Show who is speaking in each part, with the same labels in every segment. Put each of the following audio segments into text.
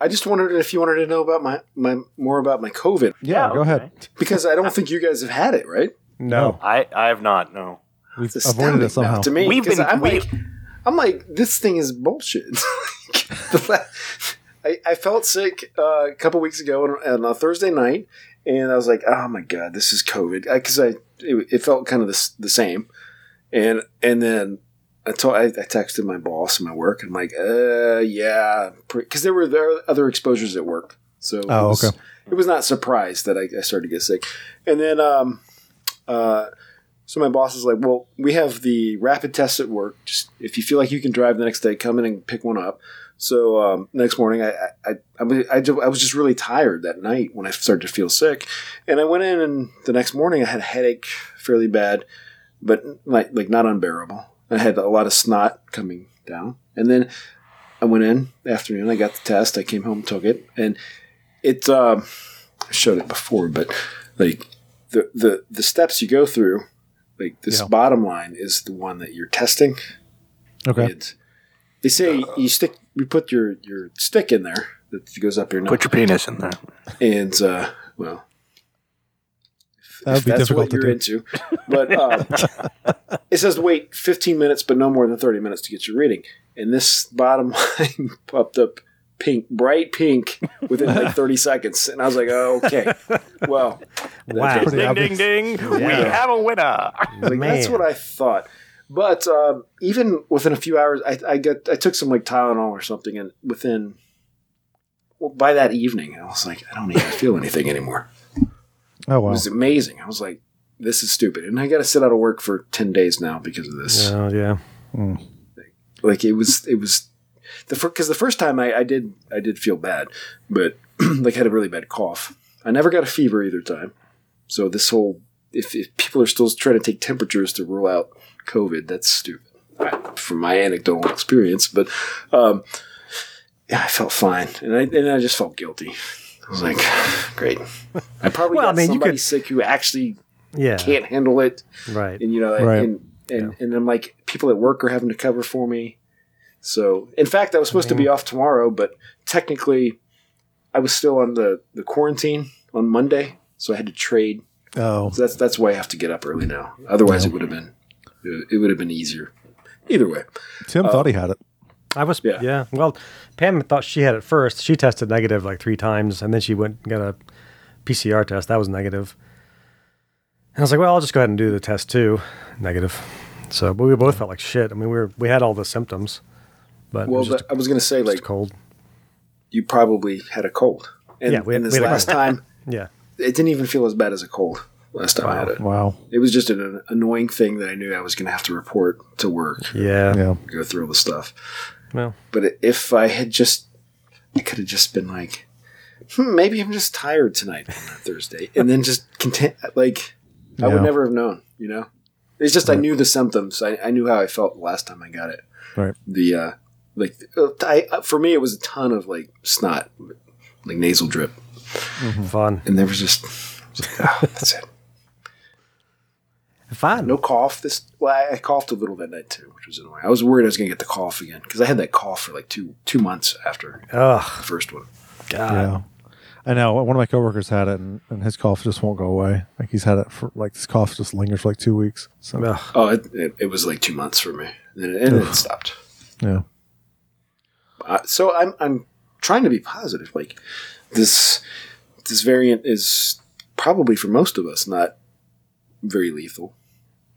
Speaker 1: I just wondered if you wanted to know about my, my more about my COVID
Speaker 2: Yeah,
Speaker 3: Yeah,
Speaker 2: go
Speaker 3: okay.
Speaker 2: ahead.
Speaker 1: because I don't think you guys have had it, right?
Speaker 2: No,
Speaker 3: I I have not. No.
Speaker 2: we've
Speaker 1: It's
Speaker 2: avoided
Speaker 1: astounding
Speaker 2: it somehow.
Speaker 1: to me.
Speaker 3: We've
Speaker 1: 'cause
Speaker 3: been-
Speaker 1: I'm
Speaker 3: we-
Speaker 1: like, I'm like, this thing is bullshit. Like, the fa- I, I felt sick uh, a couple weeks ago on, on a Thursday night, and I was like, oh my god, this is COVID, because I, it, it felt kind of the, s- the same, and and then. I, told, I, I texted my boss and my work. And I'm like, uh, yeah, because there were there were other exposures at work, so it
Speaker 2: Oh,
Speaker 1: was-
Speaker 2: okay.
Speaker 1: It was not surprised that I, I started to get sick, and then um, uh, so my boss is like, "Well, we have the rapid test at work. Just if you feel like you can drive the next day, come in and pick one up." So um, next morning, I I, I, I, was- I ju- I was just really tired that night when I started to feel sick, and I went in, and the next morning I had a headache, fairly bad, but like like not unbearable. I had a lot of snot coming down, and then I went in the afternoon. I got the test. I came home, took it, and it. Um, I showed it before, but like the the the steps you go through, like this
Speaker 2: Yeah.
Speaker 1: bottom line is the one that you're testing.
Speaker 2: Okay.
Speaker 1: It's- they say you stick, you put your your stick in there that goes up your nose,
Speaker 3: Put your penis in there.
Speaker 1: and uh, well,
Speaker 2: That would
Speaker 1: if
Speaker 2: be
Speaker 1: that's
Speaker 2: difficult
Speaker 1: what
Speaker 2: to
Speaker 1: you're
Speaker 2: do.
Speaker 1: into. But um, it says wait 15 minutes, but no more than 30 minutes to get your reading. And this bottom line popped up pink, bright pink, within like 30 seconds, and I was like, oh, okay, well,
Speaker 2: Wow. Pretty
Speaker 3: Ding
Speaker 2: obvious.
Speaker 3: ding ding! We
Speaker 2: Yeah.
Speaker 3: have a winner.
Speaker 1: Like, that's what I thought. But um, even within a few hours, I, I got I took some like Tylenol or something, and within well, by that evening, I was like, I don't even feel anything anymore.
Speaker 2: Oh
Speaker 1: It
Speaker 2: wow.
Speaker 1: was amazing. I was like, this is stupid, and I got to sit out of work for ten days now because of this.
Speaker 2: Oh yeah.
Speaker 1: Like it was, it was the because the first time I, I did I did feel bad, but like had a really bad cough. I never got a fever either time. So this whole if, if people are still trying to take temperatures to rule out COVID, that's stupid. I- From my anecdotal experience, but um, yeah, I felt fine, and I and I just felt guilty. I was like, great. I probably
Speaker 2: Well,
Speaker 1: got
Speaker 2: I mean, you
Speaker 1: somebody
Speaker 2: could-
Speaker 1: sick who actually
Speaker 2: Yeah.
Speaker 1: can't handle it
Speaker 2: Right.
Speaker 1: and you know,
Speaker 2: Right.
Speaker 1: and and, and I'm like, people at work are having to cover for me. So, in fact, I was supposed to be off tomorrow, but technically, I was still on the the quarantine on Monday, so I had to trade.
Speaker 2: Oh.
Speaker 1: So that's that's why I have to get up early now. Otherwise, it would have been it would have been easier. Either way,
Speaker 2: Tim thought he had it.
Speaker 4: I was
Speaker 1: Yeah.
Speaker 4: yeah. Well, Pam thought she had it first. She tested negative like three times, and then she went and got a PCR test that was negative. And I was like, well, I'll just go ahead and do the test too, negative. So, but we both felt like shit. I mean, we were we had all the symptoms, but
Speaker 1: well,
Speaker 4: it was just,
Speaker 1: but I was going to say
Speaker 4: just
Speaker 1: like
Speaker 4: cold.
Speaker 1: you probably had a cold, and,
Speaker 4: Yeah, we had-
Speaker 1: and
Speaker 4: we
Speaker 1: this
Speaker 4: had a
Speaker 1: last time
Speaker 4: Yeah,
Speaker 1: it didn't even feel as bad as a cold. Last time I had it,
Speaker 2: Wow.
Speaker 1: it was just an annoying thing that I knew I was going to have to report to work.
Speaker 4: yeah,
Speaker 2: Yeah.
Speaker 1: go through all the stuff.
Speaker 4: Well.
Speaker 1: but if I had just, I could have just been like, hmm, maybe I'm just tired tonight on that Thursday, and then just content. Like I
Speaker 2: Yeah.
Speaker 1: would never have known, you know. It's just I knew the symptoms. I, I knew how I felt last time I got it.
Speaker 2: Right.
Speaker 1: The uh, like uh, I uh, for me it was a ton of like snot, like nasal drip,
Speaker 4: fun,
Speaker 1: and there was just. I was like, "Ah, that's it.
Speaker 4: fun.
Speaker 1: No cough. This well, I- I coughed a little that night too, which was annoying. I was worried I was going to get the cough again because I had that cough for like two two months after
Speaker 4: Ugh,
Speaker 1: the first one. Uh,
Speaker 4: God.
Speaker 2: Yeah. I know. One of my coworkers had it, and, and his cough just won't go away. Like he's had it for like this cough just lingers for like two weeks. So
Speaker 4: Ugh.
Speaker 1: Oh, it, it, it was like two months for me, and, it- and it stopped.
Speaker 2: yeah.
Speaker 1: Uh, so I'm I'm trying to be positive. Like this this variant is probably for most of us not very lethal,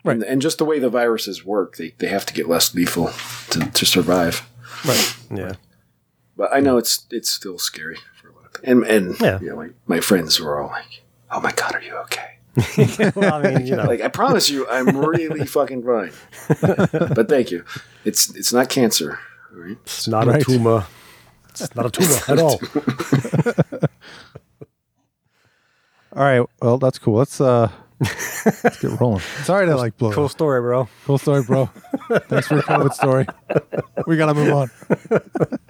Speaker 2: Right.
Speaker 1: And, and just the way the viruses work, they, they have to get less lethal to, to survive.
Speaker 2: Right.
Speaker 4: Yeah.
Speaker 1: But I know it's it's still scary for a lot of people. And and
Speaker 4: Yeah.
Speaker 1: you know, like my friends were all like, "Oh my god, are you okay?"
Speaker 4: well, I mean, you know,
Speaker 1: Like I promise you, I'm really fucking fine. but thank you. It's it's not cancer. all right?
Speaker 4: it's not
Speaker 2: Right.
Speaker 4: a tumor. It's not a tumor at all.
Speaker 2: All right. Well, that's cool. Let's uh let's get rolling. Sorry to like blow.
Speaker 4: Cool
Speaker 2: Cool,
Speaker 4: story, bro.
Speaker 2: story, bro. Thanks for your COVID story. We gotta move on.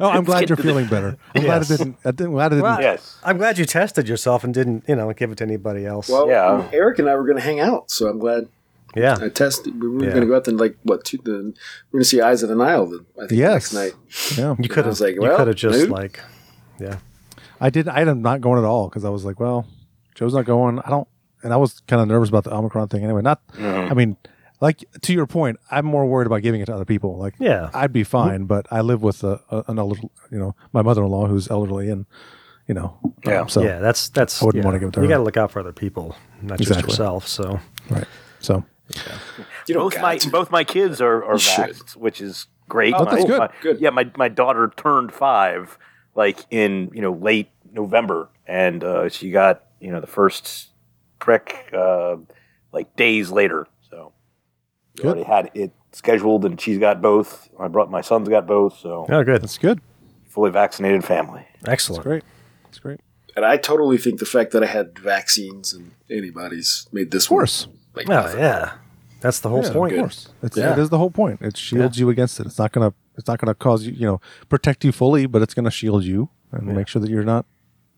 Speaker 2: oh, I'm glad you're feeling better. I'm glad it
Speaker 4: Yes.
Speaker 2: didn't. I didn't. Glad it didn't.
Speaker 4: Well,
Speaker 3: Yes.
Speaker 4: I'm glad you tested yourself and didn't, you know, give it to anybody else.
Speaker 1: Well,
Speaker 3: Yeah.
Speaker 1: Eric and I were going to hang out, so I'm glad
Speaker 4: yeah.
Speaker 1: I tested. We were
Speaker 4: Yeah.
Speaker 1: going to go out then, like what? Two, the, we're going to see Eyes of the Nile. The, I think
Speaker 2: Yes.
Speaker 1: the next night.
Speaker 2: yeah.
Speaker 4: You could
Speaker 1: I
Speaker 4: have
Speaker 1: was like,
Speaker 4: you
Speaker 1: well,
Speaker 4: could have just
Speaker 1: dude.
Speaker 4: like Yeah.
Speaker 2: I did. I ended up not going at all because I was like, well, Joe's not going. I don't, and I was kind of nervous about the Omicron thing anyway. Not, I mean, like to your point, I'm more worried about giving it to other people. Like,
Speaker 4: Yeah.
Speaker 2: I'd be fine, but I live with a, a, an elder, you know, my mother-in-law who's elderly, and you know,
Speaker 3: Yeah.
Speaker 2: so
Speaker 4: yeah, that's that's
Speaker 2: I wouldn't
Speaker 4: yeah.
Speaker 2: wanna give it to
Speaker 4: You
Speaker 2: her.
Speaker 4: got to look out for other people, not just
Speaker 2: Exactly.
Speaker 4: yourself. So
Speaker 2: right, so
Speaker 1: You don't
Speaker 3: Both
Speaker 1: got
Speaker 3: my
Speaker 1: to.
Speaker 3: both my kids are are
Speaker 1: should.
Speaker 3: vaxxed, which is great.
Speaker 1: Oh,
Speaker 3: my,
Speaker 1: that's good.
Speaker 3: my-
Speaker 1: Good.
Speaker 3: Yeah, my my daughter turned five, like in you know late November, and uh, she got you know the first prick uh, like days later. So we
Speaker 2: Good.
Speaker 3: already had it scheduled, and she's got both. I brought my son's got both, so
Speaker 4: oh, good,
Speaker 2: that's good.
Speaker 3: fully vaccinated family.
Speaker 4: excellent.
Speaker 2: Great, it's great.
Speaker 1: And I totally think the fact that I had vaccines and antibodies made this
Speaker 2: Of course,
Speaker 1: Like,
Speaker 4: Oh yeah, that's the whole
Speaker 2: Yeah,
Speaker 4: point.
Speaker 2: Of course, it's,
Speaker 4: Yeah.
Speaker 2: it is the whole point. It shields you against it. It's not gonna. It's not gonna cause you. You know, protect you fully, but it's gonna shield you and make sure that you're not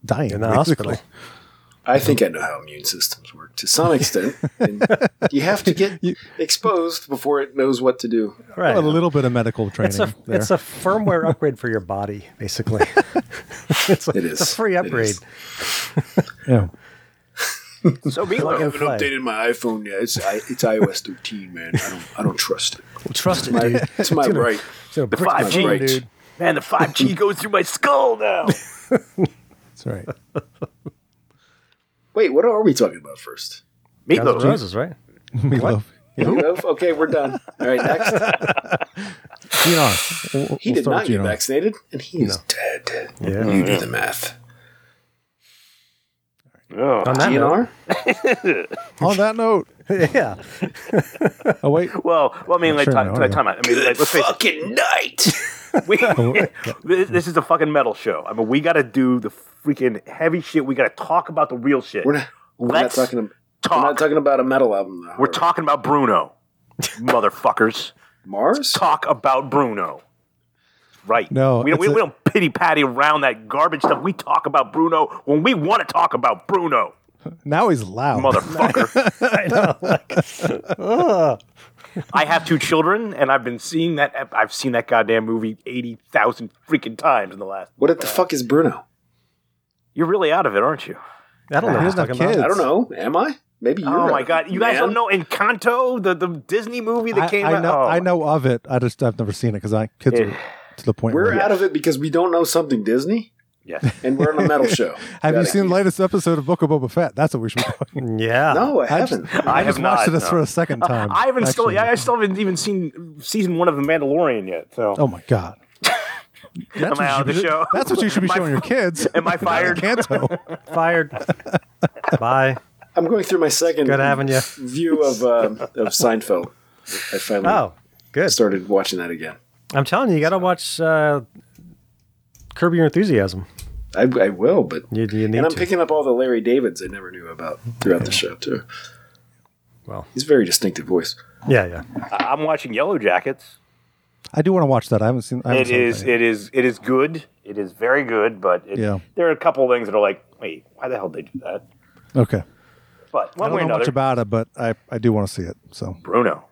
Speaker 2: dying
Speaker 4: In the
Speaker 2: basically.
Speaker 4: hospital,
Speaker 1: I think I know how immune systems work to some extent. and you have to get exposed before it knows what to do.
Speaker 4: right?
Speaker 2: A little bit of medical training.
Speaker 4: it's a
Speaker 2: there.
Speaker 4: it's a firmware upgrade for your body, basically. it's a,
Speaker 1: It
Speaker 4: it's a
Speaker 1: is.
Speaker 4: free
Speaker 1: It
Speaker 4: upgrade.
Speaker 1: is.
Speaker 2: yeah.
Speaker 3: So be
Speaker 1: I
Speaker 3: like,
Speaker 1: haven't
Speaker 4: play.
Speaker 1: updated my iPhone yet. It's, I, it's iOS 13, man. I don't, I don't trust it.
Speaker 4: Trust it, dude.
Speaker 1: I, it's my right.
Speaker 4: So
Speaker 3: the five G,
Speaker 1: phone, dude.
Speaker 3: man. The five G goes through my skull now.
Speaker 2: That's right.
Speaker 1: Wait, what are we talking about first?
Speaker 4: Guns N'
Speaker 3: Meatloaf.
Speaker 4: Roses, right?
Speaker 2: Meatloaf.
Speaker 1: Meatloaf? Okay, we're done. All right, next.
Speaker 2: GNR. We'll,
Speaker 1: He
Speaker 2: we'll
Speaker 1: did
Speaker 2: start
Speaker 1: not
Speaker 2: with
Speaker 1: get
Speaker 2: GNR.
Speaker 1: vaccinated, and he is dead.
Speaker 4: Yeah.
Speaker 1: You do the math.
Speaker 3: Ugh.
Speaker 4: On that note,
Speaker 1: DNR?
Speaker 2: On that note.
Speaker 4: yeah,
Speaker 2: Oh, wait.
Speaker 3: Well, well, I mean, like,
Speaker 2: sure,
Speaker 3: time,
Speaker 2: no,
Speaker 3: time,
Speaker 2: yeah. Oh,
Speaker 3: time out. I mean, like, let's face it.
Speaker 1: Fucking night.
Speaker 3: We, this, this is a fucking metal show. I mean, we got to do the freaking heavy shit. We got to talk about the real shit.
Speaker 1: We're not, we're not
Speaker 3: Let's
Speaker 1: talking. ab-
Speaker 3: talk.
Speaker 1: We're not talking about a metal album. Though.
Speaker 3: We're talking about Bruno, motherfuckers.
Speaker 1: Mars.
Speaker 3: Talk about Bruno. Right.
Speaker 2: No,
Speaker 3: we, don't- we,
Speaker 2: it's a-
Speaker 3: we don't pity patty around that garbage stuff. We talk about Bruno when we want to talk about Bruno,
Speaker 2: Now he's loud.
Speaker 3: motherfucker.
Speaker 4: I know. Like, ugh.
Speaker 3: I have two children, and I've been seeing that. ep- I've seen that goddamn movie eighty thousand freaking times in the last.
Speaker 1: What the fuck is Bruno?
Speaker 3: You're really out of it, aren't you?
Speaker 4: I don't know.
Speaker 2: He
Speaker 4: What he's
Speaker 2: doesn't have
Speaker 4: talking about.
Speaker 2: kids.
Speaker 1: I don't know. Am I? Maybe you're.
Speaker 3: oh my
Speaker 1: right,
Speaker 3: god, you guys
Speaker 1: man.
Speaker 3: don't know Encanto, the the Disney movie that
Speaker 2: I,
Speaker 3: came
Speaker 2: I
Speaker 3: out.
Speaker 2: know,
Speaker 3: Oh.
Speaker 2: I know of it. I just I've never seen it because I kids
Speaker 3: It-
Speaker 2: are to the point.
Speaker 1: Eh. We're
Speaker 2: where
Speaker 1: out of it because we don't know something Disney,
Speaker 3: Yes.
Speaker 1: and we're on a metal show.
Speaker 2: Have you
Speaker 1: Gotta-
Speaker 2: seen the latest episode of Book of Boba Fett? That's what we should be talking.
Speaker 4: Yeah.
Speaker 1: No, I
Speaker 2: I just-
Speaker 1: haven't.
Speaker 3: I
Speaker 2: I just
Speaker 3: have
Speaker 2: watched
Speaker 3: not,
Speaker 2: this
Speaker 3: no.
Speaker 2: for a second time.
Speaker 3: I haven't still
Speaker 2: actually.
Speaker 3: I, I still haven't even seen season one of The Mandalorian yet. So
Speaker 2: Oh my god. That's
Speaker 3: Am I
Speaker 2: what you
Speaker 3: out
Speaker 2: should
Speaker 3: of the
Speaker 2: be-
Speaker 3: show?
Speaker 2: That's what you should be
Speaker 3: My-
Speaker 2: showing your kids.
Speaker 3: Am I fired?
Speaker 2: Canto.
Speaker 4: Fired. Bye.
Speaker 1: I'm going through my second
Speaker 4: Good having you.
Speaker 1: view of um of Seinfeld. I finally
Speaker 4: Oh, good.
Speaker 1: started watching that again.
Speaker 4: I'm telling you, you got to watch uh, Curb Your Enthusiasm.
Speaker 1: I, I will, but
Speaker 4: You, you need
Speaker 1: and I'm
Speaker 4: to.
Speaker 1: picking up all the Larry Davids I never knew about throughout the show too.
Speaker 4: Well.
Speaker 1: he's a very distinctive voice.
Speaker 4: yeah, yeah.
Speaker 3: I, am watching Yellow Jackets.
Speaker 2: I do want to watch that. I haven't seen. I haven't
Speaker 3: It
Speaker 2: seen
Speaker 3: is
Speaker 2: yet.
Speaker 3: it is it is good. It is very good, but it,
Speaker 2: Yeah.
Speaker 3: there are a couple of things that are like, wait, why the hell did they do that?
Speaker 2: Okay.
Speaker 3: But
Speaker 2: I
Speaker 3: one
Speaker 2: don't
Speaker 3: way or
Speaker 2: know much
Speaker 3: another,
Speaker 2: about it, but I, I do want to see it. So
Speaker 3: Bruno.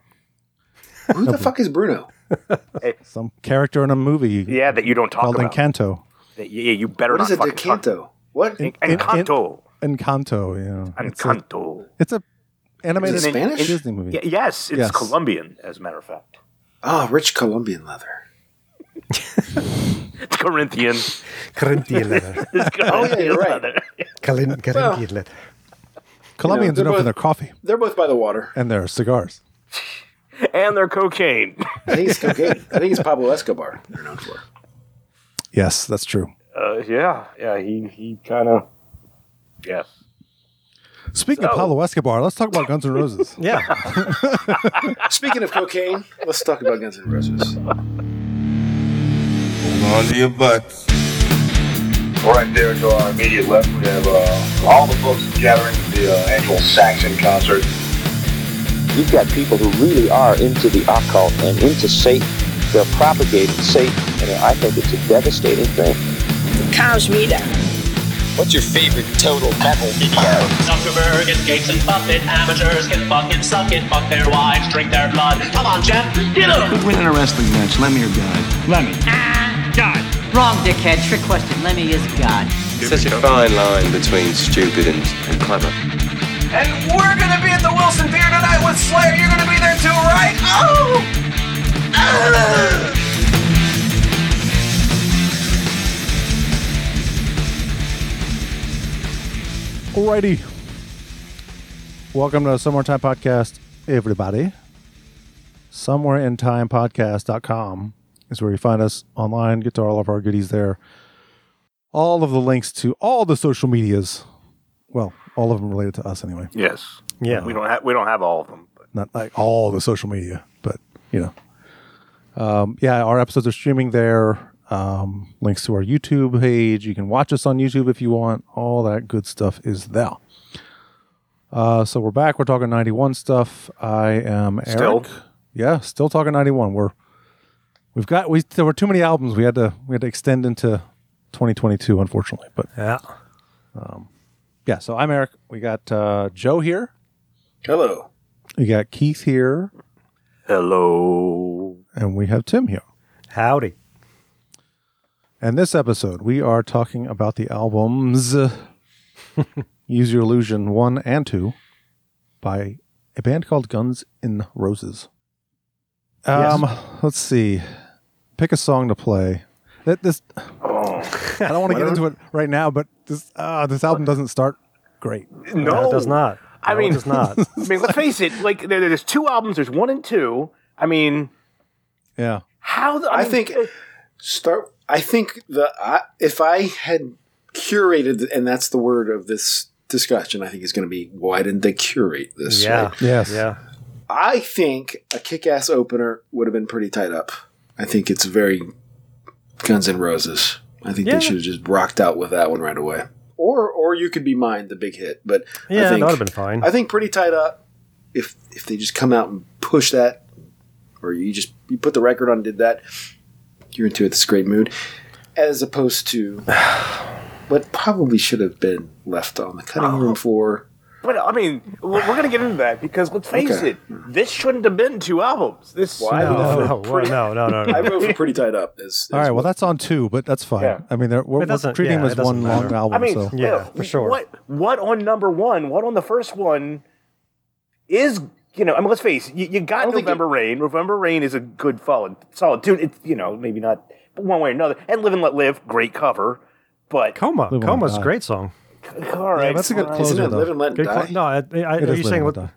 Speaker 1: Who the fuck is Bruno?
Speaker 2: some character in a movie
Speaker 3: Yeah, that you don't talk
Speaker 2: called
Speaker 3: about.
Speaker 2: Encanto.
Speaker 3: That- yeah, you better
Speaker 1: What
Speaker 3: not
Speaker 1: is it?
Speaker 3: fucking talk-
Speaker 1: Decanto? What?
Speaker 3: En-
Speaker 2: In- in-
Speaker 3: Encanto.
Speaker 2: Encanto. Yeah. It's a,
Speaker 3: Encanto.
Speaker 2: it's a animated
Speaker 1: Is it Spanish?
Speaker 2: Disney movie.
Speaker 3: Y- yes, it's
Speaker 2: Yes.
Speaker 3: Colombian, as a matter of fact.
Speaker 1: Ah, rich Colombian leather.
Speaker 3: It's Corinthian.
Speaker 4: Corinthian leather.
Speaker 3: It's Corinthian
Speaker 1: you're right.
Speaker 3: leather.
Speaker 4: Corinthian leather.
Speaker 2: Colombians
Speaker 1: You know,
Speaker 2: are known for
Speaker 1: they're
Speaker 2: their coffee
Speaker 1: They're both by the water.
Speaker 2: and their cigars.
Speaker 3: and their cocaine.
Speaker 1: I think it's cocaine. I think it's Pablo Escobar. They're known for.
Speaker 2: Yes, that's true.
Speaker 3: Uh, yeah, yeah, he he kind of yeah.
Speaker 2: Speaking of
Speaker 3: So-
Speaker 2: Pablo Escobar, let's talk about Guns N' Roses.
Speaker 4: Yeah.
Speaker 1: Speaking of cocaine, let's talk about Guns N' Roses.
Speaker 5: Hold on to your butts. Right there to our immediate left, we have uh, all the folks gathering for the uh, annual Saxon concert.
Speaker 6: you've got people who really are into the occult and into Satan. They're propagating Satan, and I think it's a devastating thing.
Speaker 7: Cars Reader.
Speaker 6: What's your favorite total metal video?
Speaker 8: Zuckerberg and Gates and Buffett, amateurs can fucking suck it, fuck their wives, drink their blood. Come on, Jeff, get up!
Speaker 9: Win in a wrestling match, Lemmy or God? Lemmy. Ah, God. Wrong, dickhead. Trick question. Lemmy is God.
Speaker 10: Such a fine line between stupid and, and clever.
Speaker 11: And we're gonna be at the Wilson Theater tonight with Slayer. You're gonna be there too, right? Oh! Ah!
Speaker 2: Alrighty. Welcome to Somewhere in Time Podcast, everybody. Somewhere in Time Podcast.com is where you find us online. Get to all of our goodies there. All of the links to all the social medias. Well, all of them related to us anyway.
Speaker 3: Yes.
Speaker 4: Yeah.
Speaker 3: We don't have we don't have all of them. But
Speaker 2: Not like all the social media, but you know. Um, yeah, our episodes are streaming there. Um, links to our YouTube page. You can watch us on YouTube if you want. All that good stuff is there. Uh, so we're back. We're talking 91 stuff. I am Eric.
Speaker 3: Still.
Speaker 2: Yeah, still talking 91. We're we've got we there were too many albums. We had to we had to extend into 2022 unfortunately. But
Speaker 4: Yeah.
Speaker 2: yeah, so I'm Eric. We got uh, Joe here.
Speaker 1: Hello.
Speaker 2: You got Keith here
Speaker 3: hello.
Speaker 2: and we have Tim here.
Speaker 4: Howdy.
Speaker 2: And this episode, we are talking about the albums uh, Use Your Illusion 1 and 2 by a band called Guns in Roses. Um, let's see. Pick a song to play. That this
Speaker 3: Oh.
Speaker 2: I don't want to get into it right now, but this uh, this album doesn't start great.
Speaker 3: No,
Speaker 4: That does not.
Speaker 3: I
Speaker 4: No,
Speaker 3: mean-
Speaker 4: it does not.
Speaker 3: I mean, let's face it. Like there, there's two albums. There's one and two. I mean,
Speaker 2: Yeah.
Speaker 3: how? The, I,
Speaker 1: I
Speaker 3: mean, eh,
Speaker 1: think- start i think the I, if i had curated and that's the word of this discussion i think is going to be why didn't they curate this
Speaker 4: yeah.
Speaker 1: right?
Speaker 2: Yes.
Speaker 4: Yeah.
Speaker 1: i think a kick-ass opener would have been pretty tight up i think it's very guns N' roses i think
Speaker 4: Yeah.
Speaker 1: they should have just rocked out with that one right away or or you could be mine the big hit but
Speaker 4: Yeah,
Speaker 1: i
Speaker 4: that
Speaker 1: think
Speaker 4: would have been fine.
Speaker 1: i think pretty tight up if if they just come out and push that or you just you put the record on and did that you're into it this great mood as opposed to what probably should have been left on the cutting
Speaker 3: Oh.
Speaker 1: room floor
Speaker 3: but I mean, we're, we're gonna get into that because let's face
Speaker 1: Okay.
Speaker 3: it. This shouldn't have been two albums. This
Speaker 1: Why?
Speaker 4: no, no, no, no, no,
Speaker 1: i
Speaker 4: no.
Speaker 1: wrote for pretty tied up as,
Speaker 2: All right, well that's on 2, but that's fine.
Speaker 3: Yeah.
Speaker 2: I mean, they're, we're,
Speaker 4: It
Speaker 2: we're
Speaker 4: doesn't-
Speaker 2: treating
Speaker 4: yeah,
Speaker 2: them
Speaker 4: it
Speaker 2: as
Speaker 4: doesn't
Speaker 2: one long
Speaker 4: matter.
Speaker 2: album,
Speaker 3: I mean,
Speaker 2: so
Speaker 3: yeah,
Speaker 4: Yeah, for sure.
Speaker 3: What what on number one? What on the first one is you know? I mean, let's face it. You, you got
Speaker 1: don't think
Speaker 3: November Rain. November Rain is a good solid solid tune. It's you know maybe not but one way or another. And Live and Let Live, great cover. But
Speaker 4: Coma.
Speaker 2: Live on
Speaker 4: Coma's
Speaker 2: Die.
Speaker 4: a great song.
Speaker 3: all right,
Speaker 2: that's a good
Speaker 3: fine.
Speaker 2: close.
Speaker 1: isn't
Speaker 2: Closer,
Speaker 1: it live
Speaker 2: though.
Speaker 1: and let
Speaker 4: Good
Speaker 1: die
Speaker 4: cl- no, I, I,
Speaker 2: it
Speaker 4: are
Speaker 2: is Live
Speaker 4: you saying
Speaker 2: and Let
Speaker 4: what?
Speaker 2: Die.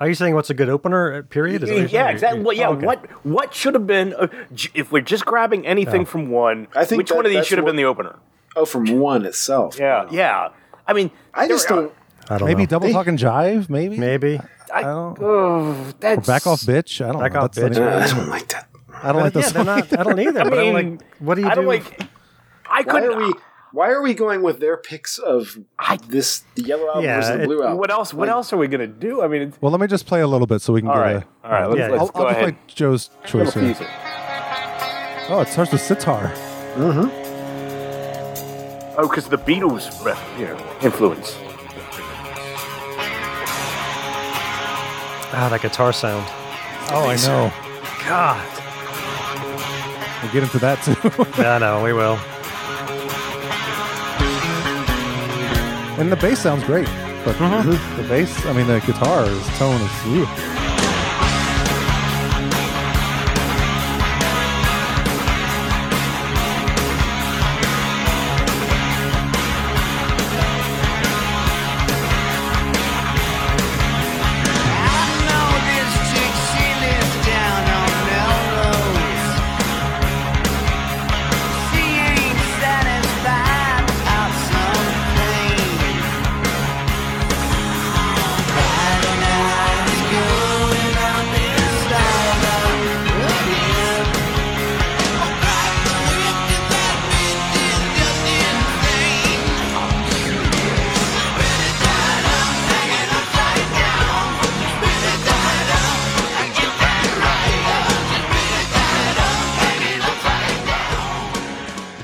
Speaker 4: Are you saying what's a good opener? uh, Period. Is that what you're
Speaker 3: yeah,
Speaker 4: saying?
Speaker 3: exactly. Well, yeah,
Speaker 4: Oh, okay.
Speaker 3: what what should have been uh, j- if we're just grabbing anything from one?
Speaker 1: I think
Speaker 3: which
Speaker 1: that-
Speaker 3: one of these
Speaker 1: that's
Speaker 3: should have
Speaker 1: what-
Speaker 3: been the opener?
Speaker 1: oh from one itself
Speaker 3: Yeah, yeah. I mean,
Speaker 1: i just
Speaker 3: there-
Speaker 1: don't
Speaker 4: I don't
Speaker 2: Maybe
Speaker 4: know.
Speaker 2: Double Talk and Jive, maybe?
Speaker 4: Maybe.
Speaker 3: I,
Speaker 2: don't-
Speaker 3: oh, that's
Speaker 2: Back off, bitch. I don't
Speaker 4: Back
Speaker 2: know.
Speaker 4: off,
Speaker 2: That's
Speaker 4: bitch.
Speaker 1: i
Speaker 2: anyway.
Speaker 1: don't like that
Speaker 2: I don't like
Speaker 4: Yeah,
Speaker 2: this.
Speaker 4: they're not. I don't either. but
Speaker 3: mean,
Speaker 4: I'm like, what do you
Speaker 3: I
Speaker 4: do?
Speaker 3: don't like.
Speaker 1: why
Speaker 3: I couldn't.
Speaker 1: are we why are we going with their picks of this the yellow album
Speaker 4: Yeah,
Speaker 1: versus the
Speaker 4: it-
Speaker 1: blue album
Speaker 3: What else? What else are we gonna do? I mean, it's,
Speaker 2: Well, let me just play a little bit so we can
Speaker 3: all
Speaker 2: get
Speaker 3: right,
Speaker 2: a.
Speaker 3: all right. Let's,
Speaker 4: Yeah,
Speaker 3: let's
Speaker 2: I'll,
Speaker 3: go
Speaker 2: I'll just
Speaker 3: ahead.
Speaker 2: play Joe's choice here.
Speaker 3: Tease it.
Speaker 2: Oh, it starts with sitar.
Speaker 3: Oh, because the Beatles, ref- you know, influence.
Speaker 4: Ah, that guitar sound.
Speaker 2: Oh, I know.
Speaker 4: God.
Speaker 2: We'll get into that too.
Speaker 4: I know. We will.
Speaker 2: and the bass sounds great, but the bass, I mean, the guitar's tone is. Ew.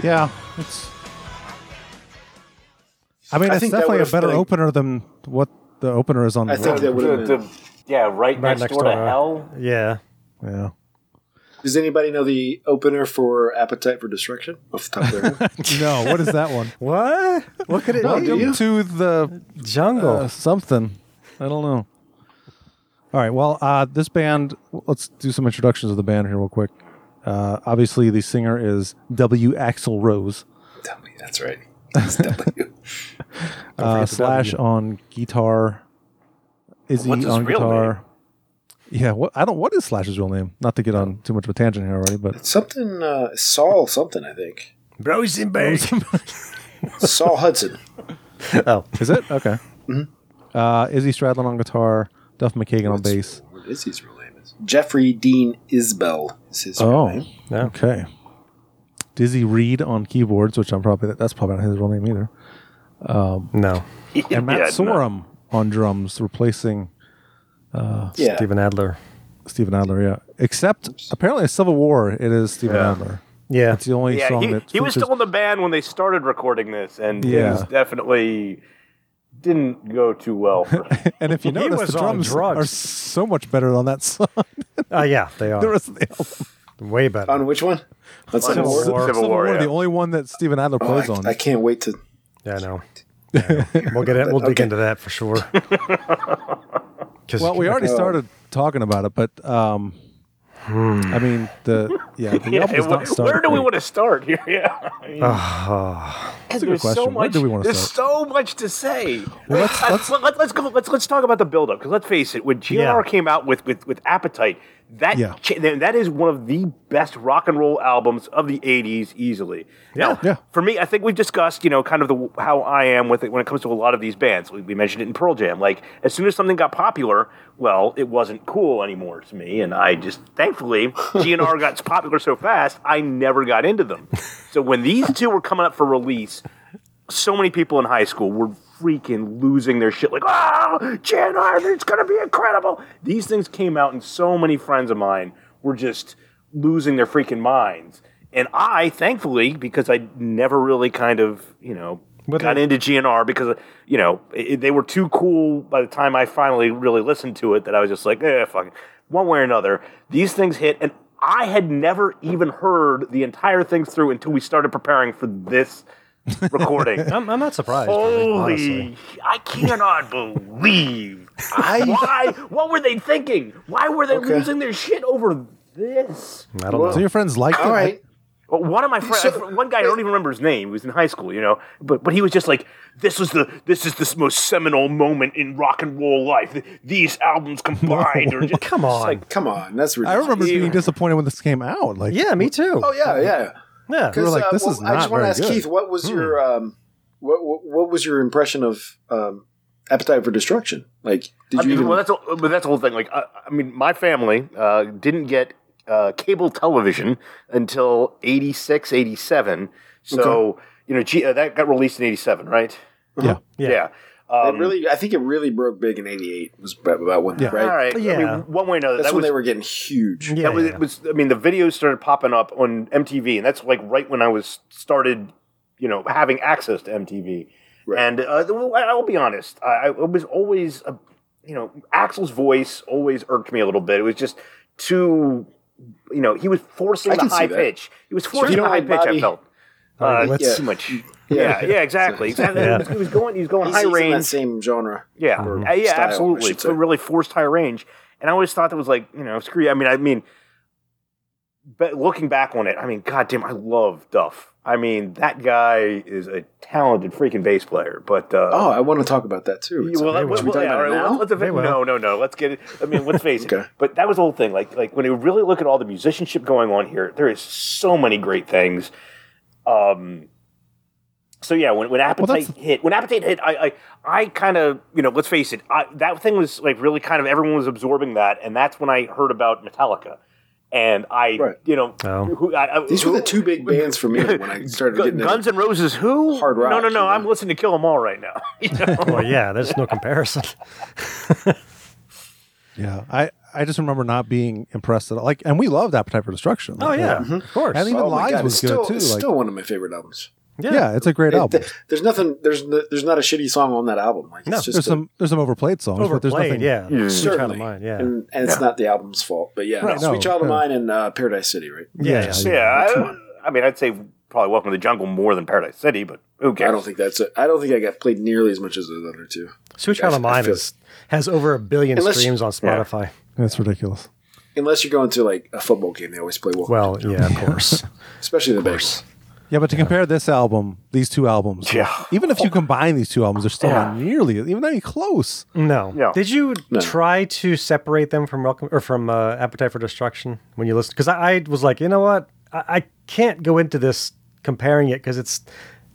Speaker 2: Yeah, it's. I mean,
Speaker 1: I
Speaker 2: it's
Speaker 1: think that
Speaker 2: definitely a
Speaker 1: would've
Speaker 2: better
Speaker 1: been-
Speaker 2: opener than what the opener is on.
Speaker 1: i
Speaker 2: the
Speaker 1: think
Speaker 2: record.
Speaker 1: that would have been
Speaker 3: yeah, right, next, door, to hell.
Speaker 4: Yeah.
Speaker 2: Yeah.
Speaker 1: Does anybody know the opener for Appetite for Destruction? Off the top of their head?
Speaker 2: no, what is that one?
Speaker 4: what? What could it
Speaker 2: Welcome
Speaker 4: be?
Speaker 2: to the
Speaker 4: Jungle.
Speaker 2: uh, something. I don't know. All right. Well, uh, this band. Let's do some introductions of the band here real quick. Uh, obviously, the singer is W. Axel Rose
Speaker 1: Tell me, that's right. It's W.
Speaker 2: uh, slash on guitar. Izzy
Speaker 3: What's his
Speaker 2: on
Speaker 3: real
Speaker 2: guitar. Yeah. What I don't. What is Slash's real name? Not to get on too much of a tangent here already, but
Speaker 1: something uh, Saul something, I think.
Speaker 4: Rosenberg.
Speaker 1: Saul Hudson.
Speaker 4: oh,
Speaker 2: is it okay?
Speaker 3: Mm-hmm.
Speaker 2: Uh, Izzy Stradlin on guitar. Duff McKagan on bass.
Speaker 1: What is his real name? Is Jeffrey Dean Isbell is his real
Speaker 2: Oh,
Speaker 1: name.
Speaker 4: no.
Speaker 2: okay. Dizzy Reed on keyboards, which I'm probably that's probably not his real name either.
Speaker 4: No.
Speaker 2: And Matt
Speaker 3: Yeah, no.
Speaker 2: Sorum on drums, replacing
Speaker 1: Yeah.
Speaker 4: Steven Adler.
Speaker 2: Stephen Adler. Yeah, except apparently a Civil War. It is Stephen Adler.
Speaker 4: Yeah.
Speaker 2: It's the only
Speaker 3: Yeah,
Speaker 2: song
Speaker 3: he,
Speaker 2: that
Speaker 3: he was
Speaker 2: features-
Speaker 3: still in the band when they started recording this, and it
Speaker 2: Yeah.
Speaker 3: was definitely didn't go too well. For him.
Speaker 2: And if you
Speaker 4: He
Speaker 2: notice,
Speaker 4: was
Speaker 2: the
Speaker 4: on
Speaker 2: drums
Speaker 4: drugs.
Speaker 2: are so much better on that song.
Speaker 4: Uh, yeah, they are.
Speaker 2: the rest of the album.
Speaker 4: Way better.
Speaker 1: On which one? That's
Speaker 3: Civil
Speaker 1: Civil War.
Speaker 3: War.
Speaker 2: Civil War,
Speaker 3: yeah.
Speaker 2: the only one that Stephen Adler
Speaker 1: Oh,
Speaker 2: plays on.
Speaker 1: I, I can't wait to.
Speaker 4: yeah, I know. Yeah, I know. We'll get it. We'll dig
Speaker 1: Okay.
Speaker 4: into that for sure. 'Cause-
Speaker 2: well, we already
Speaker 1: Oh.
Speaker 2: started talking about it, but um, I mean the yeah the
Speaker 3: Yeah,
Speaker 2: album does
Speaker 3: wh-
Speaker 2: not start.
Speaker 3: where do we
Speaker 2: great. Ah,
Speaker 3: want to start here? Yeah, I mean,
Speaker 2: That's a good
Speaker 3: there's so
Speaker 2: question.
Speaker 3: much.
Speaker 2: where do we want to
Speaker 3: there's
Speaker 2: start?
Speaker 3: so much to say.
Speaker 2: let's-
Speaker 3: I-
Speaker 2: let's-
Speaker 3: let- let- let's go. Let's let's talk about the buildup because let's face it. When GR
Speaker 4: Yeah.
Speaker 3: came out with with with Appetite, that
Speaker 2: Yeah.
Speaker 3: cha- then that is one of the best rock and roll albums of the '80s, easily. Now,
Speaker 2: Yeah.
Speaker 3: for me, I think we've discussed you know kind of the how I am with it when it comes to a lot of these bands. We, we mentioned it in Pearl Jam. Like as soon as something got popular, well, it wasn't cool anymore to me, and I just thankfully GNR got popular so fast, I never got into them. So when these two were coming up for release so many people in high school were freaking losing their shit. Like, oh, Jan Iron, it's going to be incredible. These things came out, and so many friends of mine were just losing their freaking minds. And I, thankfully, because I never really kind of, you know, got into GNR because, you know, it, they were too cool by the time I finally really listened to it that I was just like, eh, fuck it. One way or another, these things hit, and I had never even heard the entire thing through until we started preparing for this recording.
Speaker 4: I'm, I'm not surprised. really, honestly.
Speaker 3: Holy! I cannot believe. why? What were they thinking? Why were they losing their shit over this?
Speaker 4: I don't
Speaker 2: So
Speaker 4: know.
Speaker 2: your friends liked it?
Speaker 1: All right.
Speaker 3: Well, one of my friends, one guy, I don't even remember his name. He was in high school, you know, but but he was just like, "This was the this is the most seminal moment in rock and roll life. These albums combined are just
Speaker 4: Come on.
Speaker 1: Come on, that's
Speaker 2: I
Speaker 1: ridiculous.
Speaker 2: remember being disappointed when this came out. Like,
Speaker 4: yeah, me too.
Speaker 1: Oh yeah, yeah.
Speaker 4: yeah.
Speaker 2: We were like,
Speaker 1: uh,
Speaker 2: this
Speaker 1: well,
Speaker 2: is
Speaker 1: I just want to
Speaker 2: not very
Speaker 1: ask
Speaker 2: good. Hmm.
Speaker 1: Keith, what was your um, what, what what was your impression of um, Appetite for Destruction? Like, did
Speaker 3: I
Speaker 1: you
Speaker 3: mean,
Speaker 1: even,
Speaker 3: well, that's a, but that's the whole thing. Like, I, I mean, my family uh, didn't get uh, cable television until 86, 87. So you know, G, uh, that got released in eighty seven, right?
Speaker 2: Yeah.
Speaker 3: Yeah.
Speaker 1: it really? I think it really broke big in '88. Was about about when,
Speaker 2: Yeah.
Speaker 1: right?
Speaker 3: All right. I
Speaker 4: Yeah.
Speaker 3: mean, one way or another,
Speaker 1: That's
Speaker 3: that
Speaker 1: when
Speaker 3: was
Speaker 1: they were getting huge.
Speaker 4: Yeah,
Speaker 3: that was,
Speaker 4: yeah,
Speaker 3: it was. I mean, the videos started popping up on MTV, and that's like right when I was started, you know, having access to MTV.
Speaker 1: Right.
Speaker 3: And uh, well, I- I'll be honest, I, I was always, a, you know, Axel's voice always irked me a little bit. It was just too, you know, he was forcing
Speaker 1: I
Speaker 3: the
Speaker 1: can see
Speaker 3: high
Speaker 1: that.
Speaker 3: pitch. He was forcing
Speaker 1: you
Speaker 3: the
Speaker 1: don't
Speaker 3: high
Speaker 1: like
Speaker 3: pitch. I
Speaker 1: Bobby-
Speaker 3: felt
Speaker 4: Alright,
Speaker 3: uh,
Speaker 4: let's-
Speaker 3: too much. Yeah, yeah, exactly. exactly. He, was, he was going, he was going
Speaker 1: He's,
Speaker 3: high
Speaker 1: he's in
Speaker 3: range.
Speaker 1: that same genre.
Speaker 3: Yeah, Uh, yeah,
Speaker 1: style, I
Speaker 3: absolutely.
Speaker 1: should
Speaker 3: It's a
Speaker 1: say.
Speaker 3: really forced high range, and I always thought that was like you know screw. You. I mean, I mean, but looking back on it, I mean, goddamn, I love Duff. I mean, that guy is a talented freaking bass player. But uh,
Speaker 1: Oh, I want to talk about that too.
Speaker 3: well, let,
Speaker 1: Should we
Speaker 3: well,
Speaker 1: talk
Speaker 3: yeah,
Speaker 1: about
Speaker 3: all
Speaker 1: it
Speaker 3: right,
Speaker 1: now?
Speaker 3: let's- let's-
Speaker 4: They will.
Speaker 3: no, no, no. Let's get it. I mean, let's face
Speaker 1: Okay.
Speaker 3: it. But that was the whole thing. Like, like when you really look at all the musicianship going on here, there is so many great things. Um. So yeah, when, when appetite hit, when appetite hit, I I, I kind of you know let's face it, I, that thing was like really kind of everyone was absorbing that, and that's when I heard about Metallica, and I
Speaker 1: Right.
Speaker 3: you know
Speaker 4: Oh.
Speaker 3: who, I, I-
Speaker 1: These were the
Speaker 3: who-
Speaker 1: two big bands for me when I started
Speaker 3: Gu-
Speaker 1: getting into
Speaker 3: Guns and Roses, who
Speaker 1: Hard rock,
Speaker 3: No, no, no.
Speaker 1: you know.
Speaker 3: I'm listening to Kill 'Em All right now. You know?
Speaker 4: Well, Oh, yeah, there's no comparison.
Speaker 2: yeah. I, I just remember not being impressed at all. Like, and we loved Appetite for Destruction.
Speaker 4: Oh,
Speaker 2: Like,
Speaker 4: yeah, of course.
Speaker 2: And even
Speaker 1: Oh my
Speaker 2: Lies
Speaker 1: God,
Speaker 2: was
Speaker 1: it's
Speaker 2: good
Speaker 1: still,
Speaker 2: too.
Speaker 1: It's
Speaker 2: like,
Speaker 1: still one of my favorite albums.
Speaker 2: Yeah, it's a great
Speaker 1: It-
Speaker 2: album.
Speaker 1: th- there's nothing. There's no, there's not a shitty song on that album. Like
Speaker 2: No,
Speaker 1: it's just
Speaker 2: there's
Speaker 1: a-
Speaker 2: some there's some overplayed songs, but there's nothing.
Speaker 4: Overplayed, yeah. Mm. Sweet Child of
Speaker 1: certainly.
Speaker 4: Mine, yeah.
Speaker 1: and, and it's
Speaker 4: Yeah.
Speaker 1: not the album's fault. But yeah,
Speaker 4: Right,
Speaker 1: no,
Speaker 4: no,
Speaker 1: Sweet Child of
Speaker 4: no.
Speaker 1: Mine and uh, Paradise City, right?
Speaker 4: Yeah,
Speaker 3: Yeah, I, I mean, I'd say probably Welcome to the Jungle more than Paradise City, but who cares?
Speaker 1: I don't think that's. A, I don't think I got played nearly as much as those other two.
Speaker 4: Sweet Child of
Speaker 1: I- I
Speaker 4: Mine
Speaker 1: feel-
Speaker 4: is, has over a billion
Speaker 1: Unless-
Speaker 4: streams on
Speaker 1: yeah.
Speaker 4: Spotify.
Speaker 2: That's ridiculous.
Speaker 1: Unless you're going to like a football game, they always play Welcome
Speaker 4: Well,
Speaker 1: to the
Speaker 4: yeah, of
Speaker 1: Jungle.
Speaker 4: course.
Speaker 1: especially the Bengals.
Speaker 2: Yeah, but to compare this album, these two albums,
Speaker 1: Yeah.
Speaker 2: even if you combine these two albums, they're still not nearly even not even close.
Speaker 4: No. Did you try to separate them from Welcome or from uh, Appetite for Destruction when you listen? Because I, I was like, you know what, I, I can't go into this comparing it because it's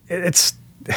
Speaker 4: it's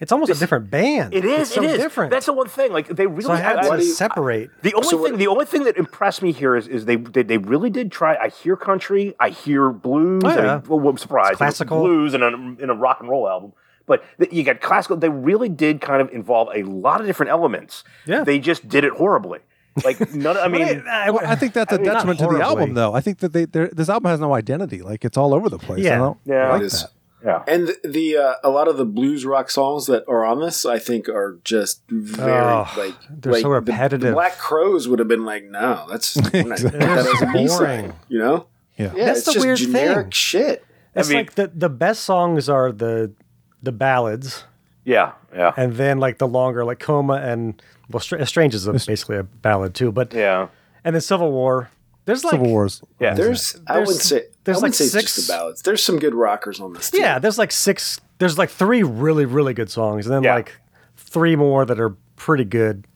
Speaker 4: it's almost a different band.
Speaker 3: It is.
Speaker 4: It's so
Speaker 3: it is
Speaker 4: different.
Speaker 3: That's the one thing. Like they really.
Speaker 4: so I had
Speaker 3: I-
Speaker 4: to
Speaker 3: I-
Speaker 4: separate.
Speaker 3: the only thing, the only thing that impressed me here is, is they, they they really did try. I hear country, I hear blues.
Speaker 4: Oh,
Speaker 3: I mean,
Speaker 4: yeah.
Speaker 3: well, I'm surprised.
Speaker 4: It's classical.
Speaker 3: blues in a, in a rock and roll album, but th- you got classical. They really did kind of involve a lot of different elements. Yeah, they just did it horribly. Like none. I mean,
Speaker 2: Well, I think that's a
Speaker 3: I mean, not
Speaker 2: detriment to the
Speaker 3: horribly.
Speaker 2: album, though. I think that they they're- this album has no identity. Like it's all over the place. I don't
Speaker 1: yeah,
Speaker 2: like
Speaker 1: it is.
Speaker 2: that.
Speaker 3: Yeah,
Speaker 1: and the, the uh, a lot of the blues rock songs that are on this, I think, are just very
Speaker 4: Oh,
Speaker 1: like
Speaker 4: they're
Speaker 1: like
Speaker 4: so
Speaker 1: the- The,
Speaker 4: repetitive.
Speaker 1: Black Crows would have been like, no, that's we're not putting that as a B side, you know?
Speaker 2: Yeah,
Speaker 1: yeah
Speaker 4: That's
Speaker 1: it's
Speaker 4: the
Speaker 1: just
Speaker 4: weird thing.
Speaker 1: generic shit.
Speaker 4: That's
Speaker 1: mean-
Speaker 4: like the the best songs are the the ballads,
Speaker 3: yeah, yeah,
Speaker 4: and then like the longer like Coma and well, Str- Strange is a, basically a ballad too, but
Speaker 3: yeah.
Speaker 4: and then Civil War. There's like
Speaker 2: Civil Wars.
Speaker 3: Yeah.
Speaker 1: There's, I
Speaker 4: There's-
Speaker 1: wouldn't say
Speaker 4: there's
Speaker 1: I wouldn't
Speaker 4: like
Speaker 1: say
Speaker 4: six-
Speaker 1: it's just the ballads. There's some good rockers on this. Too.
Speaker 4: Yeah, there's like six. There's like three really really good songs, and then
Speaker 3: Yeah.
Speaker 4: like three more that are pretty good.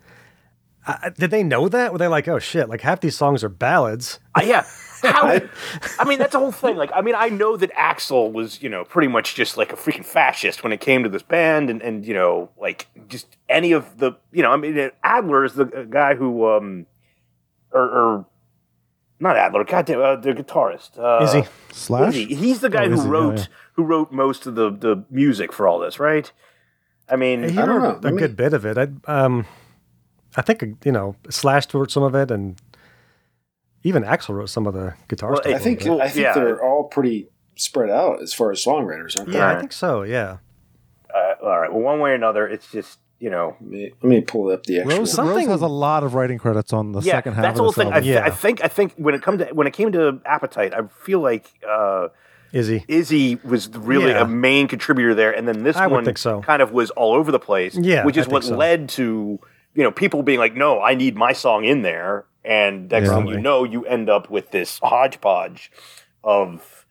Speaker 4: I, I- did they know that? Were they like, oh shit? Like half these songs are ballads.
Speaker 3: Uh, yeah. How, I, mean, that's the whole thing. Like, I mean, I know that Axel was, you know, pretty much just like a freaking fascist when it came to this band, and and you know, like just any of the, you know, I mean, Adler is the uh, guy who, um, or, or not Adler, goddamn, uh, the guitarist. Uh,
Speaker 4: Is he?
Speaker 2: Slash.
Speaker 3: Izzy. He's the guy
Speaker 2: Oh,
Speaker 3: who
Speaker 2: Izzy, yeah,
Speaker 3: wrote
Speaker 2: yeah.
Speaker 3: who wrote most of the the music for all this, right? I mean,
Speaker 4: He
Speaker 1: I don't
Speaker 4: wrote
Speaker 1: know.
Speaker 4: a
Speaker 1: I mean-
Speaker 4: good bit of it. I um, I think you know Slash wrote some of it, and even Axel wrote some of the guitar
Speaker 3: Well,
Speaker 4: stuff.
Speaker 1: I
Speaker 4: a
Speaker 1: think
Speaker 4: little bit.
Speaker 1: I think
Speaker 3: yeah.
Speaker 1: they're all pretty spread out as far as songwriters, aren't
Speaker 4: Yeah,
Speaker 1: they?
Speaker 4: I think so. Yeah.
Speaker 3: uh, all right. Well, one way or another, it's just you know,
Speaker 1: Let me, let me pull up the actual.
Speaker 2: Rose, Rose
Speaker 4: Something-
Speaker 2: has a lot of writing credits on the second half
Speaker 3: that's
Speaker 2: of
Speaker 3: the whole
Speaker 2: this
Speaker 3: thing. I,
Speaker 2: album.
Speaker 3: th-
Speaker 4: Yeah.
Speaker 3: I think I think when it come to when it came to appetite, I feel like uh,
Speaker 4: Izzy.
Speaker 3: Izzy was really
Speaker 4: Yeah.
Speaker 3: a main contributor there, and then this
Speaker 4: I would
Speaker 3: one
Speaker 4: think so.
Speaker 3: kind of was all over the place.
Speaker 4: Yeah,
Speaker 3: which
Speaker 4: I
Speaker 3: is
Speaker 4: think
Speaker 3: what
Speaker 4: so.
Speaker 3: led to you know people being like, no, I need my song in there, and next thing you
Speaker 4: Probably.
Speaker 3: know, you end up with this hodgepodge of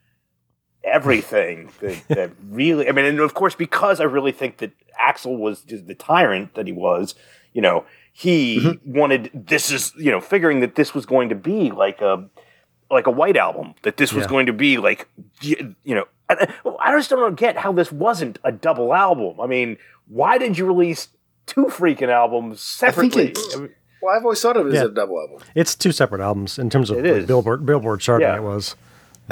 Speaker 3: everything that, that really i mean and of course because i really think that axel was just the tyrant that he was you know he
Speaker 4: Mm-hmm.
Speaker 3: wanted this is you know figuring that this was going to be like a like a white album that this was
Speaker 4: Yeah.
Speaker 3: going to be like y- you know I, I just don't get how this wasn't a double album i mean why did you release two freaking albums
Speaker 1: I think
Speaker 3: separately
Speaker 1: it's. Well, I've always thought of it as
Speaker 4: Yeah.
Speaker 1: a double album.
Speaker 4: It's two separate albums in terms of
Speaker 3: It
Speaker 4: like,
Speaker 3: is.
Speaker 4: Billboard Billboard charting.
Speaker 3: Yeah.
Speaker 4: It was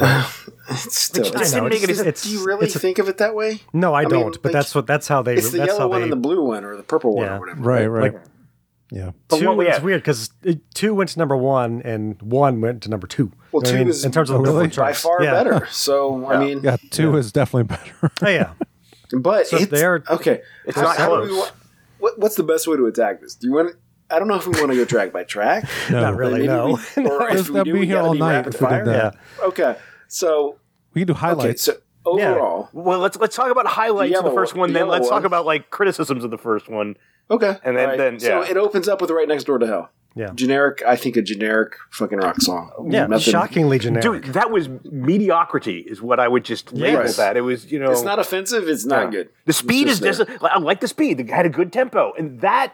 Speaker 1: It's still.
Speaker 4: I know,
Speaker 1: it's-
Speaker 4: it's- it's-
Speaker 1: do you really
Speaker 4: it's a-
Speaker 1: think of it that way?
Speaker 4: no, I,
Speaker 1: mean,
Speaker 4: don't. but
Speaker 1: like,
Speaker 4: that's what that's how they.
Speaker 1: It's the
Speaker 4: that's
Speaker 1: yellow
Speaker 4: how
Speaker 1: one
Speaker 4: they,
Speaker 1: and the blue one, or the purple one,
Speaker 4: Yeah.
Speaker 1: or whatever.
Speaker 2: right, right.
Speaker 4: Like-
Speaker 2: yeah.
Speaker 3: But
Speaker 4: two,
Speaker 3: what we-
Speaker 4: it's
Speaker 3: yeah.
Speaker 4: weird because two went to number one and one went to number two.
Speaker 1: Well,
Speaker 4: You know what
Speaker 1: two
Speaker 4: I mean?
Speaker 1: is
Speaker 4: in terms of
Speaker 2: Oh,
Speaker 4: the
Speaker 2: really?
Speaker 4: Billboard
Speaker 1: By
Speaker 4: charts.
Speaker 1: far
Speaker 4: Yeah.
Speaker 1: better. So I mean,
Speaker 2: Yeah, two is definitely better.
Speaker 4: Oh, yeah,
Speaker 1: but
Speaker 4: So
Speaker 1: it's,
Speaker 4: they're-
Speaker 1: okay.
Speaker 3: it's not
Speaker 1: do we
Speaker 3: close.
Speaker 1: wa- what, what's the best way to attack this? Do you want? I don't know if we want to go track by track.
Speaker 4: not really.
Speaker 1: Maybe
Speaker 4: No,
Speaker 1: we- or if
Speaker 2: Just-
Speaker 1: we
Speaker 2: that'd
Speaker 1: do,
Speaker 2: be
Speaker 1: we
Speaker 2: here
Speaker 1: gotta
Speaker 2: all
Speaker 1: be
Speaker 2: night
Speaker 1: rapid
Speaker 2: if we did
Speaker 1: fire?
Speaker 2: that.
Speaker 4: yeah.
Speaker 1: Okay, so
Speaker 2: We can do
Speaker 1: okay,
Speaker 2: highlights.
Speaker 1: so overall,
Speaker 3: well let's let's talk about highlights of the
Speaker 1: yellow
Speaker 3: first
Speaker 1: one-
Speaker 3: one
Speaker 1: the
Speaker 3: then let's
Speaker 1: yellow
Speaker 3: talk
Speaker 1: one.
Speaker 3: about like criticisms of the first one
Speaker 1: okay,
Speaker 3: And then-
Speaker 1: All
Speaker 3: then,
Speaker 1: so
Speaker 3: yeah.
Speaker 1: it opens up with right next door to hell.
Speaker 4: Yeah.
Speaker 1: generic. I think a generic fucking rock song.
Speaker 4: Yeah,
Speaker 1: Nothing-
Speaker 4: shockingly generic.
Speaker 3: Dude, that was mediocrity, is what I would just label
Speaker 1: Yes.
Speaker 3: that. It was, you know,
Speaker 1: It's not offensive. It's not good.
Speaker 3: the speed is
Speaker 1: just
Speaker 3: this. I like the speed. It had a good tempo, and that,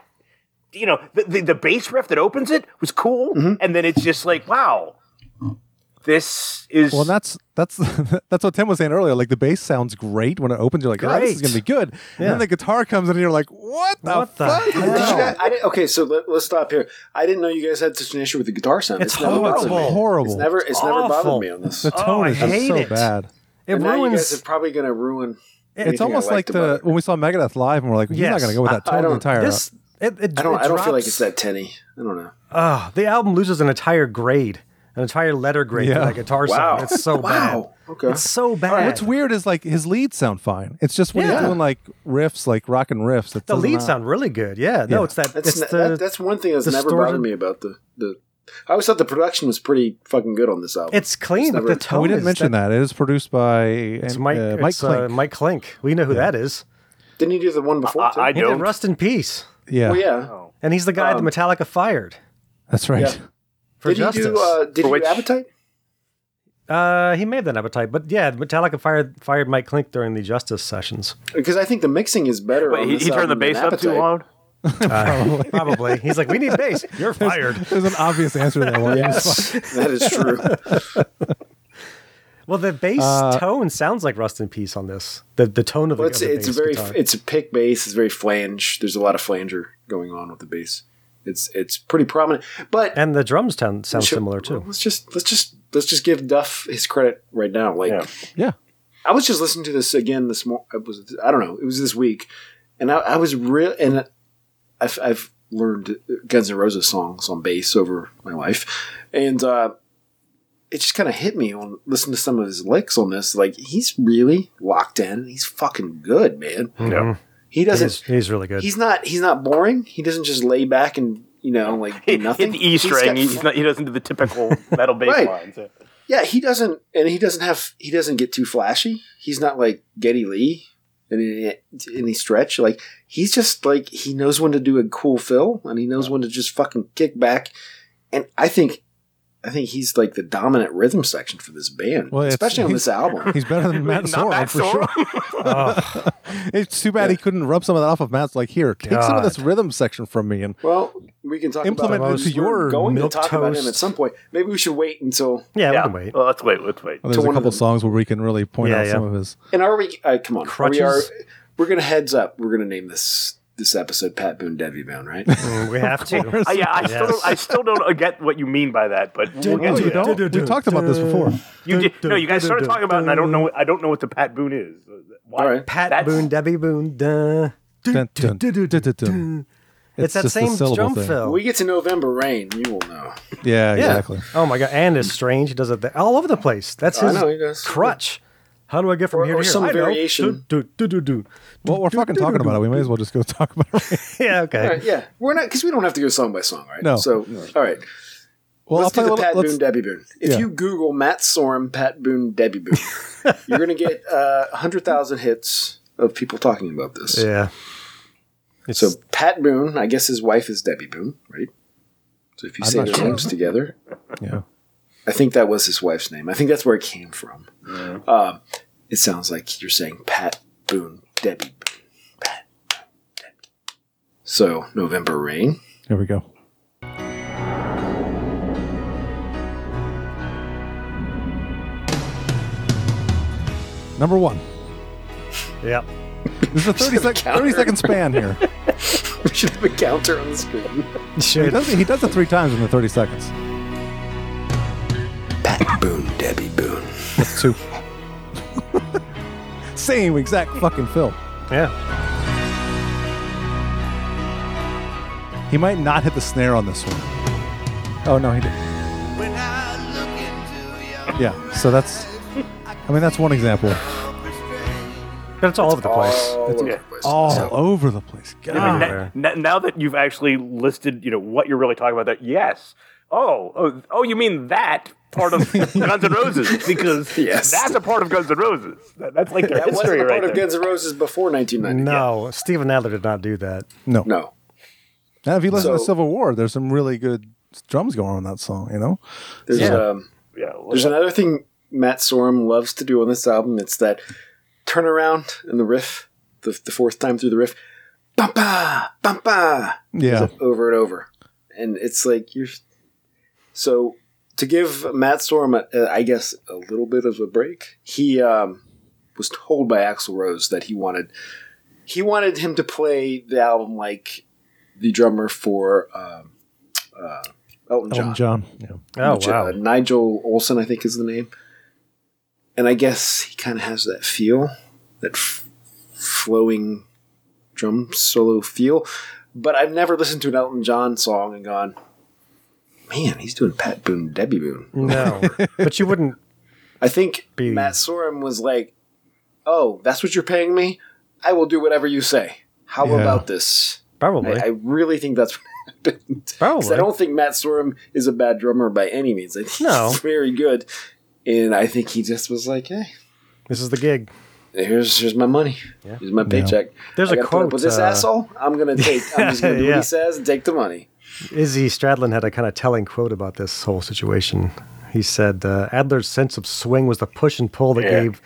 Speaker 3: you know, the the, the bass riff that opens it was cool, and then it's just like, wow, this is
Speaker 2: Well, and that's that's that's what Tim was saying earlier. Like the bass sounds great when it opens. You're like, oh, this is gonna be good. And then the guitar comes in, and you're like, what the
Speaker 4: What the
Speaker 2: fuck? is
Speaker 4: hell?
Speaker 2: this?
Speaker 1: Did you guys- I didn't- okay, so let, us stop here. I didn't know you guys had such an issue with the guitar sound.
Speaker 4: It's
Speaker 1: never bothered me.
Speaker 2: It's horrible.
Speaker 1: It's never. It's never bothered
Speaker 4: awful.
Speaker 1: me on this.
Speaker 2: the tone
Speaker 4: Oh, I
Speaker 2: is just
Speaker 4: hate
Speaker 2: so
Speaker 4: it.
Speaker 2: bad.
Speaker 4: it
Speaker 1: and now you guys
Speaker 4: ruins.
Speaker 1: are probably going to ruin.
Speaker 2: It's
Speaker 1: anything I
Speaker 2: almost like
Speaker 1: liked about
Speaker 2: the
Speaker 1: it.
Speaker 2: when we saw Megadeth live, and we're like, he's not
Speaker 4: Yes.
Speaker 2: gonna go with that
Speaker 1: I- I
Speaker 2: tone the
Speaker 1: don't-
Speaker 2: entire.
Speaker 4: This it, it,
Speaker 1: I don't.
Speaker 4: it
Speaker 1: I don't feel like
Speaker 4: drops-
Speaker 1: it's that tinny. I don't know.
Speaker 4: Ah, the album loses an entire grade. an entire letter grade for that guitar
Speaker 2: Wow.
Speaker 4: song. It's so
Speaker 2: Wow.
Speaker 4: bad.
Speaker 1: Okay.
Speaker 4: It's so bad.
Speaker 2: What's weird is like his leads sound fine. It's just when he's
Speaker 4: Yeah.
Speaker 2: doing like riffs, like rock and riffs. It
Speaker 4: the
Speaker 2: doesn't
Speaker 4: leads
Speaker 2: all-
Speaker 4: sound really good. Yeah. No,
Speaker 2: Yeah.
Speaker 4: it's that.
Speaker 1: That's
Speaker 4: it's
Speaker 1: ne-
Speaker 4: the,
Speaker 1: that- that's one thing that's never
Speaker 4: distorted-
Speaker 1: bothered me about the the. I always thought the production was pretty fucking good on this album.
Speaker 4: It's clean, but
Speaker 1: never-
Speaker 4: the tone.
Speaker 2: we didn't
Speaker 4: is
Speaker 2: mention that. It is produced by
Speaker 4: It's
Speaker 2: and,
Speaker 4: Mike.
Speaker 2: uh, Mike
Speaker 4: it's, uh,
Speaker 2: Klink.
Speaker 4: Mike Klink. We know who that is.
Speaker 1: Didn't he do the one before? too?
Speaker 3: I
Speaker 4: He did
Speaker 3: don't.
Speaker 4: Rust in Peace,
Speaker 2: yeah,
Speaker 1: Well, yeah.
Speaker 4: and he's the guy that Metallica fired
Speaker 2: that's right.
Speaker 1: Yeah.
Speaker 4: for
Speaker 1: did
Speaker 4: Justice.
Speaker 1: he do? Uh, did
Speaker 3: For
Speaker 1: he
Speaker 3: which-
Speaker 1: do Appetite?
Speaker 4: Uh, he may have done Appetite, but yeah, Metallica fired fired Mike Klink during the Justice sessions.
Speaker 1: Because I think the mixing is better.
Speaker 3: Wait,
Speaker 1: on
Speaker 3: he,
Speaker 1: this
Speaker 3: he turned the
Speaker 1: album than
Speaker 3: bass up too
Speaker 1: Appetite.
Speaker 3: loud.
Speaker 4: Probably. Probably. He's like, we need bass. You're fired.
Speaker 2: There's an obvious answer to that one.
Speaker 1: Yes, that is true.
Speaker 4: Well, the bass tone sounds like Rust in Peace on this. The the tone of the,
Speaker 1: Well, it's
Speaker 4: of the
Speaker 1: it's a
Speaker 4: bass
Speaker 1: very
Speaker 4: guitar.
Speaker 1: it's a pick bass. It's very flange. There's a lot of flanger going on with the bass. It's it's pretty prominent. But
Speaker 4: and the drums sound sound
Speaker 1: Should-
Speaker 4: similar too.
Speaker 1: Let's just let's just let's just give Duff his credit right now. Like
Speaker 3: Yeah.
Speaker 2: Yeah.
Speaker 1: I was just listening to this again this morning. Was I don't know. It was this week, and I, I was real. And I've, I've learned Guns N' Roses songs on bass over my life, and uh, it just kind of hit me on listening to some of his licks on this. Like he's really locked in. He's fucking good, man.
Speaker 3: Yeah.
Speaker 1: He doesn't.
Speaker 4: He's, he's really good.
Speaker 1: He's not. He's not boring. He doesn't just lay back and you know like do
Speaker 3: He
Speaker 1: nothing.
Speaker 3: hit the E
Speaker 1: He's got
Speaker 3: string. He's not, he doesn't do the typical metal bass
Speaker 1: Right.
Speaker 3: lines. Yeah.
Speaker 1: Yeah, he doesn't, and he doesn't have, he doesn't get too flashy. He's not like Getty Lee in any, any stretch. Like he's just like he knows when to do a cool fill, and he knows when to just fucking kick back. And I think, I think he's like the dominant rhythm section for this band,
Speaker 2: Well, it's-
Speaker 1: especially on
Speaker 2: he's-
Speaker 1: this album.
Speaker 2: He's better than Matt
Speaker 3: Not
Speaker 2: Sorum
Speaker 3: Matt
Speaker 2: for sure.
Speaker 3: Sorum.
Speaker 2: It's too bad he couldn't rub some of that off of Matt's. Like, here, take some of this rhythm section from me, and
Speaker 1: Well, we can talk
Speaker 2: Implement
Speaker 1: about
Speaker 2: it to your
Speaker 1: we're going
Speaker 2: milk
Speaker 1: to talk about him
Speaker 2: toast.
Speaker 1: at some point. Maybe we should wait until.
Speaker 4: yeah,
Speaker 3: Yeah.
Speaker 4: we can wait.
Speaker 3: Well, let's wait. Let's wait.
Speaker 2: well, there's
Speaker 1: To
Speaker 2: a
Speaker 1: one of
Speaker 2: couple
Speaker 1: them.
Speaker 2: songs where we can really point
Speaker 4: Yeah,
Speaker 2: out
Speaker 4: yeah.
Speaker 2: some of his.
Speaker 1: And are we? Uh, come on,
Speaker 4: Crutches?
Speaker 1: Are we are. We're gonna heads up. We're gonna name this this episode "Pat Boone Devubound," right?
Speaker 4: Mm, We have to.
Speaker 3: Uh, yeah, I still
Speaker 4: Yes.
Speaker 3: don't, I still don't uh, get what you mean by that, but we'll get
Speaker 2: Oh,
Speaker 3: to
Speaker 2: you
Speaker 3: that.
Speaker 2: don't? We talked about this before.
Speaker 3: You did, no, you guys started talking about, it and I don't know. I don't know what the Pat Boone is. Uh, Why?
Speaker 1: All right.
Speaker 4: Pat
Speaker 3: That's-
Speaker 4: Boone, Debbie Boone. Duh.
Speaker 2: Dun, dun, dun, dun, dun.
Speaker 4: It's, that
Speaker 2: just the
Speaker 4: same
Speaker 2: syllable
Speaker 4: drum
Speaker 2: thing.
Speaker 4: fill.
Speaker 1: When we get to November Rain, you will know.
Speaker 2: Yeah,
Speaker 4: Yeah.
Speaker 2: exactly.
Speaker 4: Oh my god, and is strange. He does it th- all over the place. That's
Speaker 1: I
Speaker 4: his
Speaker 1: know he does.
Speaker 4: crutch. How do I get from
Speaker 1: Or-
Speaker 4: here
Speaker 1: or
Speaker 4: to here?
Speaker 1: some
Speaker 4: I know.
Speaker 1: variation.
Speaker 4: Do, do, do, do, do.
Speaker 2: Well, we're fucking talking about it. We may as well just go talk about it. right
Speaker 4: Yeah, okay.
Speaker 1: All right, yeah, we're not because we don't have to go song by song, right?
Speaker 2: No.
Speaker 1: So, all right,
Speaker 2: Well,
Speaker 1: let's do
Speaker 2: I'll
Speaker 1: the
Speaker 2: play a
Speaker 1: Pat
Speaker 2: little.
Speaker 1: Boone
Speaker 2: Let's,
Speaker 1: Debbie Boone. If
Speaker 2: yeah.
Speaker 1: you Google Matt Sorum Pat Boone Debbie Boone, you're gonna get uh, hundred thousand hits of people talking about this.
Speaker 4: Yeah. It's,
Speaker 1: So Pat Boone, I guess his wife is Debbie Boone, right? So if you
Speaker 2: I'm
Speaker 1: say
Speaker 2: not
Speaker 1: their
Speaker 2: sure.
Speaker 1: names together,
Speaker 2: yeah.
Speaker 1: I think that was his wife's name. I think that's where it came from. Um, it sounds like you're saying Pat Boone Debbie Boone. Pat. Boone, Debbie. So November Rain.
Speaker 2: Here we go. Number one.
Speaker 4: yeah.
Speaker 2: There's a 30 sec- 30 second span here.
Speaker 1: We should have a counter on the screen.
Speaker 2: He does, it, he does it three times in the 30 seconds.
Speaker 1: Pat Boone, Debbie Boone.
Speaker 2: That's two. Same exact fucking film.
Speaker 4: Yeah.
Speaker 2: He might not hit the snare on this one. Oh no, he did. Yeah, so that's. I mean, that's one example.
Speaker 4: But it's all over the place.
Speaker 3: Yeah.
Speaker 2: All over the place. God.
Speaker 3: I mean,
Speaker 4: everywhere.
Speaker 3: na- na- now that you've actually listed, you know what you're really talking about. That yes. Oh, oh, oh you mean that part of Guns N' Roses? Because
Speaker 1: Yes.
Speaker 3: that's a part of Guns N' Roses. That, that's like their
Speaker 1: That wasn't
Speaker 3: history
Speaker 1: a part
Speaker 3: right
Speaker 1: of
Speaker 3: there.
Speaker 1: Guns N' Roses before 1990.
Speaker 4: No, Steven Adler did not do that.
Speaker 2: No.
Speaker 1: No.
Speaker 2: Now, if you listen to
Speaker 1: So-
Speaker 2: Civil War, there's some really good drums going on in that song. You know,
Speaker 1: There's,
Speaker 4: Yeah.
Speaker 1: um,
Speaker 3: yeah, well,
Speaker 1: there's another thing Matt Sorum loves to do on this album. It's that turnaround in the riff, the, the fourth time through the riff. Bum ba, bum ba,
Speaker 2: yeah,
Speaker 1: over and over. And it's like you're. So to give Matt Storm, a, a, I guess, a little bit of a break, he um, was told by Axl Rose that he wanted he wanted him to play the album like the drummer for um, uh, Elton John,
Speaker 2: Elton John. Yeah.
Speaker 4: Oh,
Speaker 1: which, uh,
Speaker 4: wow.
Speaker 1: Nigel Olson, I think, is the name. And I guess he kind of has that feel, that f- flowing drum solo feel. But I've never listened to an Elton John song and gone, man, he's doing Pat Boone, Debbie Boone.
Speaker 4: No, but you wouldn't.
Speaker 1: I think Matt Sorum was like, "Oh, that's what you're paying me. I will do whatever you say. How
Speaker 4: Yeah.
Speaker 1: about this?"
Speaker 4: Probably.
Speaker 1: I, I really think that's what happened. 'Cause I
Speaker 4: Probably.
Speaker 1: don't think Matt Sorum is a bad drummer by any means. I think
Speaker 4: No.
Speaker 1: he's very good, and I think he just was like, "Hey,
Speaker 4: This is the gig.
Speaker 1: here's here's my money. Here's my paycheck.
Speaker 4: There's
Speaker 1: I
Speaker 4: a
Speaker 1: gotta put up
Speaker 4: quote,
Speaker 1: with this
Speaker 4: uh,
Speaker 1: asshole. I'm gonna take. I'm just gonna do what
Speaker 4: Yeah.
Speaker 1: he says and take the money."
Speaker 4: Izzy Stradlin had a kind of telling quote about this whole situation. He said uh, Adler's sense of swing was the push and pull that
Speaker 1: Yeah.
Speaker 4: gave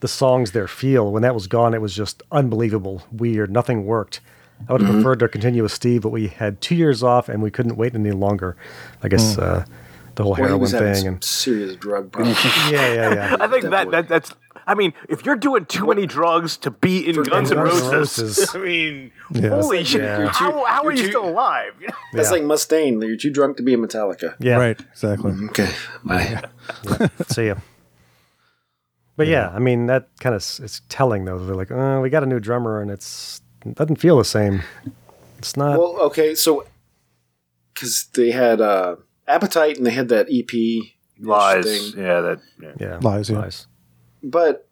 Speaker 4: the songs their feel. When that was gone, it was just unbelievable, weird. Nothing worked. I would have
Speaker 1: Mm-hmm.
Speaker 12: Mhm.
Speaker 4: preferred to continue with Steve, but we had two years off and we couldn't wait any longer. I guess
Speaker 1: Mm.
Speaker 4: uh, the whole
Speaker 1: Well, he
Speaker 4: heroin
Speaker 1: was having
Speaker 4: thing
Speaker 1: some
Speaker 4: and
Speaker 1: serious drug problems.
Speaker 4: yeah, yeah, yeah.
Speaker 3: I think that, that that's. I mean, if you're doing too many drugs to be in Guns N'
Speaker 1: Guns N'
Speaker 3: Roses,
Speaker 1: Roses.
Speaker 3: I mean,
Speaker 1: Yeah.
Speaker 3: holy
Speaker 1: That's
Speaker 3: shit!
Speaker 1: like, yeah.
Speaker 3: How, how are
Speaker 1: You're
Speaker 3: you
Speaker 1: too-
Speaker 3: still alive?
Speaker 1: That's like Mustaine. You're too drunk to be in Metallica.
Speaker 4: Yeah.
Speaker 2: Right. Exactly.
Speaker 1: Okay. Bye.
Speaker 4: See ya. But yeah, I mean that kind of it's telling though. They're like, oh, we got a new drummer and it's it doesn't feel the same. It's not.
Speaker 1: Well, okay, so because they had uh, Appetite and they had that E EP
Speaker 3: Lies. Yeah, that. Yeah.
Speaker 4: yeah.
Speaker 2: Lies, yeah.
Speaker 1: but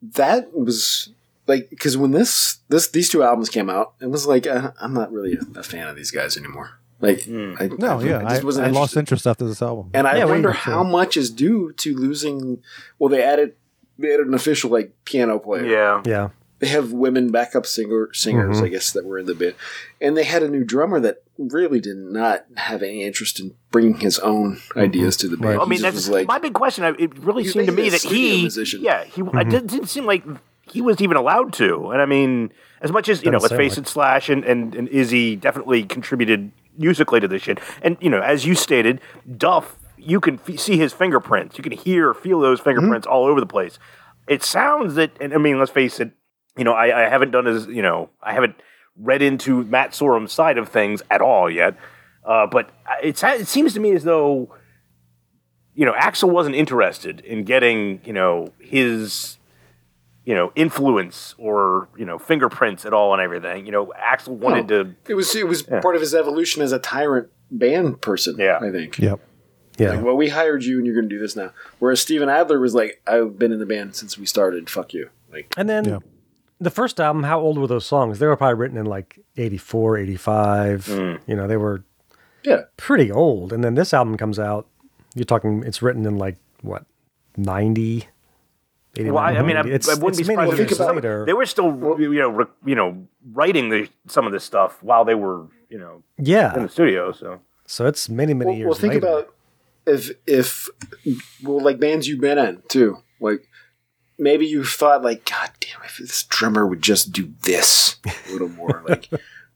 Speaker 1: that was like because when this this these two albums came out, it was like uh, I'm not really a, a fan of these guys anymore. Like,
Speaker 3: Hmm.
Speaker 1: I,
Speaker 2: No,
Speaker 1: I,
Speaker 2: yeah,
Speaker 1: I
Speaker 2: I,
Speaker 1: just wasn't
Speaker 2: I lost
Speaker 1: interested.
Speaker 2: interest after this album.
Speaker 1: And I
Speaker 2: Yeah, we-
Speaker 1: wonder how much is due to losing. Well, they added they added an official like piano player.
Speaker 3: Yeah,
Speaker 4: yeah.
Speaker 1: they have women backup singer singers,
Speaker 2: Mm-hmm.
Speaker 4: Mhm.
Speaker 1: I guess, that were in the band, and they had a new drummer that really did not have any interest in bringing his own ideas to the band.
Speaker 3: I
Speaker 1: He
Speaker 3: mean,
Speaker 1: just
Speaker 3: that's
Speaker 1: was like,
Speaker 3: my big question. I- It really
Speaker 1: You
Speaker 3: seemed to
Speaker 1: think
Speaker 3: me
Speaker 1: he's a
Speaker 3: that he,
Speaker 1: studio musician.
Speaker 3: yeah, he I
Speaker 1: Mhm.
Speaker 3: did, didn't seem like he wasn't even allowed to. And I mean, as much as you know,
Speaker 1: Doesn't
Speaker 3: let's
Speaker 1: sound
Speaker 3: face
Speaker 1: like
Speaker 3: it, Slash and, and and Izzy definitely contributed musically to this shit. And you know, as you stated, Duff, you can f- see his fingerprints. You can hear, feel those
Speaker 1: Mm-hmm.
Speaker 3: fingerprints all over the place. It sounds that, and I mean, let's face it. You know, I, I haven't done as you know, I haven't read into Matt Sorum's side of things at all yet. Uh, but it, sa- it seems to me as though you know, Axel wasn't interested in getting, you know, his, you know, influence or, you know, fingerprints at all on everything. You know, Axel wanted
Speaker 1: No.
Speaker 3: to.
Speaker 1: It was it was part of his evolution as a tyrant band person. Yeah, I think.
Speaker 2: Yep.
Speaker 4: Yeah.
Speaker 1: Like, well, we hired you, and you're going to do this now. Whereas Steven Adler was like, I've been in the band since we started. Fuck you. Like,
Speaker 4: and then the first album, how old were those songs? They were probably written in like 84, 85.
Speaker 3: Hmm.
Speaker 4: You know, they were
Speaker 1: yeah,
Speaker 4: pretty old. And then this album comes out. You're talking, it's written in like what, 90?
Speaker 3: Well, I, I mean, I, I
Speaker 4: 89,
Speaker 3: wouldn't
Speaker 4: it's, it's
Speaker 3: be
Speaker 4: many
Speaker 3: surprised if
Speaker 4: years
Speaker 3: some-
Speaker 4: later.
Speaker 3: they were still, you know, re, you know, writing the, some of this stuff while they were, you know,
Speaker 4: Yeah.
Speaker 3: in the studio. So
Speaker 4: So it's many, many
Speaker 1: well,
Speaker 4: years
Speaker 1: well, think
Speaker 4: later.
Speaker 1: about if if well, like bands you've been in too. Like maybe you thought like, God damn, if this drummer would just do this a little more, like,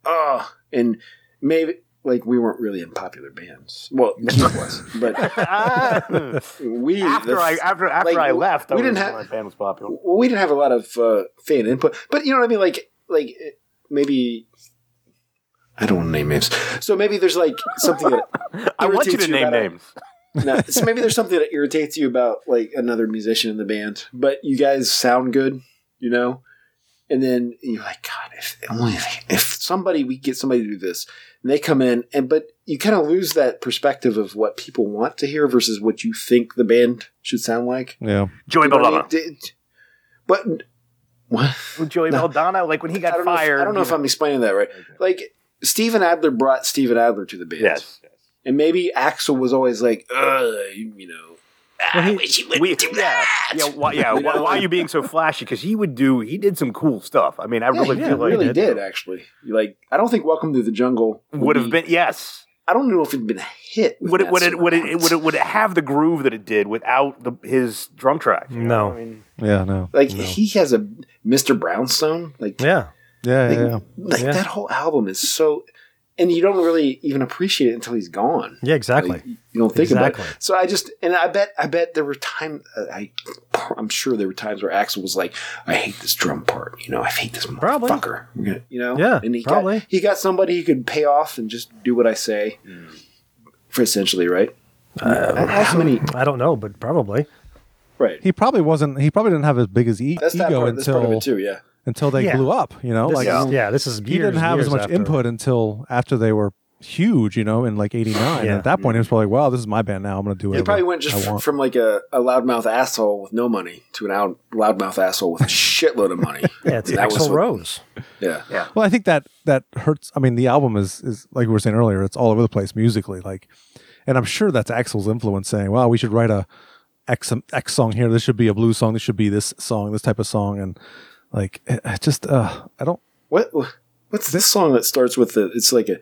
Speaker 1: oh, and maybe like we weren't really in popular bands. Well, Keith was,
Speaker 3: Ah, hmm.
Speaker 1: but we
Speaker 3: after
Speaker 1: the-
Speaker 3: I after after
Speaker 1: like,
Speaker 3: I left,
Speaker 1: we
Speaker 3: I
Speaker 1: didn't
Speaker 3: was,
Speaker 1: have-
Speaker 3: my band was popular.
Speaker 1: well, we didn't have a lot of uh, fan input, but you know what I mean. Like, like eh, maybe I don't want to name names. So maybe there's like something that
Speaker 3: I want you
Speaker 1: irritates
Speaker 3: to name
Speaker 1: about a-
Speaker 3: names.
Speaker 1: No, so maybe there's something that irritates you about like another musician in the band, but you guys sound good, you know. And then you're like, God, if only if, if somebody we get somebody to do this, and they come in, and but you kind of lose that perspective of what people want to hear versus what you think the band should sound like.
Speaker 2: Yeah.
Speaker 3: Joey
Speaker 1: You know what I
Speaker 3: Belladonna.
Speaker 1: mean? D- d- But
Speaker 3: Joey Belladonna, like when he got
Speaker 1: I don't know if-
Speaker 3: fired.
Speaker 1: I don't know if I'm explaining that right. Like Steven Adler brought Steven Adler to the band.
Speaker 3: Yes.
Speaker 1: And maybe Axel was always like, Ugh, you you know, I wish you would
Speaker 3: we,
Speaker 1: do
Speaker 3: yeah,
Speaker 1: that.
Speaker 3: Yeah, why, yeah.
Speaker 1: You
Speaker 3: why,
Speaker 1: know?
Speaker 3: why are you being so flashy? Because he would do. He did some cool stuff. I mean, I really
Speaker 1: he
Speaker 3: feel like
Speaker 1: really did actually. Like, I don't think Welcome to the Jungle
Speaker 3: Would have been yes.
Speaker 1: I don't know if it'd been a hit. with
Speaker 3: Would it
Speaker 1: Matt
Speaker 3: would it,
Speaker 1: Sorum.
Speaker 3: would it would it would it have the groove that it did without the, his drum track? you know?
Speaker 4: No.
Speaker 3: I mean,
Speaker 2: Yeah. No.
Speaker 1: Like he has a Mr. Brownstone. Like
Speaker 4: yeah,
Speaker 2: Yeah.
Speaker 1: like,
Speaker 2: Yeah. yeah.
Speaker 1: like, that whole album is so, and you don't really even appreciate it until he's gone.
Speaker 4: Yeah, exactly.
Speaker 1: You don't think about
Speaker 4: Exactly.
Speaker 1: it. So I just and I bet I bet there were times I I'm sure there were times where Axel was like, I hate this drum part. You know, I hate this motherfucker. You know,
Speaker 4: Yeah,
Speaker 1: And he
Speaker 4: probably.
Speaker 1: got he got somebody he could pay off and just do what I say. For essentially, right?
Speaker 4: Uh,
Speaker 1: How many?
Speaker 4: I don't know, but probably.
Speaker 1: Right.
Speaker 2: He probably wasn't. He probably didn't have as big as e-
Speaker 1: That's that
Speaker 2: ego
Speaker 1: part. That's
Speaker 2: until
Speaker 1: part of it too. Yeah.
Speaker 2: until they
Speaker 4: Yeah.
Speaker 2: blew up. You know,
Speaker 4: This
Speaker 2: like
Speaker 4: is- yeah, this is
Speaker 2: Oh he
Speaker 4: years
Speaker 2: didn't
Speaker 4: and
Speaker 2: have as
Speaker 4: years
Speaker 2: much
Speaker 4: after.
Speaker 2: input until after they were huge, you know, in like '89.
Speaker 1: Yeah.
Speaker 2: At that point, it was probably, "Wow, this is my band now. I'm going to do it."
Speaker 1: They probably went just
Speaker 2: I
Speaker 1: from,
Speaker 2: want.
Speaker 1: from like a, a loudmouth asshole with no money to an out, loudmouth asshole with a shitload of money.
Speaker 4: Yeah, it's
Speaker 1: And that was
Speaker 4: Axl
Speaker 1: what-
Speaker 4: Rose.
Speaker 1: Yeah. Yeah.
Speaker 2: Well, I think that that hurts. I mean, the album is is like we were saying earlier. It's all over the place musically. Like, and I'm sure that's Axel's influence saying, "Wow, we should write a X X song here. This should be a blues song. This should be this song, this type of song." And like, it, it just uh, I don't.
Speaker 1: What what's this song that starts with the it's like a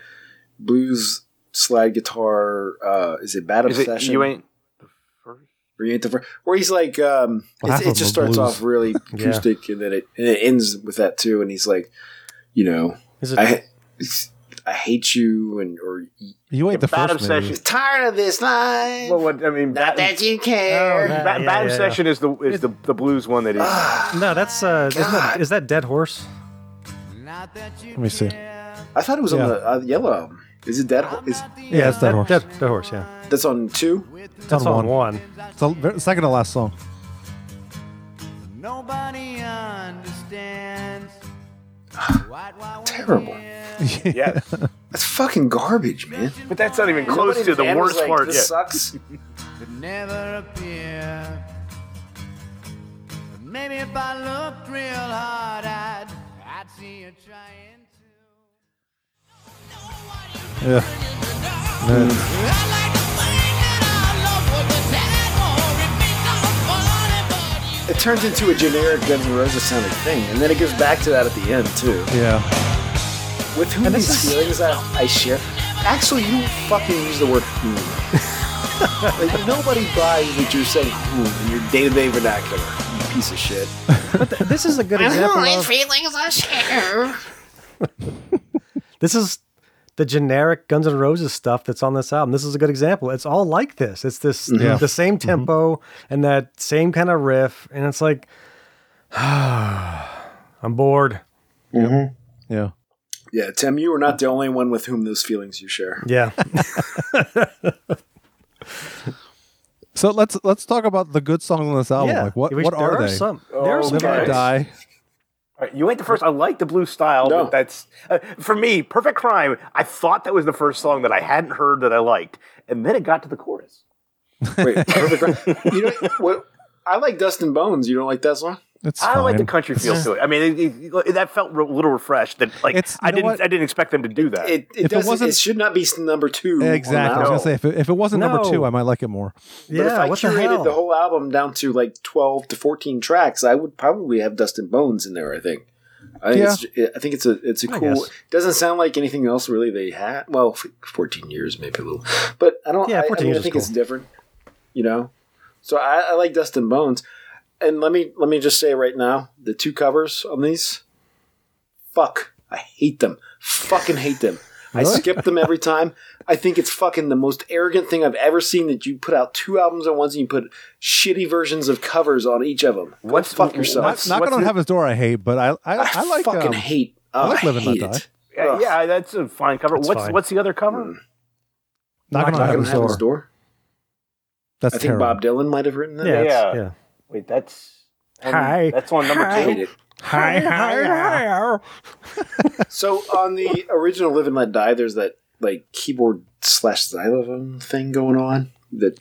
Speaker 1: blues slide guitar uh is it Bad
Speaker 3: Is it
Speaker 1: Obsession?
Speaker 3: You Ain't
Speaker 1: or you ain't the first, where he's like, um,
Speaker 3: Well, half
Speaker 1: it's, it
Speaker 3: of
Speaker 1: just
Speaker 3: them are
Speaker 1: starts
Speaker 3: blues.
Speaker 1: off really
Speaker 3: Yeah.
Speaker 1: acoustic, and then it and it ends with that too. And he's like, you know,
Speaker 4: Is
Speaker 1: I, it's- I hate you, and or
Speaker 2: you ain't the
Speaker 3: Bad first, maybe. Obsession.
Speaker 1: Tired of this life.
Speaker 3: Well, what Oh, I mean,
Speaker 1: not that you care.
Speaker 3: Ba- Bad,
Speaker 4: yeah, yeah,
Speaker 3: Obsession is the is the, the blues one that is.
Speaker 4: No, that's uh, isn't that,
Speaker 1: God.
Speaker 4: is that Dead Horse?
Speaker 2: Let me see.
Speaker 1: I thought it was
Speaker 2: Yeah.
Speaker 1: on the uh, Yellow album. Is it Dead? Ho- Is
Speaker 2: Yeah, it's Dead Horse.
Speaker 4: Dead, Dead Horse, yeah.
Speaker 1: that's on two?
Speaker 2: It's
Speaker 4: That's on one.
Speaker 2: It's the ver- second to last song.
Speaker 12: Nobody understands.
Speaker 1: Terrible.
Speaker 3: yeah,
Speaker 1: that's fucking garbage, man.
Speaker 3: But that's not even close
Speaker 1: Nobody
Speaker 3: to the
Speaker 1: in band was
Speaker 3: worst
Speaker 1: like,
Speaker 3: part
Speaker 1: This
Speaker 3: yet.
Speaker 1: sucks.
Speaker 12: That never appear. But maybe if I looked real hard, I'd, I'd see you trying.
Speaker 2: Yeah.
Speaker 1: It turns into a generic Guns N' Roses sounding thing, and then it goes back to that at the end too.
Speaker 2: Yeah.
Speaker 1: With whom
Speaker 2: And
Speaker 1: these
Speaker 2: this is-
Speaker 1: feelings I, I share? Actually, you fucking use the word whom. like, nobody buys that you're saying whom in your day-to-day vernacular, you piece of shit.
Speaker 4: This is a good example. Of,
Speaker 7: feelings I share.
Speaker 4: this is the generic Guns N' Roses stuff that's on this album. This is a good example. It's all like this. It's this
Speaker 2: Yeah. Mm-hmm.
Speaker 4: the same tempo and that same kind of riff, and it's like, I'm bored.
Speaker 2: Yeah.
Speaker 1: Yeah, Tim, you are not the only one with whom those feelings you share.
Speaker 4: Yeah.
Speaker 2: So let's let's talk about the good songs on this album.
Speaker 3: Yeah.
Speaker 2: Oh, Like what
Speaker 3: We-
Speaker 2: what
Speaker 3: there
Speaker 2: are,
Speaker 3: are
Speaker 2: they?
Speaker 3: some-
Speaker 1: Oh,
Speaker 3: there are some
Speaker 2: Live or
Speaker 3: guys.
Speaker 2: die.
Speaker 3: All right, you ain't the first. I like the blue style, but that's uh, for me. Perfect Crime. I thought that was the first song that I hadn't heard that I liked, and then it got to the chorus.
Speaker 1: Wait, perfect. Crime. you know what? I like Dustin Bones. You don't like that song?
Speaker 2: It's
Speaker 3: I like the
Speaker 1: fine.
Speaker 3: country feel to it. I mean, it, it, that felt a little refreshed. That like I
Speaker 1: know
Speaker 3: didn't
Speaker 1: what?
Speaker 3: I didn't expect them to do that.
Speaker 1: It, it,
Speaker 2: If it
Speaker 1: doesn't, it,
Speaker 2: wasn't-
Speaker 1: should not be number two. on
Speaker 2: Exactly. I was
Speaker 1: the
Speaker 2: gonna
Speaker 1: album.
Speaker 2: say if it, if it wasn't number
Speaker 1: No.
Speaker 2: two, I might like it more.
Speaker 1: But if I curated the, whole album down to like twelve to fourteen tracks, I would probably have Dustin Bones in there. I think. I think, it's, I think it's a it's a
Speaker 2: I
Speaker 1: cool.
Speaker 2: guess.
Speaker 1: Doesn't sound like anything else really. They had well, f- fourteen years maybe a little, but I don't.
Speaker 4: Yeah,
Speaker 1: I- I,
Speaker 4: 14
Speaker 1: mean, I
Speaker 4: years is
Speaker 1: think it's
Speaker 4: cool.
Speaker 1: different. You know, so I, I like Dustin Bones, and let me let me just say right now, the two covers on these, fuck, I hate them. Fucking hate them. I
Speaker 2: Really?
Speaker 1: skip them every time. I think it's fucking the most arrogant thing I've ever seen that you put out two albums at once and you put shitty versions of covers on each of them. What fuck yourself?
Speaker 2: Knock, Knock on Heaven's Door, I hate, but I I, I, like
Speaker 1: fucking
Speaker 2: um,
Speaker 1: hate.
Speaker 2: I
Speaker 1: Oh,
Speaker 2: like
Speaker 1: I
Speaker 2: Live and Let
Speaker 1: hate
Speaker 2: Die.
Speaker 1: it.
Speaker 3: Uh, yeah, yeah, that's a fine cover.
Speaker 1: That's
Speaker 3: what's
Speaker 1: fine.
Speaker 3: what's the other
Speaker 1: Hmm.
Speaker 3: cover?
Speaker 2: Knock, on Heaven's Door. That's
Speaker 1: I think
Speaker 2: terrible.
Speaker 1: Bob Dylan might have written that.
Speaker 2: Yeah, it's- yeah.
Speaker 3: Wait, that's on-
Speaker 1: Hi.
Speaker 3: That's on number
Speaker 1: Hi.
Speaker 3: two.
Speaker 1: Hi, hi, so on the original Live and Let Die, there's that like keyboard slash xylophone thing going on that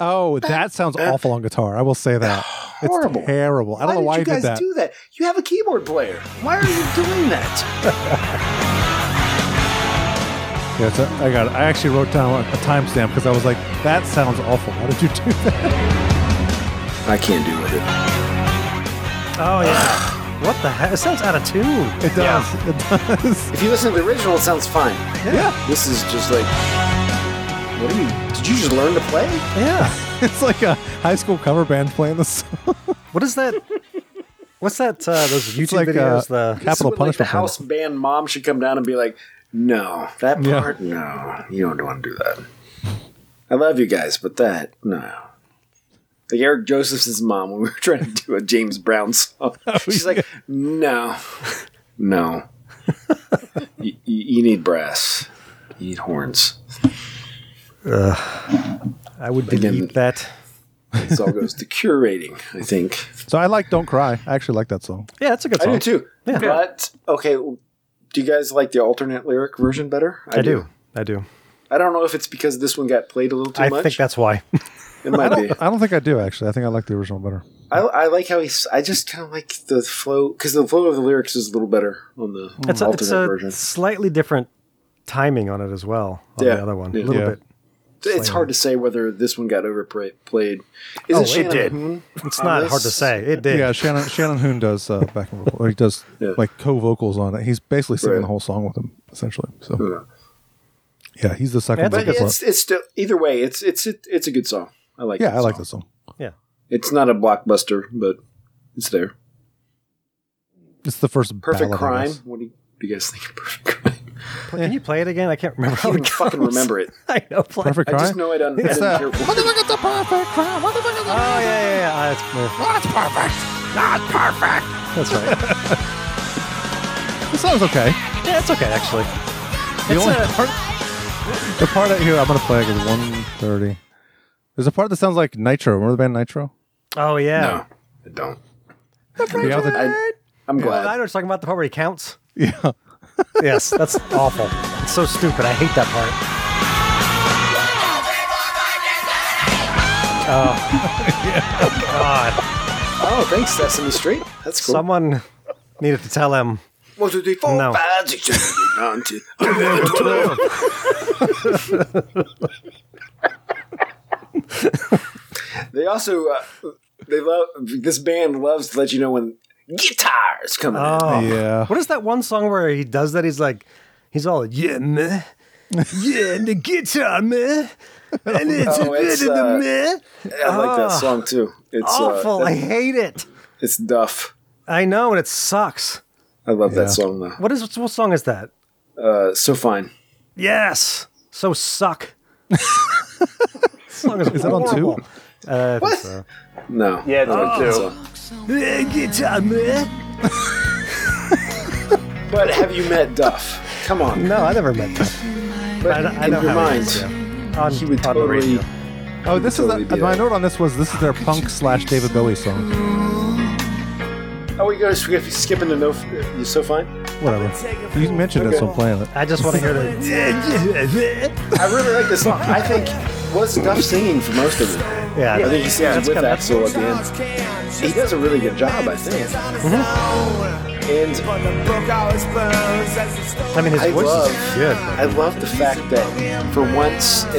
Speaker 2: oh, that sounds awful on guitar. I will say that.
Speaker 1: Horrible.
Speaker 2: It's terrible. I don't know why
Speaker 1: did
Speaker 2: you
Speaker 1: you guys
Speaker 2: did that.
Speaker 1: do that? You have a keyboard player. Why are you doing that?
Speaker 2: Yeah, it's a, I got it. I actually wrote down a, a timestamp because I was like, that sounds awful. How did you do that?
Speaker 1: I can't do with it.
Speaker 4: Oh yeah. what the heck? It sounds out of tune.
Speaker 2: It does. It does.
Speaker 1: If you listen to the original, it sounds fine.
Speaker 2: Yeah.
Speaker 1: This is just like, what do you? Did you just learn to play?
Speaker 2: Yeah. it's like a high school cover band playing the song.
Speaker 4: What is that? What's that? Uh, those
Speaker 2: It's
Speaker 4: YouTube
Speaker 2: like, uh,
Speaker 4: videos. the
Speaker 1: This is when, Like, the house band mom should come down and be like, "No, that
Speaker 2: Yeah.
Speaker 1: part, no, you don't want to do that." I love you guys, but that, no. Like Eric Josephson's mom, when we were trying to do a James Brown song,
Speaker 4: Oh,
Speaker 1: she's like, "No, no, you, you, you need brass, you need horns."
Speaker 4: I would delete that.
Speaker 1: This all goes to curating, I think.
Speaker 2: So I like Don't Cry. I actually like that song.
Speaker 4: Yeah, that's a good
Speaker 1: I do
Speaker 4: song.
Speaker 1: too. But okay, well, Do you guys like the alternate lyric version better?
Speaker 4: I, do. I do.
Speaker 1: I don't know if it's because this one got played a little too
Speaker 4: I
Speaker 1: much.
Speaker 4: think that's why.
Speaker 1: it might
Speaker 2: I
Speaker 1: be.
Speaker 2: don't, I don't think I do actually. I think I like the original better.
Speaker 1: I, I like how he's. I just kind of like the flow because the flow of the lyrics is a little better on the
Speaker 2: Mm.
Speaker 4: It's a,
Speaker 1: alternate
Speaker 4: it's a
Speaker 1: version.
Speaker 4: slightly different timing on it as well. On
Speaker 1: Yeah.
Speaker 4: the other one,
Speaker 1: Yeah.
Speaker 4: a little
Speaker 1: Yeah.
Speaker 4: bit.
Speaker 1: It's hard to say whether this one got overplayed.
Speaker 4: Oh, it
Speaker 1: Isn't Shannon Mm-hmm.
Speaker 4: did.
Speaker 1: Hoon
Speaker 4: It's
Speaker 1: on
Speaker 4: not
Speaker 1: this?
Speaker 4: hard to say. It did.
Speaker 2: Yeah, Shannon Shannon Hoon does uh, backing vocal. or He does
Speaker 1: Yeah.
Speaker 2: like co vocals on it. He's basically singing
Speaker 1: Right.
Speaker 2: the whole song with him essentially. So yeah, he's the second.
Speaker 1: But
Speaker 2: vocalist.
Speaker 1: it's, it's still either way. It's it's it, it's a good song. I like.
Speaker 2: yeah,
Speaker 1: that
Speaker 2: I like
Speaker 1: song.
Speaker 2: this song.
Speaker 4: Yeah.
Speaker 1: It's not a blockbuster, but it's there.
Speaker 2: It's the first
Speaker 1: Perfect
Speaker 2: ballad, I
Speaker 1: Crime.
Speaker 2: guess.
Speaker 1: What do you, do you guys think? of Perfect
Speaker 4: Can you play it again? I can't remember.
Speaker 1: I
Speaker 4: how
Speaker 1: don't
Speaker 4: it
Speaker 1: fucking
Speaker 4: goes.
Speaker 1: remember it.
Speaker 4: I know. Play.
Speaker 2: Perfect
Speaker 1: I just
Speaker 2: Oh, Crime?
Speaker 1: know I don't. I
Speaker 2: It's
Speaker 1: didn't
Speaker 2: that-
Speaker 1: hear
Speaker 2: What the fuck is the perfect crime? What the fuck is the
Speaker 4: Oh yeah, yeah, yeah. Ah, it's clear.
Speaker 2: That's perfect. That's perfect.
Speaker 4: That's right.
Speaker 2: The song's okay.
Speaker 4: yeah, it's okay actually.
Speaker 2: The
Speaker 4: It's
Speaker 2: only
Speaker 4: a-
Speaker 2: part, the part out here I'm gonna play is 130. There's a part that sounds like Nitro. Remember the band Nitro?
Speaker 4: Oh yeah.
Speaker 1: I don't.
Speaker 2: Yeah, the-
Speaker 1: I, I'm
Speaker 4: Well,
Speaker 1: glad.
Speaker 4: I know what you're talking about the part where he counts.
Speaker 2: yeah.
Speaker 4: Yes, that's awful. It's so stupid. I hate that part.
Speaker 1: Oh, thanks, Sesame Street. That's cool.
Speaker 4: Someone needed to tell him.
Speaker 1: One, two, three, four,
Speaker 4: No.
Speaker 1: five, six, seven, eight, nine, ten, eleven, twelve. They also uh, they love this band loves to let you know when guitars coming. in.
Speaker 4: Oh
Speaker 2: Yeah.
Speaker 4: What is that one song where he does that? He's like, he's all yeah, meh. yeah, and the guitar, meh. And it's
Speaker 1: Oh,
Speaker 4: a bit
Speaker 1: it's,
Speaker 4: of
Speaker 1: uh,
Speaker 4: the meh.
Speaker 1: I like that
Speaker 4: Ah.
Speaker 1: song too. It's
Speaker 4: Awful.
Speaker 1: Uh,
Speaker 4: I
Speaker 1: that-
Speaker 4: hate it.
Speaker 1: it's Duff.
Speaker 4: I know, and it sucks.
Speaker 1: I love
Speaker 2: Yeah.
Speaker 1: that song though.
Speaker 4: What is what song is that?
Speaker 1: Uh, so fine.
Speaker 4: Yes. So suck. This song is,
Speaker 2: Is that on two?
Speaker 4: horrible. Uh, what? So.
Speaker 1: No.
Speaker 3: Yeah, it's
Speaker 1: I
Speaker 3: on
Speaker 1: like that
Speaker 3: two.
Speaker 1: song.
Speaker 4: Eh, guitar, meh.
Speaker 1: But have you met Duff? Come on.
Speaker 4: No, I never meant that.
Speaker 1: But
Speaker 4: I, I
Speaker 1: in
Speaker 4: know
Speaker 1: your
Speaker 4: how it
Speaker 1: mind,
Speaker 4: is, yeah. On,
Speaker 1: he would
Speaker 4: on the
Speaker 1: totally.
Speaker 4: radio.
Speaker 2: Oh, this
Speaker 1: Totally
Speaker 2: is
Speaker 1: be
Speaker 2: a, my
Speaker 1: there.
Speaker 2: note on this was this is their punk slash David Bowie song.
Speaker 1: Oh, we guys, we skipping to no. uh, You so fine.
Speaker 2: Whatever. You mentioned it, so I'm playing it.
Speaker 4: I just want to hear the.
Speaker 1: I really like this song. I think was Duff singing for most of it.
Speaker 4: yeah,
Speaker 1: I think he sings
Speaker 4: that's
Speaker 1: with
Speaker 4: kinda-
Speaker 1: Axel at the end. He does a really good job, I think.
Speaker 4: Mm-hmm.
Speaker 1: And
Speaker 4: I mean, his
Speaker 1: I
Speaker 4: voice
Speaker 1: love-
Speaker 4: is good.
Speaker 1: I love the fact that for once,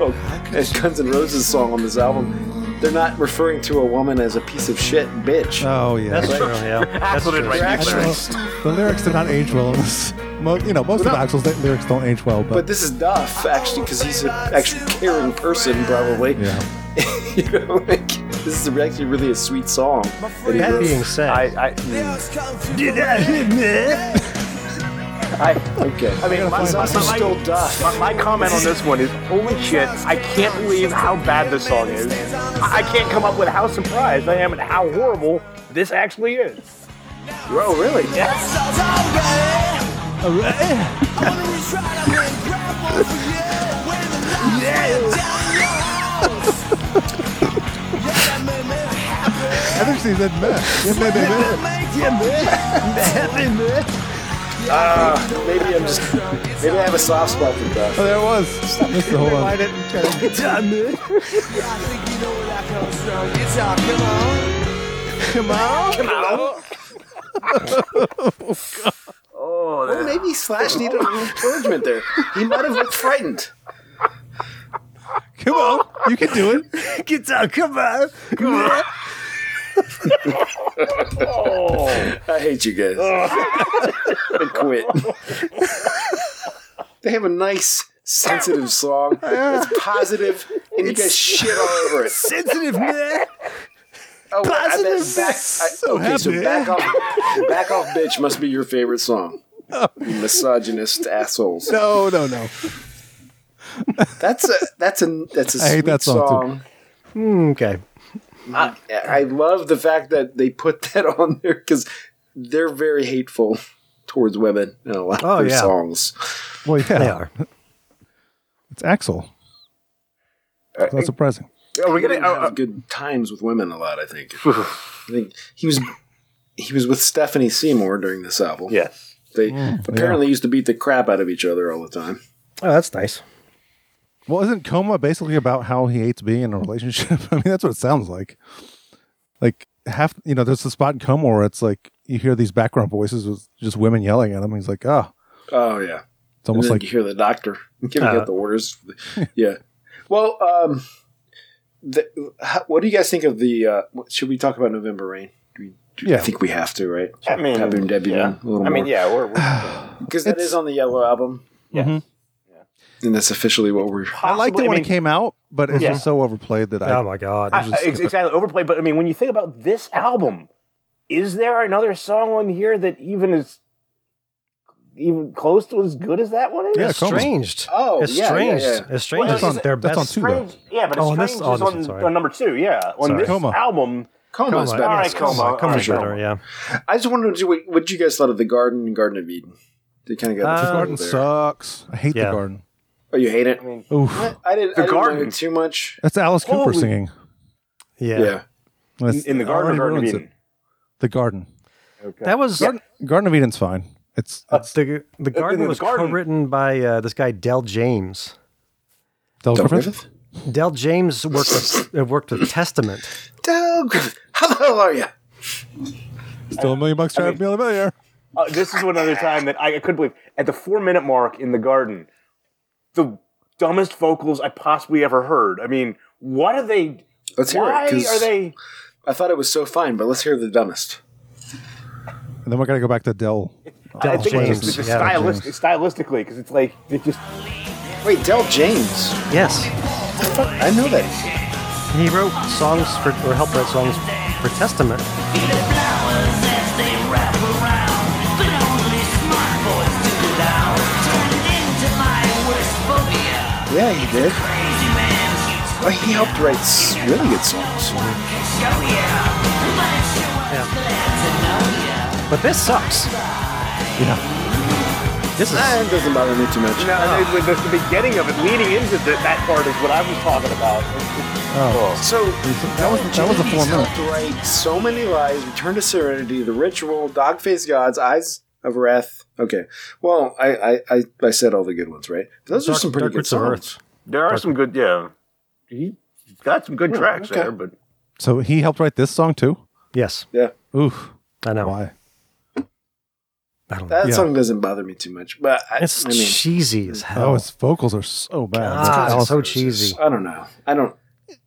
Speaker 1: oh, as Guns N' Roses song on this album, they're not referring to a woman as a piece of shit bitch.
Speaker 4: Uh,
Speaker 2: Oh yeah.
Speaker 4: That's true. Yeah, that's
Speaker 3: Excellent
Speaker 4: true.
Speaker 1: They're
Speaker 3: right
Speaker 1: actually-
Speaker 3: there.
Speaker 2: The lyrics did not age well. in this. Mo- you know, most
Speaker 1: No.
Speaker 2: of Axel's ly- lyrics don't age well,
Speaker 1: But
Speaker 2: but,
Speaker 1: this is Duff actually, because he's an actual caring person, probably.
Speaker 2: yeah.
Speaker 1: you know, like, this is actually really a sweet song. And
Speaker 4: That being said,
Speaker 3: I, I, I,
Speaker 1: Okay. I mean,
Speaker 3: my,
Speaker 1: it's
Speaker 3: my,
Speaker 1: also
Speaker 3: my-
Speaker 1: still Duff.
Speaker 3: my- my comment on this one is holy shit, I can't believe how bad this song is. I I can't come up with how surprised I am at how horrible this actually is.
Speaker 1: Oh, really?
Speaker 2: I think she said meh. It may be meh.
Speaker 1: Maybe I'm just. Maybe I have a soft spot for Duff.
Speaker 2: Oh, there it was. Missed the whole one.
Speaker 3: Oh,
Speaker 1: Well, maybe Slash needed a little encouragement there. He might have looked frightened.
Speaker 2: Come on, you can do it.
Speaker 4: guitar, come on.
Speaker 1: I hate you guys. I quit. they have a nice, sensitive song. It's positive, and you guys shit all over it.
Speaker 4: Sensitive man.
Speaker 1: Oh, I bet
Speaker 4: positive,
Speaker 1: Back, I,
Speaker 2: so
Speaker 1: okay, so
Speaker 2: happy.
Speaker 1: back off, back off, bitch must be your favorite song. You misogynist assholes.
Speaker 2: No, no, no.
Speaker 1: That's a that's a that's a
Speaker 2: I hate
Speaker 1: sweet
Speaker 2: that song, too.
Speaker 1: song.
Speaker 4: Mm, Okay.
Speaker 1: I, I love the fact that they put that on there because they're very hateful towards women in a lot of
Speaker 4: Oh,
Speaker 1: their
Speaker 4: yeah.
Speaker 1: songs.
Speaker 2: Well, yeah,
Speaker 4: They are. Oh,
Speaker 2: it's Axel. That's not surprising.
Speaker 3: are we
Speaker 1: He
Speaker 3: gonna?
Speaker 1: didn't
Speaker 3: Uh, uh,
Speaker 1: have good times with women a lot. I think. I think he was he was with Stephanie Seymour during this album.
Speaker 3: yes.
Speaker 1: They apparently used to beat the crap out of each other all the time.
Speaker 4: Oh, that's nice.
Speaker 2: Well, isn't coma basically about how he hates being in a relationship? I mean, that's what it sounds like. Like half, you know, there's a spot in coma where it's like you hear these background voices with just women yelling at him. He's like, oh,
Speaker 1: Oh yeah,
Speaker 2: It's almost
Speaker 1: And then
Speaker 2: like-
Speaker 1: you hear the doctor giving
Speaker 2: Uh,
Speaker 1: out the orders. yeah. Well, um, the, how, what do you guys think of the? Uh, what- should we talk about November Rain?
Speaker 2: yeah.
Speaker 1: I think we have to, right?
Speaker 3: I mean,
Speaker 1: Have him debut
Speaker 3: Mm, yeah.
Speaker 1: a little
Speaker 3: I mean,
Speaker 1: more.
Speaker 3: yeah, we're, we're
Speaker 1: because that is on the Yellow album,
Speaker 3: yeah.
Speaker 1: and that's officially what we're.
Speaker 2: I liked it when
Speaker 3: possibly- I mean-
Speaker 2: it came out, but it's
Speaker 3: Yeah.
Speaker 2: just so overplayed that I.
Speaker 4: oh my god.
Speaker 3: I- I- ex- exactly overplayed. But I mean, when you think about this album, is there another song on here that even is even close to as good as that one? Is?
Speaker 4: Yeah, estranged.
Speaker 1: Oh,
Speaker 4: estranged. Estranged
Speaker 3: Well,
Speaker 4: is on
Speaker 3: is it-
Speaker 4: their best.
Speaker 2: that's on two though.
Speaker 3: Strange- yeah, but
Speaker 4: Oh, and
Speaker 3: Strange
Speaker 4: this-
Speaker 3: is
Speaker 4: oh, this
Speaker 3: on,
Speaker 4: one, sorry.
Speaker 3: on number two. Yeah, on
Speaker 4: Sorry.
Speaker 3: this
Speaker 2: Coma.
Speaker 3: album.
Speaker 1: Coma is better.
Speaker 3: All right,
Speaker 1: Yes,
Speaker 3: Coma.
Speaker 1: Coma.
Speaker 3: All
Speaker 4: Coma's
Speaker 3: right,
Speaker 4: better,
Speaker 3: Coma.
Speaker 4: yeah.
Speaker 1: I just wanted to do what, what you guys thought of the Garden and Garden of Eden. They kind of got the
Speaker 2: The
Speaker 4: Um,
Speaker 2: Uh, garden sucks. I hate
Speaker 4: Yeah.
Speaker 2: the garden.
Speaker 1: Oh, you hate it?
Speaker 3: I mean,
Speaker 2: Oof.
Speaker 1: I, I didn't.
Speaker 3: The
Speaker 1: I didn't
Speaker 3: Garden.
Speaker 1: like it too much.
Speaker 2: That's Alice Cooper
Speaker 3: Holy-
Speaker 2: singing.
Speaker 4: Yeah.
Speaker 1: Yeah.
Speaker 3: in,
Speaker 2: That's-
Speaker 3: in the
Speaker 2: it
Speaker 3: Garden
Speaker 2: already
Speaker 3: of Garden of
Speaker 2: ruins
Speaker 3: Eden.
Speaker 2: it. The garden.
Speaker 4: That was
Speaker 2: Garden of Eden's fine. It's,
Speaker 3: Uh,
Speaker 2: it's
Speaker 4: the the garden
Speaker 3: the
Speaker 4: was
Speaker 3: Garden-
Speaker 4: co-written by uh, this guy Del James.
Speaker 2: Del
Speaker 1: Del
Speaker 2: Griffith?
Speaker 1: Griffith.
Speaker 4: Del James worked with, uh, worked with Testament.
Speaker 1: Del Griffith. How the hell are you?
Speaker 2: Still a million bucks trying to be a millionaire.
Speaker 3: Uh, this is another time that I, I couldn't believe at the four minute mark in the garden, the dumbest vocals I possibly ever heard. I mean, what are they?
Speaker 1: Let's hear
Speaker 3: why
Speaker 1: it. 'cause
Speaker 3: are they?
Speaker 1: I thought it was so fine, but let's hear the dumbest.
Speaker 2: And then we're gonna go back to Del.
Speaker 3: I
Speaker 4: Del
Speaker 3: think
Speaker 4: James.
Speaker 3: it's just, it's
Speaker 4: yeah, Del
Speaker 3: stylistic,
Speaker 2: James.
Speaker 3: stylistically because it's like it just
Speaker 1: Wait, Del James.
Speaker 4: James. Yes,
Speaker 1: I know that.
Speaker 4: he wrote songs for or helped write songs for Testament.
Speaker 1: Yeah, he did. Well, he helped write s- really good songs.
Speaker 4: But this sucks.
Speaker 1: This that doesn't bother me too much.
Speaker 3: you know, and it- the, the beginning of it, leading into the, that part is what I was talking about.
Speaker 2: Oh,
Speaker 1: So
Speaker 2: that was that was a four minute.
Speaker 1: helped write so many lies. Return to Serenity, The Ritual, Dog Face Gods, Eyes of Wrath. Okay, well, I I, I, I said all the good ones, right? Those are
Speaker 4: Dark-
Speaker 1: some pretty
Speaker 4: Dark
Speaker 1: good
Speaker 4: Roots of
Speaker 1: songs.
Speaker 4: Earth.
Speaker 3: There are some good, yeah. He got some good tracks
Speaker 1: okay.
Speaker 3: there, but
Speaker 2: So he helped write this song too.
Speaker 4: Yes,
Speaker 1: Yeah,
Speaker 2: Oof.
Speaker 4: I know.
Speaker 2: Why?
Speaker 4: I don't know.
Speaker 1: that
Speaker 2: Yeah.
Speaker 1: song doesn't bother me too much. But I,
Speaker 4: It's
Speaker 1: I mean,
Speaker 4: cheesy as hell.
Speaker 2: Oh, his vocals are so bad.
Speaker 4: God, it's so cheesy.
Speaker 1: I don't know. I don't.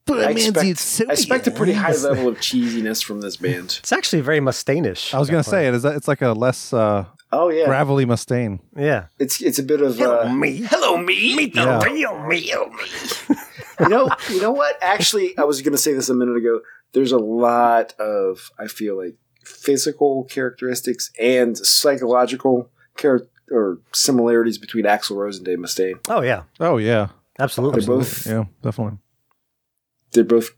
Speaker 2: But
Speaker 1: I expect, I expect a pretty high level of cheesiness from this band.
Speaker 4: It's actually very Mustaine-ish.
Speaker 2: I was gonna say it is. that- It's like a less uh,
Speaker 1: Oh yeah,
Speaker 2: gravelly Mustaine.
Speaker 4: Yeah.
Speaker 1: it's it's a bit of uh,
Speaker 4: me.
Speaker 11: Hello, me. Meet the
Speaker 2: Yeah.
Speaker 11: real me.
Speaker 1: you know, you know what? Actually, I was going to say this a minute ago. There's a lot of I feel like physical characteristics and psychological char- or similarities between Axl Rose and Dave Mustaine.
Speaker 4: Oh yeah,
Speaker 2: Oh yeah,
Speaker 4: absolutely.
Speaker 1: They're both
Speaker 2: yeah, definitely.
Speaker 1: they're both.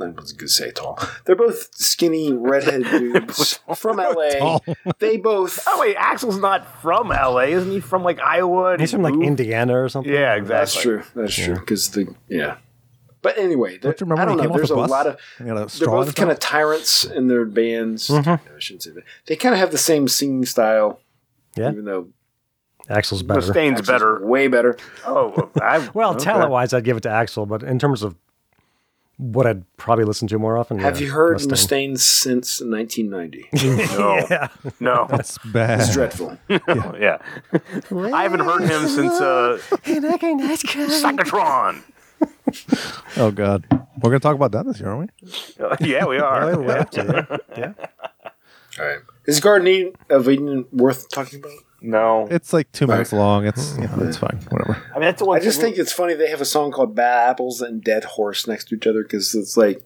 Speaker 1: I was going to say tall. They're both skinny redheaded dudes from LA.
Speaker 2: Tall.
Speaker 1: They both.
Speaker 3: oh wait, Axel's not from L.A., isn't he? From like Iowa? and
Speaker 4: He's
Speaker 3: he
Speaker 4: from like
Speaker 3: moved?
Speaker 4: Indiana or something.
Speaker 3: Yeah, exactly.
Speaker 1: That's true. That's true. Because the yeah. But anyway,
Speaker 2: Don't you remember
Speaker 1: I don't
Speaker 2: when he
Speaker 1: know.
Speaker 2: came off
Speaker 1: There's
Speaker 2: the
Speaker 1: a
Speaker 2: bus?
Speaker 1: lot of
Speaker 2: He had a
Speaker 1: they're
Speaker 2: straw in
Speaker 1: both
Speaker 2: his
Speaker 1: kind of
Speaker 2: mouth?
Speaker 1: tyrants in their bands. I shouldn't say that. They kind of have the same singing style.
Speaker 4: Yeah.
Speaker 1: Even though
Speaker 4: Axel's better.
Speaker 3: Mustaine's
Speaker 1: Axl's
Speaker 3: better.
Speaker 1: way better.
Speaker 3: Oh, I,
Speaker 4: Well,
Speaker 3: okay.
Speaker 4: talent wise, I'd give it to Axel, but in terms of what I'd probably listen to more often,
Speaker 1: Have
Speaker 4: yeah,
Speaker 1: you heard
Speaker 4: Mustaine.
Speaker 1: Mustaine since 1990?
Speaker 3: No, no,
Speaker 2: That's bad.
Speaker 1: It's dreadful.
Speaker 3: yeah. I haven't heard him since uh, Psychotron.
Speaker 2: Oh god, we're gonna talk about that this year, aren't we?
Speaker 3: Uh, yeah, we are.
Speaker 4: Oh, yeah, yeah. yeah.
Speaker 1: All right. Is Garden Eden- of Eden worth talking about?
Speaker 3: No,
Speaker 2: It's like two minutes long. It's you know, it's fine. Whatever.
Speaker 3: I mean that's the one.
Speaker 1: I just think it's funny they have a song called "Bad Apples" and "Dead Horse" next to each other because it's like,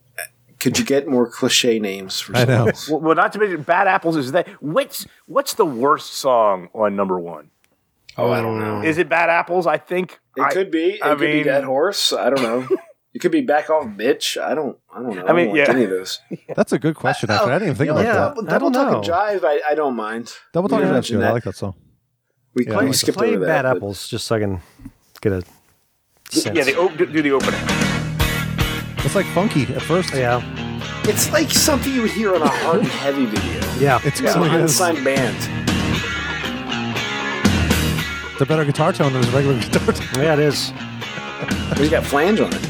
Speaker 1: could you get more cliche names for
Speaker 2: I know.
Speaker 1: songs?
Speaker 3: Well, well, not to mention Bad Apples is that. What's what's the worst song on number one?
Speaker 1: Oh, I don't know.
Speaker 3: Is it Bad Apples? I think
Speaker 1: It
Speaker 3: I,
Speaker 1: could be. It
Speaker 3: I
Speaker 1: could be
Speaker 3: mean-
Speaker 1: "Dead Horse." I don't know. It could be "Back Off, Bitch." I don't. I don't know. I,
Speaker 3: I mean,
Speaker 1: don't like
Speaker 3: yeah.
Speaker 1: any of those.
Speaker 2: That's a good question. Actually, I didn't even think about
Speaker 4: yeah.
Speaker 2: that.
Speaker 1: Double,
Speaker 4: I don't
Speaker 1: double talk and
Speaker 4: know.
Speaker 1: jive, I, I don't mind.
Speaker 2: Double talk
Speaker 1: Yeah.
Speaker 2: yeah, good.
Speaker 1: Mention
Speaker 2: I
Speaker 1: that.
Speaker 2: like that song.
Speaker 1: We,
Speaker 2: Yeah, I
Speaker 1: we
Speaker 2: like
Speaker 1: skipped
Speaker 4: Play
Speaker 1: over that.
Speaker 4: Bad
Speaker 1: but-
Speaker 4: Apples just so I can get a sense.
Speaker 3: Yeah, they op- do do the opening.
Speaker 2: It's like funky at first.
Speaker 4: yeah,
Speaker 1: It's like something you would hear on a hard and heavy video.
Speaker 4: yeah.
Speaker 2: It's
Speaker 1: It's
Speaker 2: really
Speaker 1: an
Speaker 2: is.
Speaker 1: unsigned band.
Speaker 2: It's a better guitar tone than his regular guitar tone.
Speaker 4: Yeah, it is.
Speaker 1: He's got flange on it.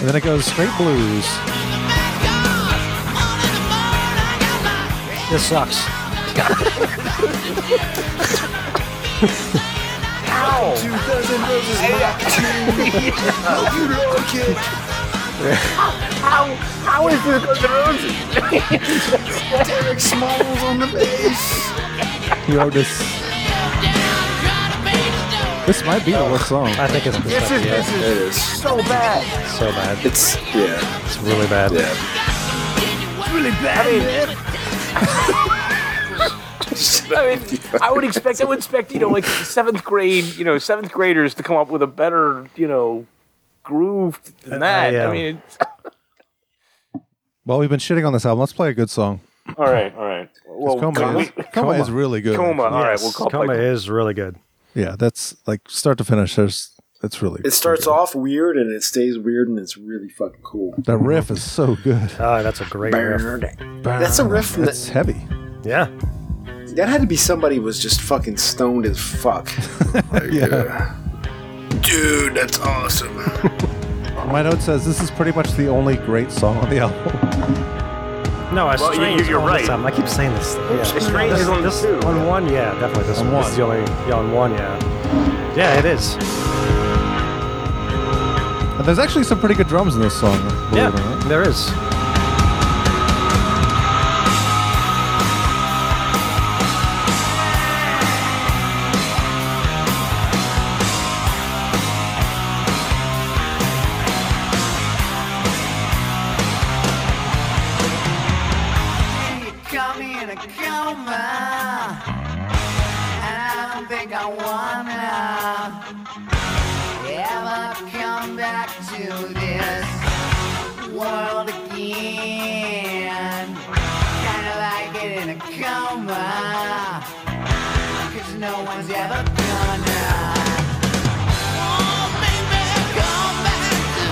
Speaker 2: And then it goes straight blues.
Speaker 4: This sucks.
Speaker 11: Ow! Two dozen roses Hope you like it. How, how is this dozen roses? Derek Smalls on the bass.
Speaker 2: He wrote this. This might be the worst
Speaker 1: Oh.
Speaker 2: song.
Speaker 4: I think it's the
Speaker 11: This is, this is so bad.
Speaker 4: so bad.
Speaker 1: It's yeah,
Speaker 4: It's really bad.
Speaker 1: yeah.
Speaker 11: It's really bad, man.
Speaker 3: I mean, I would expect, I would expect, you know, like seventh grade, you know, seventh graders to come up with a better, you know, groove
Speaker 1: Uh,
Speaker 3: than that.
Speaker 4: yeah.
Speaker 3: I mean, it's,
Speaker 2: Well, we've been shitting on this album. Let's play a good song.
Speaker 3: all right, all right. Well,
Speaker 2: Coma,
Speaker 3: can we-
Speaker 2: is, Coma is really good.
Speaker 3: Coma. All right, we'll call
Speaker 4: Coma
Speaker 3: like,
Speaker 4: is really good.
Speaker 2: Yeah, that's like start to finish. There's, it's really.
Speaker 1: It starts off weird and it stays weird and it's really fucking cool.
Speaker 2: That riff is so good.
Speaker 4: Oh, that's a great riff.
Speaker 1: That's a riff that-
Speaker 2: That's heavy.
Speaker 4: Yeah.
Speaker 1: That had to be somebody who was just fucking stoned as fuck. uh,
Speaker 2: Yeah.
Speaker 1: Dude, that's awesome.
Speaker 2: My note says this is pretty much the only great song on the album.
Speaker 4: No, I
Speaker 3: Well, you-
Speaker 4: strange.
Speaker 3: you're
Speaker 4: oh, this
Speaker 3: right.
Speaker 4: album. I keep saying this. Yeah.
Speaker 3: Strange
Speaker 4: this,
Speaker 3: is on
Speaker 4: this
Speaker 3: two.
Speaker 4: on one, yeah, definitely this
Speaker 2: On
Speaker 4: one. This is the only yeah, on one, yeah. Yeah, it is.
Speaker 2: And there's actually some pretty good drums in this song. believe it or
Speaker 4: Yeah,
Speaker 2: not.
Speaker 4: there is.
Speaker 12: You caught me in a coma. And I don't think I wanna ever come back to this world again. Kinda like it in a coma. Cause no one's ever gonna. Oh, baby, come back to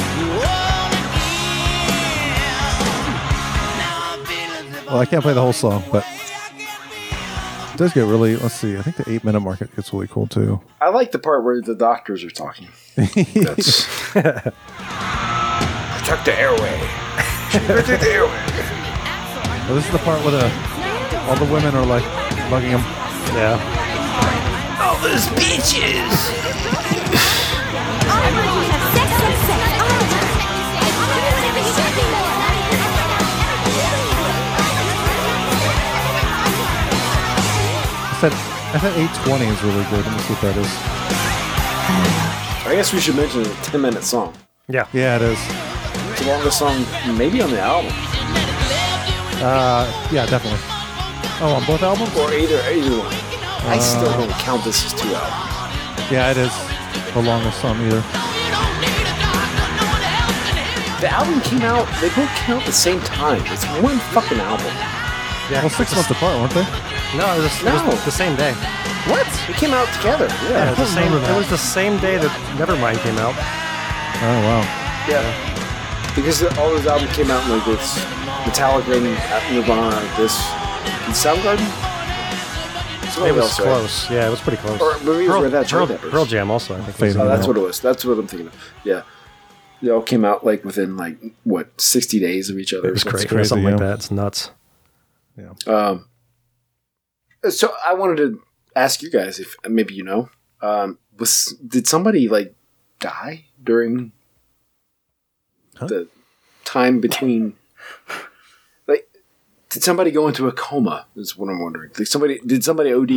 Speaker 12: this world again.
Speaker 2: Well, I can't play the whole song, but it does get really. Let's see. I think the eight minute market gets really cool too.
Speaker 1: I like the part where the doctors are talking. That's
Speaker 5: Protect the airway. Protect the airway.
Speaker 2: Well, this is the part where the all the women are like bugging him.
Speaker 4: Yeah.
Speaker 11: All those bitches.
Speaker 2: I said I said eight twenty is really good. Let me see what that is.
Speaker 1: I guess we should mention it's a 10 minute song.
Speaker 4: Yeah.
Speaker 2: Yeah, it is.
Speaker 1: It's the longest song maybe on the album.
Speaker 2: Uh, yeah, definitely. Oh, on both albums?
Speaker 1: Or either, either one. I still don't count this as two albums.
Speaker 2: Yeah, it is the longest song either.
Speaker 1: The album came out, they both came out at the same time. It's one fucking album.
Speaker 4: Yeah.
Speaker 2: Well, six months apart, weren't they?
Speaker 4: No, it was, it was
Speaker 1: No.
Speaker 4: the same day.
Speaker 1: What? It came out together.
Speaker 4: Yeah,
Speaker 1: Yeah.
Speaker 4: it was the same.
Speaker 2: remember
Speaker 4: It
Speaker 2: that.
Speaker 4: was the same day that Nevermind came out.
Speaker 2: Oh wow.
Speaker 1: Yeah. Because the- all those albums came out in like this Metallica and Nirvana, this and Soundgarden. Somebody
Speaker 4: It was
Speaker 1: else, right?
Speaker 4: close. Yeah, it was pretty close.
Speaker 1: Or maybe it was
Speaker 4: Pearl,
Speaker 1: where that
Speaker 4: Pearl,
Speaker 1: Chili Peppers.
Speaker 4: Pearl Jam also. I think. was-
Speaker 2: Fading
Speaker 1: Oh, that's
Speaker 2: out.
Speaker 1: what it was. That's what I'm thinking of. Yeah. They all came out like within like what sixty days of each other.
Speaker 4: It was
Speaker 1: or something.
Speaker 4: crazy.
Speaker 2: crazy,
Speaker 4: Something like
Speaker 2: yeah.
Speaker 4: that. It's nuts.
Speaker 1: Um, so I wanted to ask you guys if maybe you know um, was did somebody like die during the time between like did somebody go into a coma is what I'm wondering like somebody did somebody OD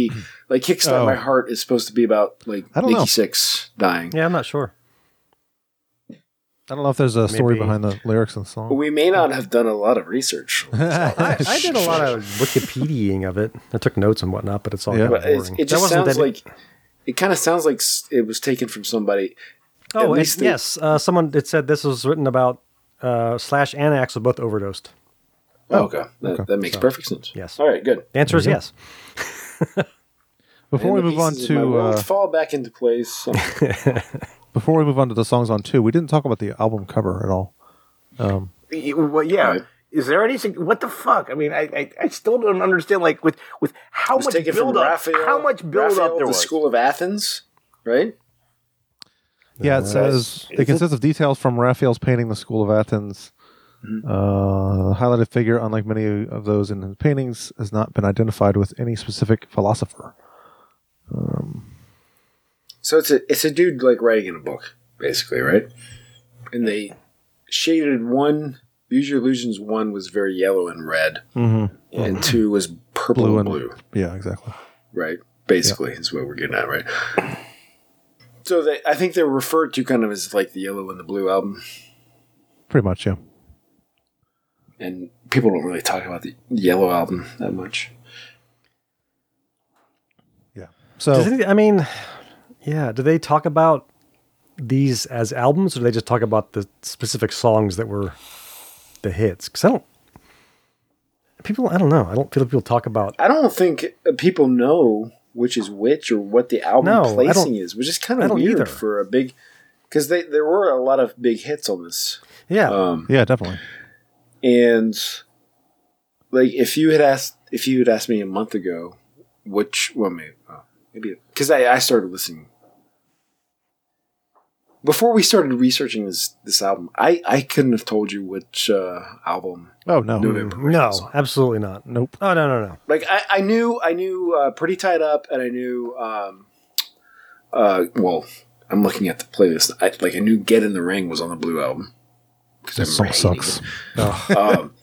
Speaker 1: like Kickstart
Speaker 2: Oh.
Speaker 1: My Heart is supposed to be about like
Speaker 2: I don't
Speaker 1: Nikki
Speaker 2: know.
Speaker 1: Six dying
Speaker 4: Yeah, I'm not sure.
Speaker 2: I don't know if there's a story
Speaker 4: Maybe.
Speaker 2: behind the lyrics of the song.
Speaker 1: we may not have done a lot of research
Speaker 4: I, I did a lot of Wikipediaing of it. I took notes and whatnot, but it's all
Speaker 2: Yeah.
Speaker 4: kind of
Speaker 1: but it,
Speaker 4: boring.
Speaker 1: it
Speaker 4: That
Speaker 1: just
Speaker 4: wasn't
Speaker 2: e-
Speaker 1: sounds
Speaker 4: that-
Speaker 1: like it kind of sounds like s- it was taken from somebody at
Speaker 4: oh, and
Speaker 1: least they-
Speaker 4: yes. Uh, someone it said this was written about uh, Slash and Axel both overdosed.
Speaker 1: Oh, okay. That, that makes perfect sense.
Speaker 4: yes.
Speaker 1: All right. Good.
Speaker 4: The answer is yes.
Speaker 2: Before we
Speaker 1: And the
Speaker 2: move on
Speaker 1: pieces of my
Speaker 2: to
Speaker 1: world
Speaker 2: uh,
Speaker 1: fall back into place. So-
Speaker 2: before we move on to the songs on two, we didn't talk about the album cover at all.
Speaker 3: well, yeah.
Speaker 1: Right.
Speaker 3: Is there any? sig- What the fuck? I mean, I I, I still don't understand. Like with with how
Speaker 1: was
Speaker 3: much
Speaker 1: taken from
Speaker 3: build up,
Speaker 1: Raphael-
Speaker 3: how much build
Speaker 1: Raphael,
Speaker 3: up there
Speaker 1: the
Speaker 3: was.
Speaker 1: School of Athens, right?
Speaker 2: Yeah, it
Speaker 1: Uh,
Speaker 2: says
Speaker 1: is it-
Speaker 2: it consists of details from Raphael's painting, The School of Athens. Uh, the highlighted figure, unlike many of those in his paintings, has not been identified with any specific philosopher.
Speaker 1: So it's a it's a dude like writing in a book, basically, right? And they shaded one. Use Your Illusions one was very yellow and red,
Speaker 2: Mm-hmm.
Speaker 1: and two was purple
Speaker 2: Blue
Speaker 1: and
Speaker 2: and-
Speaker 1: blue.
Speaker 2: Yeah, exactly.
Speaker 1: right? Basically, is what we're getting at, right? So they, I think they're referred to kind of as like the yellow and the blue album,
Speaker 2: Pretty much, yeah.
Speaker 1: and people don't really talk about the yellow album that much.
Speaker 2: So
Speaker 4: Does any- I mean, yeah. Do they talk about these as albums, or do they just talk about the specific songs that were the hits? Because I don't. People, I don't know. I don't feel like people talk about.
Speaker 1: I don't think uh, people know which is which or what the album
Speaker 4: No, I
Speaker 1: placing
Speaker 4: don't-
Speaker 1: is, which is kind
Speaker 4: I
Speaker 1: of
Speaker 4: don't
Speaker 1: weird
Speaker 4: either.
Speaker 1: for a big because they there were a lot of big hits on this,
Speaker 4: Yeah,
Speaker 3: Uh,
Speaker 1: um,
Speaker 2: yeah, definitely.
Speaker 1: and like if you had asked if you had asked me a month ago, which well maybe oh, maybe because I, I started listening before we started researching this this album, I I couldn't have told you which uh, album.
Speaker 2: Oh no,
Speaker 1: November.
Speaker 4: no, absolutely not.
Speaker 2: nope.
Speaker 4: Oh no, no, no.
Speaker 1: Like I, I knew I knew uh, pretty tied up, and I knew um, uh, well. I'm looking at the playlist. I, like I knew "Get in the Ring" was on the Blue album.
Speaker 2: This song
Speaker 1: hating
Speaker 2: sucks.
Speaker 1: um,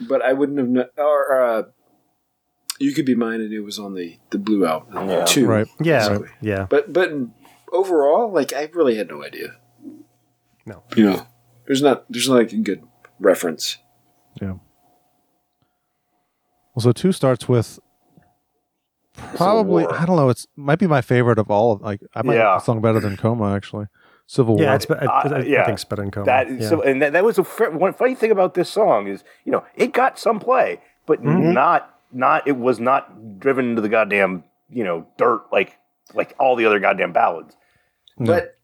Speaker 1: but I wouldn't have known. Or uh, you could be mine, and it was on the the blue album
Speaker 3: Yeah.
Speaker 1: too.
Speaker 2: Right.
Speaker 4: Yeah,
Speaker 2: Exactly.
Speaker 4: yeah.
Speaker 1: But but overall, like I really had no idea.
Speaker 4: No.
Speaker 1: You know, there's not there's not like a good reference.
Speaker 2: Yeah. Well, so two starts with probably
Speaker 1: War.
Speaker 2: I don't know. It's might be my favorite of all. Of, like I might
Speaker 3: Yeah.
Speaker 2: like the song better than Coma actually. Civil War.
Speaker 4: Yeah, it's, I, I,
Speaker 3: Uh,
Speaker 4: I
Speaker 3: yeah.
Speaker 4: think it's better in Coma.
Speaker 3: That
Speaker 4: yeah.
Speaker 3: so, and that, that was a fr- one funny thing about this song is you know it got some play, but
Speaker 4: Mm-hmm.
Speaker 3: not not it was not driven into the goddamn you know dirt like like all the other goddamn ballads.
Speaker 2: No.
Speaker 1: But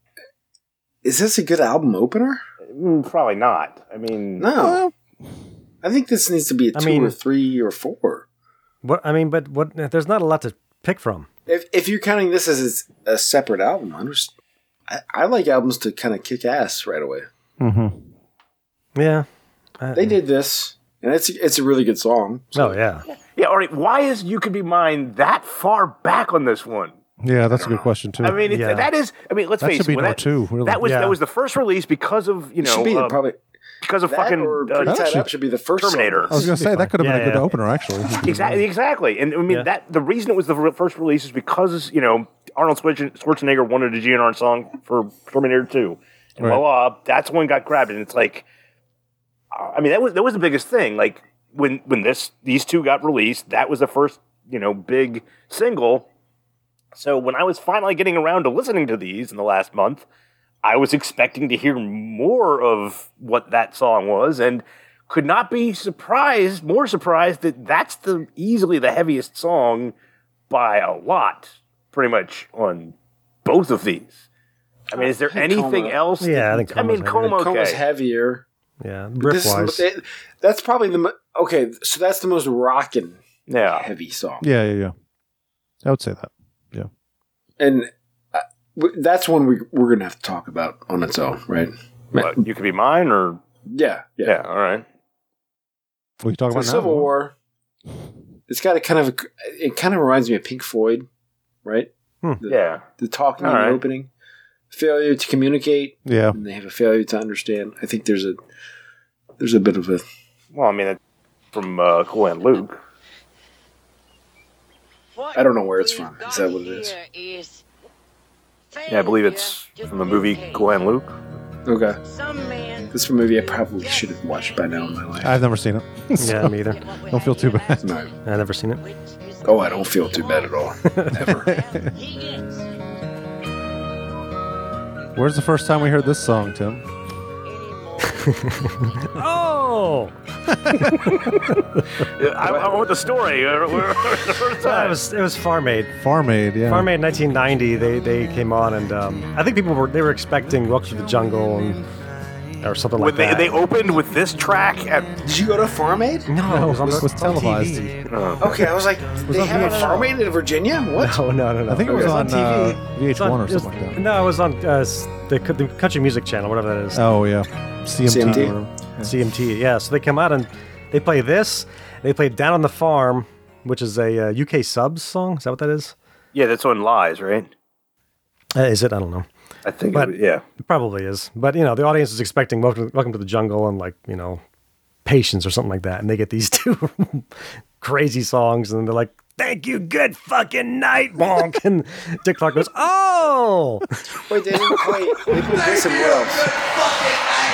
Speaker 1: is this a good album opener?
Speaker 3: Mm, Probably not. I mean,
Speaker 1: No.
Speaker 2: Uh,
Speaker 1: I think this needs to be a two
Speaker 4: I mean-
Speaker 1: or three or four.
Speaker 4: what I mean, but what? There's not a lot to pick from.
Speaker 1: If if you're counting this as a separate album, I'm just I, I like albums to kind of kick ass right away.
Speaker 2: Mm-hmm.
Speaker 4: Yeah. I-
Speaker 2: Mm.
Speaker 1: They did this, and it's it's a really good song.
Speaker 4: Oh yeah.
Speaker 3: yeah. All right. Why is "You Could Be Mine" that far back on this one?
Speaker 2: Yeah, that's a good question too.
Speaker 3: I mean, it's
Speaker 4: Yeah.
Speaker 3: that is. I mean, let's
Speaker 2: that
Speaker 3: face
Speaker 2: should be
Speaker 3: it. when
Speaker 2: number
Speaker 3: that,
Speaker 2: two. Really.
Speaker 3: that was
Speaker 4: Yeah.
Speaker 3: that was the first release because of you
Speaker 1: It
Speaker 3: know
Speaker 1: should be
Speaker 3: uh,
Speaker 1: the probably
Speaker 3: because of
Speaker 1: that
Speaker 3: fucking
Speaker 1: or
Speaker 3: uh,
Speaker 1: Pretty Tied
Speaker 2: actually-
Speaker 1: Up should be the first song.
Speaker 3: Terminator.
Speaker 2: I was gonna say that could have
Speaker 4: Yeah,
Speaker 2: been a good
Speaker 4: yeah.
Speaker 2: opener actually. Mm-hmm.
Speaker 3: Exactly, exactly, and I mean
Speaker 4: Yeah.
Speaker 3: that the reason it was the re- first release is because you know Arnold Schwarzen- Schwarzenegger wanted a GNR song for Terminator Two, and
Speaker 2: Right.
Speaker 3: voila, that's when it got grabbed, and it's like, uh, I mean that was that was the biggest thing. Like when when this these two got released, that was the first you know big single. So when I was finally getting around to listening to these in the last month, I was expecting to hear more of what that song was and could not be surprised, more surprised that that's the easily the heaviest song by a lot, pretty much on both of these. I mean, is there
Speaker 1: I think
Speaker 3: anything
Speaker 1: Coma-
Speaker 3: else?
Speaker 4: Yeah,
Speaker 3: that-
Speaker 4: I think
Speaker 3: I mean,
Speaker 4: Coma's
Speaker 3: Coma,
Speaker 1: Coma's
Speaker 3: okay.
Speaker 1: heavier.
Speaker 4: Yeah.
Speaker 1: This
Speaker 4: Riff
Speaker 1: is-
Speaker 4: wise.
Speaker 1: it- that's probably the mo- okay. So that's the most rockin'
Speaker 3: yeah.
Speaker 1: heavy song,
Speaker 2: Yeah, yeah, yeah. I would say that.
Speaker 1: and uh, w- that's one we we're gonna have to talk about on its own, right?
Speaker 3: What, you could be mine or.
Speaker 1: Yeah, yeah.
Speaker 3: Yeah, all right.
Speaker 2: We talk
Speaker 1: So
Speaker 2: about now?
Speaker 1: Civil War. It's got a kind of a, it kind of reminds me of Pink Floyd, right?
Speaker 3: Yeah.
Speaker 1: The talking
Speaker 3: All
Speaker 1: in
Speaker 3: right.
Speaker 1: the opening, failure to communicate,
Speaker 2: Yeah,
Speaker 1: and they have a failure to understand. I think there's a there's a bit of a
Speaker 3: Well, I mean, it's from uh, Cool and Luke.
Speaker 1: I don't know where it's from. Is that what it is?
Speaker 3: Yeah, I believe it's from the movie Cool and Luke.
Speaker 1: Okay.
Speaker 11: Some man.
Speaker 1: This is a movie I probably should have watched by now in my life.
Speaker 2: I've never seen it.
Speaker 4: yeah, me either.
Speaker 2: Don't feel too bad.
Speaker 1: No.
Speaker 4: I never seen it.
Speaker 1: Oh, I don't feel too bad at all. Never.
Speaker 2: Where's the first time we heard this song, Tim?
Speaker 4: Oh,
Speaker 3: Yeah, I, I want the story. Uh, where- where's the first
Speaker 4: it
Speaker 3: time?
Speaker 4: was it was Farm Aid.
Speaker 2: Farm Aid. Yeah.
Speaker 4: Farm Aid 1990. They they came on and um, I think people were they were expecting Welcome to the Jungle and or something
Speaker 3: When
Speaker 4: like
Speaker 3: they,
Speaker 4: that.
Speaker 3: they opened with this track at
Speaker 1: Did you go to Farm Aid?
Speaker 4: no, it was, on the- on
Speaker 1: Okay, I was like, they
Speaker 4: on
Speaker 1: have a
Speaker 4: VH1.
Speaker 1: Farm Aid in Virginia? What?
Speaker 4: No, no, no, no.
Speaker 2: I think it was
Speaker 1: Okay.
Speaker 2: on,
Speaker 1: It's on TV.
Speaker 2: uh, VH1 or something like that.
Speaker 4: No, it was on uh, s- the, co- the country music channel, whatever that is.
Speaker 2: Oh yeah, CMT.
Speaker 1: CMT?
Speaker 2: or whatever.
Speaker 4: CMT. Yeah, so they come out and they play this. They play Down on the Farm, which is a uh, UK subs song. Is that what that is?
Speaker 3: yeah, that's on Lies, right?
Speaker 4: Uh, is it? I don't know.
Speaker 3: I think
Speaker 4: But-
Speaker 3: it, was- yeah.
Speaker 4: It probably is. But you know, the audience is expecting welcome, welcome to the jungle and like, you know, patience or something like that. And they get these two crazy songs and they're like, Thank you, good fucking night, bonk. and Dick Clark goes, Oh
Speaker 1: Wait, they didn't play. They played this somewhere else.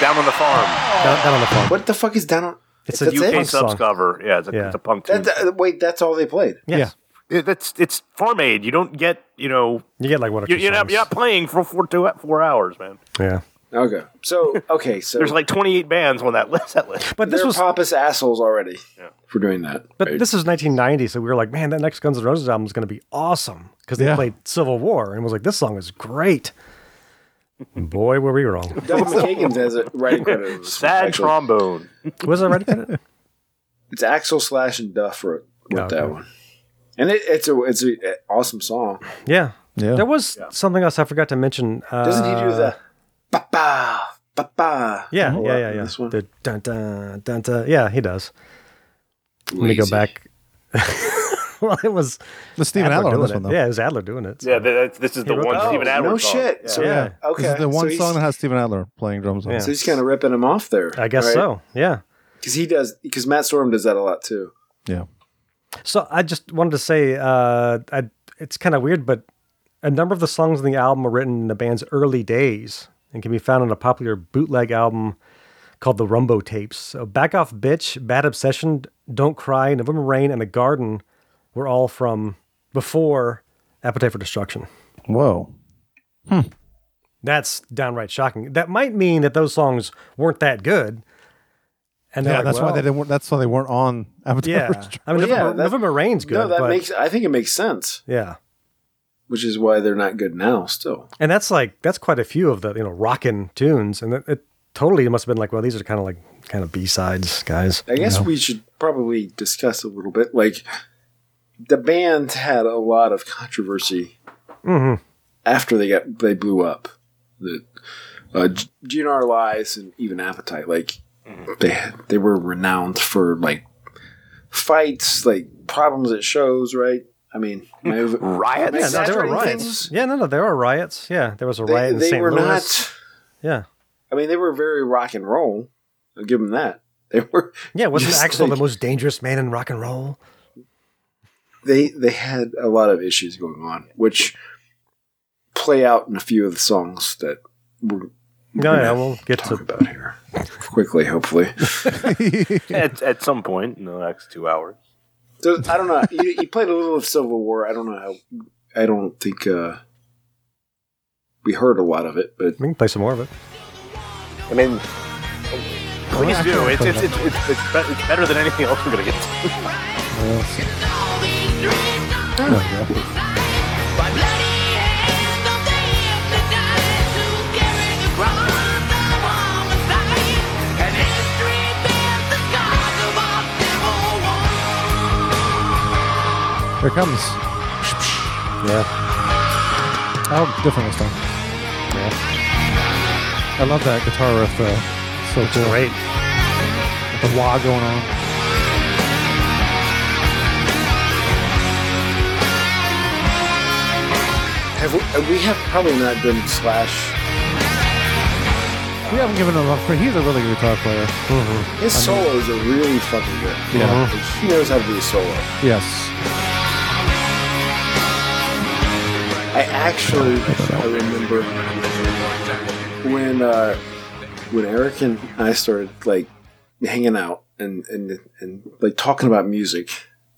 Speaker 3: Down on the farm.
Speaker 4: down, down on the farm.
Speaker 1: What the fuck is down on?
Speaker 4: It's
Speaker 1: That's
Speaker 4: a
Speaker 1: it?
Speaker 3: UK
Speaker 4: punk
Speaker 3: subs
Speaker 4: song.
Speaker 3: cover. Yeah, it's a,
Speaker 4: Yeah.
Speaker 3: it's a punk tune.
Speaker 1: That, that- wait, that's all they played.
Speaker 4: Yes.
Speaker 3: Yeah, that's it's farm aid. You don't get you know
Speaker 4: You get like one or
Speaker 3: you're,
Speaker 4: two
Speaker 3: you're, not,
Speaker 4: songs.
Speaker 3: you're not playing for four two four hours, man.
Speaker 4: Yeah.
Speaker 1: Okay, so okay, so
Speaker 3: There's like 28 bands on that list. That list.
Speaker 4: But this
Speaker 1: they're
Speaker 4: was
Speaker 1: pompous assholes already for doing that.
Speaker 4: but
Speaker 1: right?
Speaker 4: this is 1990, so we were like, man, that next Guns N' Roses album is going to be awesome because they
Speaker 2: Yeah.
Speaker 4: played Civil War and it was like, this song is great. Boy, were we wrong.
Speaker 1: Doug McKagan's has a writing credit. on this one,
Speaker 3: Sad
Speaker 1: actually.
Speaker 3: trombone.
Speaker 4: Was I right? about it?
Speaker 1: It's Axel Slash and Duff wrote, wrote
Speaker 4: Okay.
Speaker 1: that one, and it, it's a it's an awesome song.
Speaker 4: Yeah.
Speaker 2: Yeah.
Speaker 4: There was something else I forgot to mention. Uh,
Speaker 1: Doesn't he do the ba ba ba ba?
Speaker 4: Yeah, yeah, yeah,
Speaker 1: in
Speaker 4: yeah.
Speaker 1: this one?
Speaker 4: The dun dun dun dun. Yeah, he does. Let me go
Speaker 1: Lazy.
Speaker 4: back. well, it was
Speaker 2: The Stephen Adler on
Speaker 4: doing
Speaker 2: this
Speaker 4: it.
Speaker 2: one though.
Speaker 4: Yeah, it was Adler doing it. so-
Speaker 3: Yeah, that, this is the
Speaker 4: wrote
Speaker 3: one
Speaker 4: that.
Speaker 3: Steven Adler.
Speaker 1: Oh, no
Speaker 3: song.
Speaker 1: shit. So
Speaker 4: Yeah.
Speaker 1: okay,
Speaker 2: This is the one
Speaker 1: so he's-
Speaker 2: song that has Stephen Adler playing drums on.
Speaker 4: Yeah.
Speaker 2: it.
Speaker 1: So he's kind of ripping him off there.
Speaker 4: I guess so. Yeah.
Speaker 1: Because he does. Because Matt Storm does that a lot too.
Speaker 2: Yeah.
Speaker 4: So I just wanted to say, uh, I, it's kind of weird, but a number of the songs in the album are written in the band's early days and can be found on a popular bootleg album called the Rumbo Tapes. So Back Off Bitch, Bad Obsession, Don't Cry, November Rain, and The Garden were all from before Appetite for Destruction.
Speaker 2: Whoa.
Speaker 4: That's downright shocking. That might mean that those songs weren't that good. And they're
Speaker 2: Yeah,
Speaker 4: like,
Speaker 2: that's why
Speaker 4: well,
Speaker 2: they didn't. That's why they weren't on Avatar.
Speaker 4: Yeah, I
Speaker 1: Well,
Speaker 4: mean,
Speaker 1: yeah,
Speaker 4: November,
Speaker 1: that-
Speaker 4: November Rain's good.
Speaker 1: no, that
Speaker 4: but-
Speaker 1: makes. I think it makes sense,
Speaker 4: yeah.
Speaker 1: which is why they're not good now. Still,
Speaker 4: And that's like that's quite a few of the you know rockin' tunes, and it, it totally must have been like, well, these are kind of like kind of B sides, guys.
Speaker 1: I guess we should probably discuss a little bit. Like, the band had a lot of controversy
Speaker 4: Mm-hmm.
Speaker 1: after they got they blew up. The uh, G- GNR Lies and even Appetite, like they had, they were renowned for like fights, like problems at shows. Right? I mean,
Speaker 4: Mm.
Speaker 3: Mm.
Speaker 1: riots.
Speaker 4: Yeah, no, there were riots. Yeah, no, no, there were riots. Yeah, there was a riot in
Speaker 1: they
Speaker 4: St.
Speaker 1: were
Speaker 4: Louis.
Speaker 1: not.
Speaker 4: yeah,
Speaker 1: I mean, they were very rock and roll. I'll give them that. They were.
Speaker 4: yeah. Wasn't
Speaker 1: just
Speaker 4: Axel
Speaker 1: like-
Speaker 4: the most dangerous man in rock and roll?
Speaker 1: They they had a lot of issues going on, which play out in a few of the songs that we're
Speaker 4: No, yeah, we'll get
Speaker 1: talking
Speaker 4: to.
Speaker 1: about here quickly. Hopefully,
Speaker 3: At, at some point in the next two hours.
Speaker 1: so, I don't know. You, you played a little of Civil War. I don't know how. I don't think uh, we heard a lot of it, but
Speaker 4: We can play some more of it.
Speaker 3: I mean, we can do. It's it's, it's, it's, it's, be- it's better than anything else we're gonna get. to.
Speaker 2: Here it comes.
Speaker 4: Yeah,
Speaker 2: Oh, different this time. I love that guitar riff. Though. It's So cool.
Speaker 4: great.
Speaker 2: With the wah going on.
Speaker 1: have we, uh, we have probably not done Slash.
Speaker 2: We haven't given him enough credit. He's a really good guitar player. Mm-hmm.
Speaker 1: His solos are really fucking good.
Speaker 2: Yeah.
Speaker 1: Like, he knows how to do a solo.
Speaker 2: Yes.
Speaker 1: I actually I remember when uh, when Eric and I started like hanging out and and, and like talking about music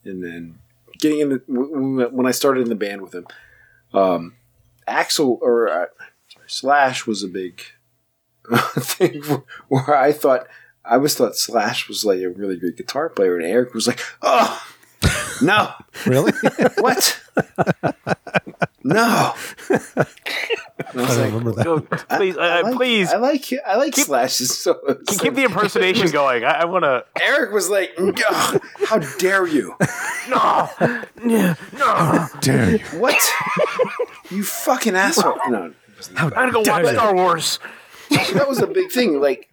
Speaker 1: and then getting in the when when I started in the band with him. Um, Axel or uh, Slash was a big thing where I thought I always thought Slash was like a really great guitar player and Eric was like, oh no,
Speaker 2: Really?
Speaker 1: what? no. And I, was like,
Speaker 2: remember
Speaker 3: Go, please, uh,
Speaker 1: I like-
Speaker 3: please.
Speaker 1: I like I like slashes. So
Speaker 3: Keep the impersonation going. I, I want to.
Speaker 1: Eric was like, "Ugh, "How dare you?
Speaker 3: No, no,
Speaker 2: dare you?
Speaker 1: What? You fucking asshole!" No,
Speaker 3: I'm gonna go watch
Speaker 1: dare you.
Speaker 3: Star Wars.
Speaker 1: that was a big thing. Like,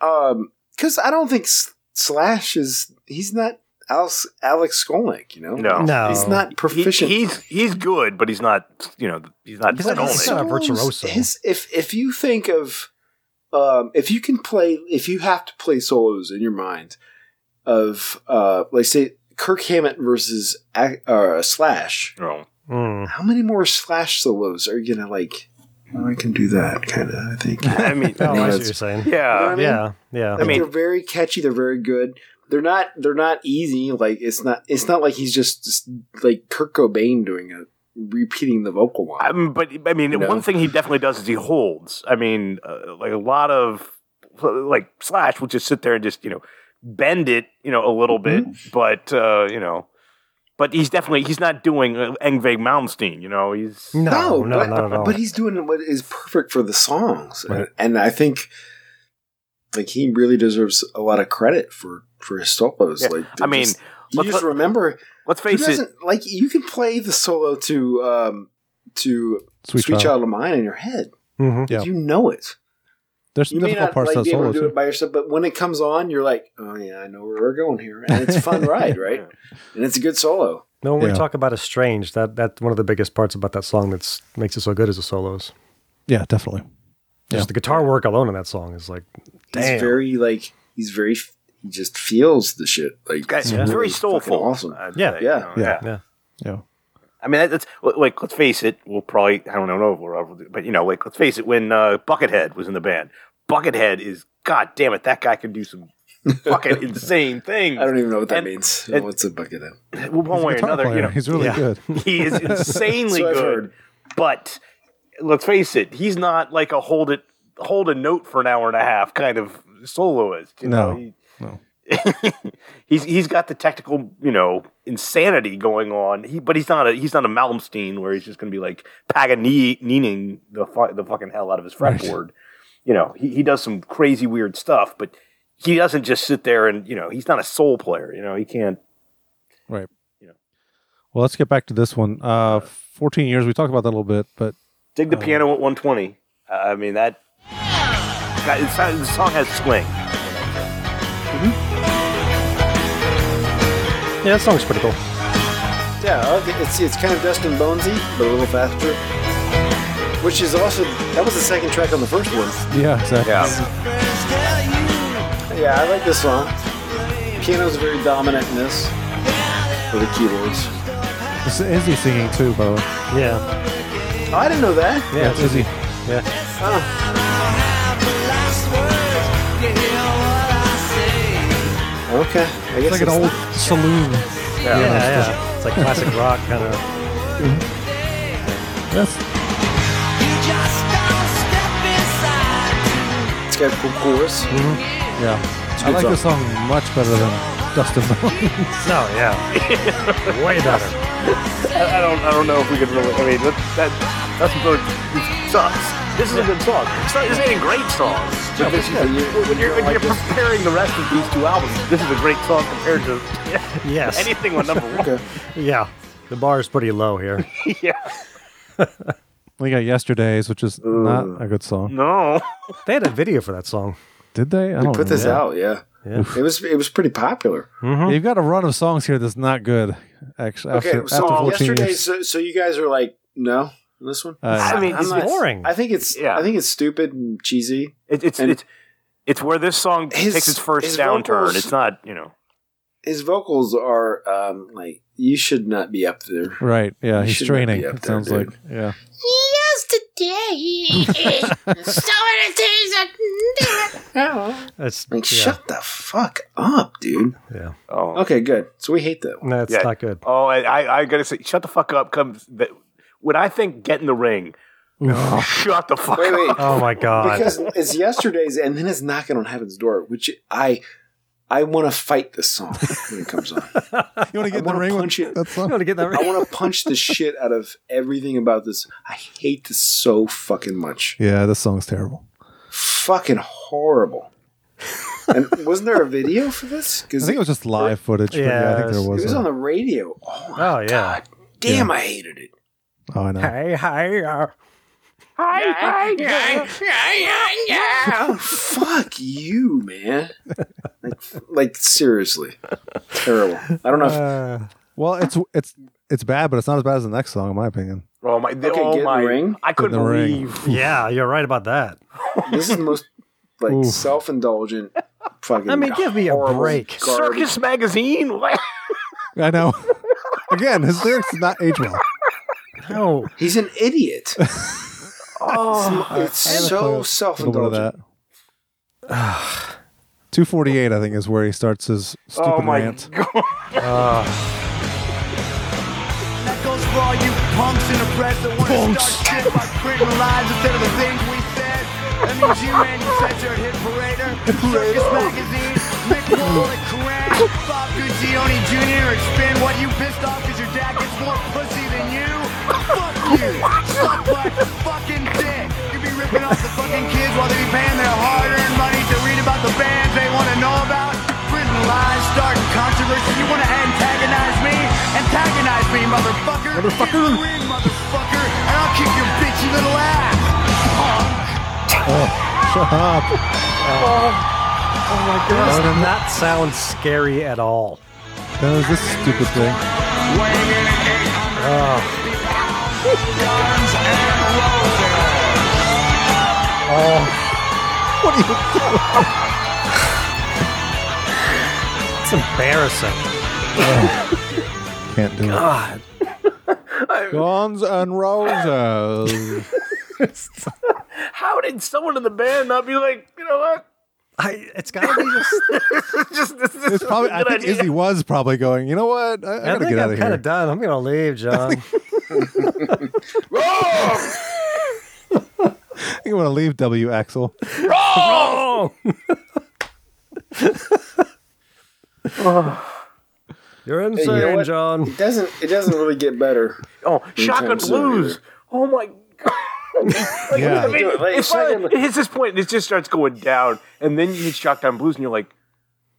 Speaker 1: um, because I don't think S- Slash is he's not Alex, Alex Skolnick. You know,
Speaker 3: No,
Speaker 1: he's not proficient.
Speaker 3: He- he's he's good, but he's not. You know, he's not.
Speaker 1: But
Speaker 3: Skolnick.
Speaker 1: his songs- His, if if you think of um, if you can play if you have to play solos in your mind of uh, like say Kirk Hammett versus A- uh, Slash,
Speaker 3: oh.
Speaker 4: Mm.
Speaker 1: how many more Slash solos are you gonna like? Oh, I can do that kind of. I think.
Speaker 3: I mean,
Speaker 4: Oh, I see
Speaker 1: Yeah,
Speaker 4: what
Speaker 1: it's-
Speaker 4: you're saying.
Speaker 3: Yeah.
Speaker 1: You know what I mean?
Speaker 4: yeah, yeah.
Speaker 1: Like, they're very catchy. They're very good. They're not. They're not easy. Like it's not. It's not like he's just, just like Kurt Cobain doing a repeating the vocal line.
Speaker 3: Um, but I mean,
Speaker 1: You know?
Speaker 3: one thing he definitely does is he holds. I mean, uh, like a lot of like Slash will just sit there and just you know bend it you know a little bit, but uh, you know, but he's definitely he's not doing uh, Engve Malmsteen. You know, he's
Speaker 4: no, no,
Speaker 1: but,
Speaker 4: not at all.
Speaker 1: But he's doing what is perfect for the songs, and, and I think like he really deserves a lot of credit for for his solos.
Speaker 3: Yeah.
Speaker 1: Like
Speaker 3: I mean,
Speaker 1: just, you
Speaker 3: let's-
Speaker 1: just remember
Speaker 3: let's
Speaker 1: who
Speaker 3: face it.
Speaker 1: doesn't like you can play the solo to um to Sweet, Child. of Mine in your head.
Speaker 4: Mhm.
Speaker 2: Yeah.
Speaker 1: You know it.
Speaker 2: There's some
Speaker 1: You may
Speaker 2: difficult
Speaker 1: not
Speaker 2: parts
Speaker 1: like,
Speaker 2: to that
Speaker 1: be able
Speaker 2: solo
Speaker 1: to do
Speaker 2: too.
Speaker 1: it by yourself, but when it comes on, you're like, oh yeah, I know where we're going here, and it's a fun ride, right? And it's a good solo.
Speaker 4: no, when
Speaker 2: Yeah.
Speaker 4: we talk about Estrange, that that's one of the biggest parts about that song that's makes it so good is the solos.
Speaker 2: Yeah, definitely.
Speaker 4: Just
Speaker 2: Yeah.
Speaker 4: the guitar work alone in that song is like, damn.
Speaker 1: He's very like he's very he just feels the shit like
Speaker 3: Guy,
Speaker 1: it's
Speaker 3: he's very
Speaker 1: really
Speaker 3: soulful.
Speaker 1: fucking Awesome.
Speaker 3: I'd
Speaker 4: Yeah.
Speaker 3: say,
Speaker 1: Yeah.
Speaker 3: you know,
Speaker 4: yeah, yeah.
Speaker 2: Yeah.
Speaker 3: I mean, that's like let's face it. We'll probably I don't know, if we'll ever- but you know, like let's face it. When uh, Buckethead was in the band, Buckethead is God damn it, that guy can do some fucking insane things.
Speaker 1: I don't even know what that
Speaker 3: And-
Speaker 1: means.
Speaker 3: and-
Speaker 1: What's a bucket in?
Speaker 3: Well, one way or
Speaker 2: Guitar
Speaker 3: another,
Speaker 2: player.
Speaker 3: you know,
Speaker 2: he's really
Speaker 4: yeah.
Speaker 2: good.
Speaker 3: he is insanely
Speaker 1: So I've
Speaker 3: good.
Speaker 1: heard.
Speaker 3: But let's face it, he's not like a hold it, hold a note for an hour and a half kind of soloist. You
Speaker 2: No,
Speaker 3: know? He-
Speaker 2: no.
Speaker 3: he's he's got the technical, you know, insanity going on. He, but he's not a he's not a Malmsteen where he's just going to be like Paganining the fu- the fucking hell out of his
Speaker 2: Right.
Speaker 3: fretboard. You know, he, he does some crazy weird stuff, but he doesn't just sit there and you know he's not a soul player. You know, he can't.
Speaker 2: Well, let's get back to this one. Uh, 14 years. We talked about that a little bit, but
Speaker 3: Dig
Speaker 1: Uh-huh.
Speaker 3: the piano at 120. I mean that. God, it sound- the song has swing.
Speaker 4: Yeah, that song's pretty cool.
Speaker 1: Yeah, I like it. it's it's kind of Dustin Bonesy, but a little faster. Which is also that was the second track on the first one.
Speaker 2: yeah, exactly.
Speaker 1: Yeah, I like this song. Piano's very dominant in this. For the keyboards.
Speaker 2: This is Izzy singing too, by the way.
Speaker 4: Yeah,
Speaker 1: Oh, I didn't know that.
Speaker 4: yeah,
Speaker 2: That's Izzy.
Speaker 4: yeah.
Speaker 1: Okay, I guess
Speaker 2: It's like an old saloon.
Speaker 4: Yeah, yeah. It's like classic rock kind of.
Speaker 2: That's
Speaker 1: it's got a cool chorus.
Speaker 2: yeah. I
Speaker 1: good
Speaker 2: like this song much better than Dustin Bones.
Speaker 4: No, yeah, way better.
Speaker 3: I, I don't. I don't know if we could really. I mean, that that that's what sucks. This is a good song. It's not, this ain't a great song. But this is, when you're, when you're comparing the rest of these two albums, this is a great song compared to
Speaker 4: Yes.
Speaker 3: anything on number one.
Speaker 4: Yeah, the bar is pretty low here.
Speaker 3: Yeah.
Speaker 2: we got Yesterday's, which is not a good song.
Speaker 3: No.
Speaker 4: They had a video for that song.
Speaker 2: Did they? I
Speaker 1: They
Speaker 2: don't
Speaker 1: put this
Speaker 2: remember.
Speaker 1: out, yeah. It was it was pretty popular.
Speaker 4: Mm-hmm.
Speaker 2: Yeah, You've got a run of songs here that's not good. Actually,
Speaker 1: Okay,
Speaker 2: after,
Speaker 1: so uh,
Speaker 2: after 14
Speaker 1: yesterday,
Speaker 2: years.
Speaker 1: so, so you guys are like, no, on this one.
Speaker 2: Uh,
Speaker 3: I mean,
Speaker 1: I'm
Speaker 3: it's
Speaker 1: not-
Speaker 4: boring.
Speaker 1: I think it's
Speaker 3: Yeah.
Speaker 1: I think it's stupid and cheesy.
Speaker 3: it's it's,
Speaker 1: And-
Speaker 3: it's it's where this song
Speaker 1: His-
Speaker 3: takes its
Speaker 1: his
Speaker 3: first downturn.
Speaker 1: vocals-
Speaker 3: It's not you know.
Speaker 1: His vocals are um, like you should not be up there.
Speaker 2: right. Yeah,
Speaker 1: You
Speaker 2: he's
Speaker 1: shouldn't
Speaker 2: straining.
Speaker 1: be up
Speaker 2: It
Speaker 1: there,
Speaker 2: sounds
Speaker 1: dude.
Speaker 2: like. Yeah.
Speaker 7: Yesterday, so many things I couldn't do.
Speaker 4: It's
Speaker 1: Like,
Speaker 4: yeah,
Speaker 1: shut the fuck up, dude.
Speaker 4: yeah.
Speaker 3: Oh.
Speaker 1: Okay, good. So we hate that one.
Speaker 4: No, it's
Speaker 3: Yeah.
Speaker 4: not good.
Speaker 3: Oh, I, I, I gotta say, shut the fuck up. Comes that when I think get in the ring, shut the fuck
Speaker 1: Wait,
Speaker 3: up.
Speaker 1: wait.
Speaker 4: Oh my god.
Speaker 1: because it's yesterday's and then it's knocking on heaven's door, which I I want to fight this song when it comes on.
Speaker 2: You want to get in the ring with it. that song?
Speaker 1: I want to punch the shit out of everything about this. I hate this so fucking much.
Speaker 2: Yeah, this song's terrible.
Speaker 1: Fucking horrible. and wasn't there a video for this?
Speaker 2: I think it was just live footage. but yeah, I think there was.
Speaker 1: It was
Speaker 2: a-
Speaker 1: on the radio. Oh, my
Speaker 4: Oh yeah.
Speaker 1: damn, I hated it.
Speaker 2: oh, I know.
Speaker 4: Hey, hey, uh,
Speaker 11: Hi, hi, hi,
Speaker 1: Oh, fuck you, man. like, like seriously, terrible. I don't know. If,
Speaker 2: Uh, well, it's it's it's bad, but it's not as bad as the next song, in my opinion.
Speaker 3: Oh my!
Speaker 1: Okay,
Speaker 3: oh
Speaker 1: get in
Speaker 3: my!
Speaker 1: the ring.
Speaker 3: I couldn't
Speaker 2: the ring.
Speaker 3: believe.
Speaker 4: yeah, you're right about that.
Speaker 1: this is the most like
Speaker 2: Oof.
Speaker 1: self-indulgent. Fucking.
Speaker 4: I mean, give me a
Speaker 1: horrible
Speaker 4: break.
Speaker 1: garbage.
Speaker 3: Circus magazine. What?
Speaker 2: I know. Again, his lyrics did not age well.
Speaker 4: No,
Speaker 1: He's an idiot.
Speaker 3: Oh,
Speaker 1: It's, it's
Speaker 2: I had to play a
Speaker 1: so
Speaker 2: little little bit of
Speaker 1: self-indulgent.
Speaker 2: that. 248, I think, is where he starts his stupid
Speaker 3: oh my
Speaker 2: rant.
Speaker 3: god!
Speaker 12: That goes for all you punks in the press that want to start shit by creating lies instead of the things we said. That means you and your censored hit parader, Circus Magazine, Mick Wall, the Koran, Bob Guccione Jr., expand what you pissed off because your dad gets more pussy than you. Fuck you. Suck my fucking dick. You be ripping off the fucking kids while they be paying their hard-earned money to read about the bands they want to know about. Prison lies, starting controversy. You wanna antagonize me? Antagonize me, motherfucker. Motherfucker. Get in the ring, motherfucker, and I'll kick your bitchy little ass. Punk.
Speaker 2: Shut up.
Speaker 4: does not sound scary at all.
Speaker 2: That was this stupid thing.
Speaker 4: It's embarrassing.
Speaker 2: Can't do
Speaker 4: God,
Speaker 2: it. Guns and Roses.
Speaker 3: How did someone in the band not be like, you know what?
Speaker 4: I, it's gotta be just.
Speaker 3: This is just this, this
Speaker 2: It's
Speaker 3: is
Speaker 2: probably,
Speaker 3: a
Speaker 2: I
Speaker 3: good
Speaker 2: think
Speaker 3: idea.
Speaker 2: Izzy was probably going, you know what? I, I
Speaker 4: I
Speaker 2: gotta
Speaker 4: think
Speaker 2: get out
Speaker 4: I'm
Speaker 2: of
Speaker 4: kind
Speaker 2: here.
Speaker 4: of done. I'm gonna leave, John.
Speaker 2: I think I'm gonna leave W. Axel.
Speaker 4: You're
Speaker 1: you know
Speaker 4: insane,
Speaker 1: what?
Speaker 4: John.
Speaker 1: It doesn't. It doesn't really get better.
Speaker 3: Oh, shotgun
Speaker 1: times soon,
Speaker 3: blues. Oh my god. Like,
Speaker 2: Yeah.
Speaker 3: I mean,
Speaker 1: Like,
Speaker 3: it's finally-
Speaker 1: shotgun-
Speaker 3: it hits this point and it just starts going down, and then you hit shotgun blues, and you're like,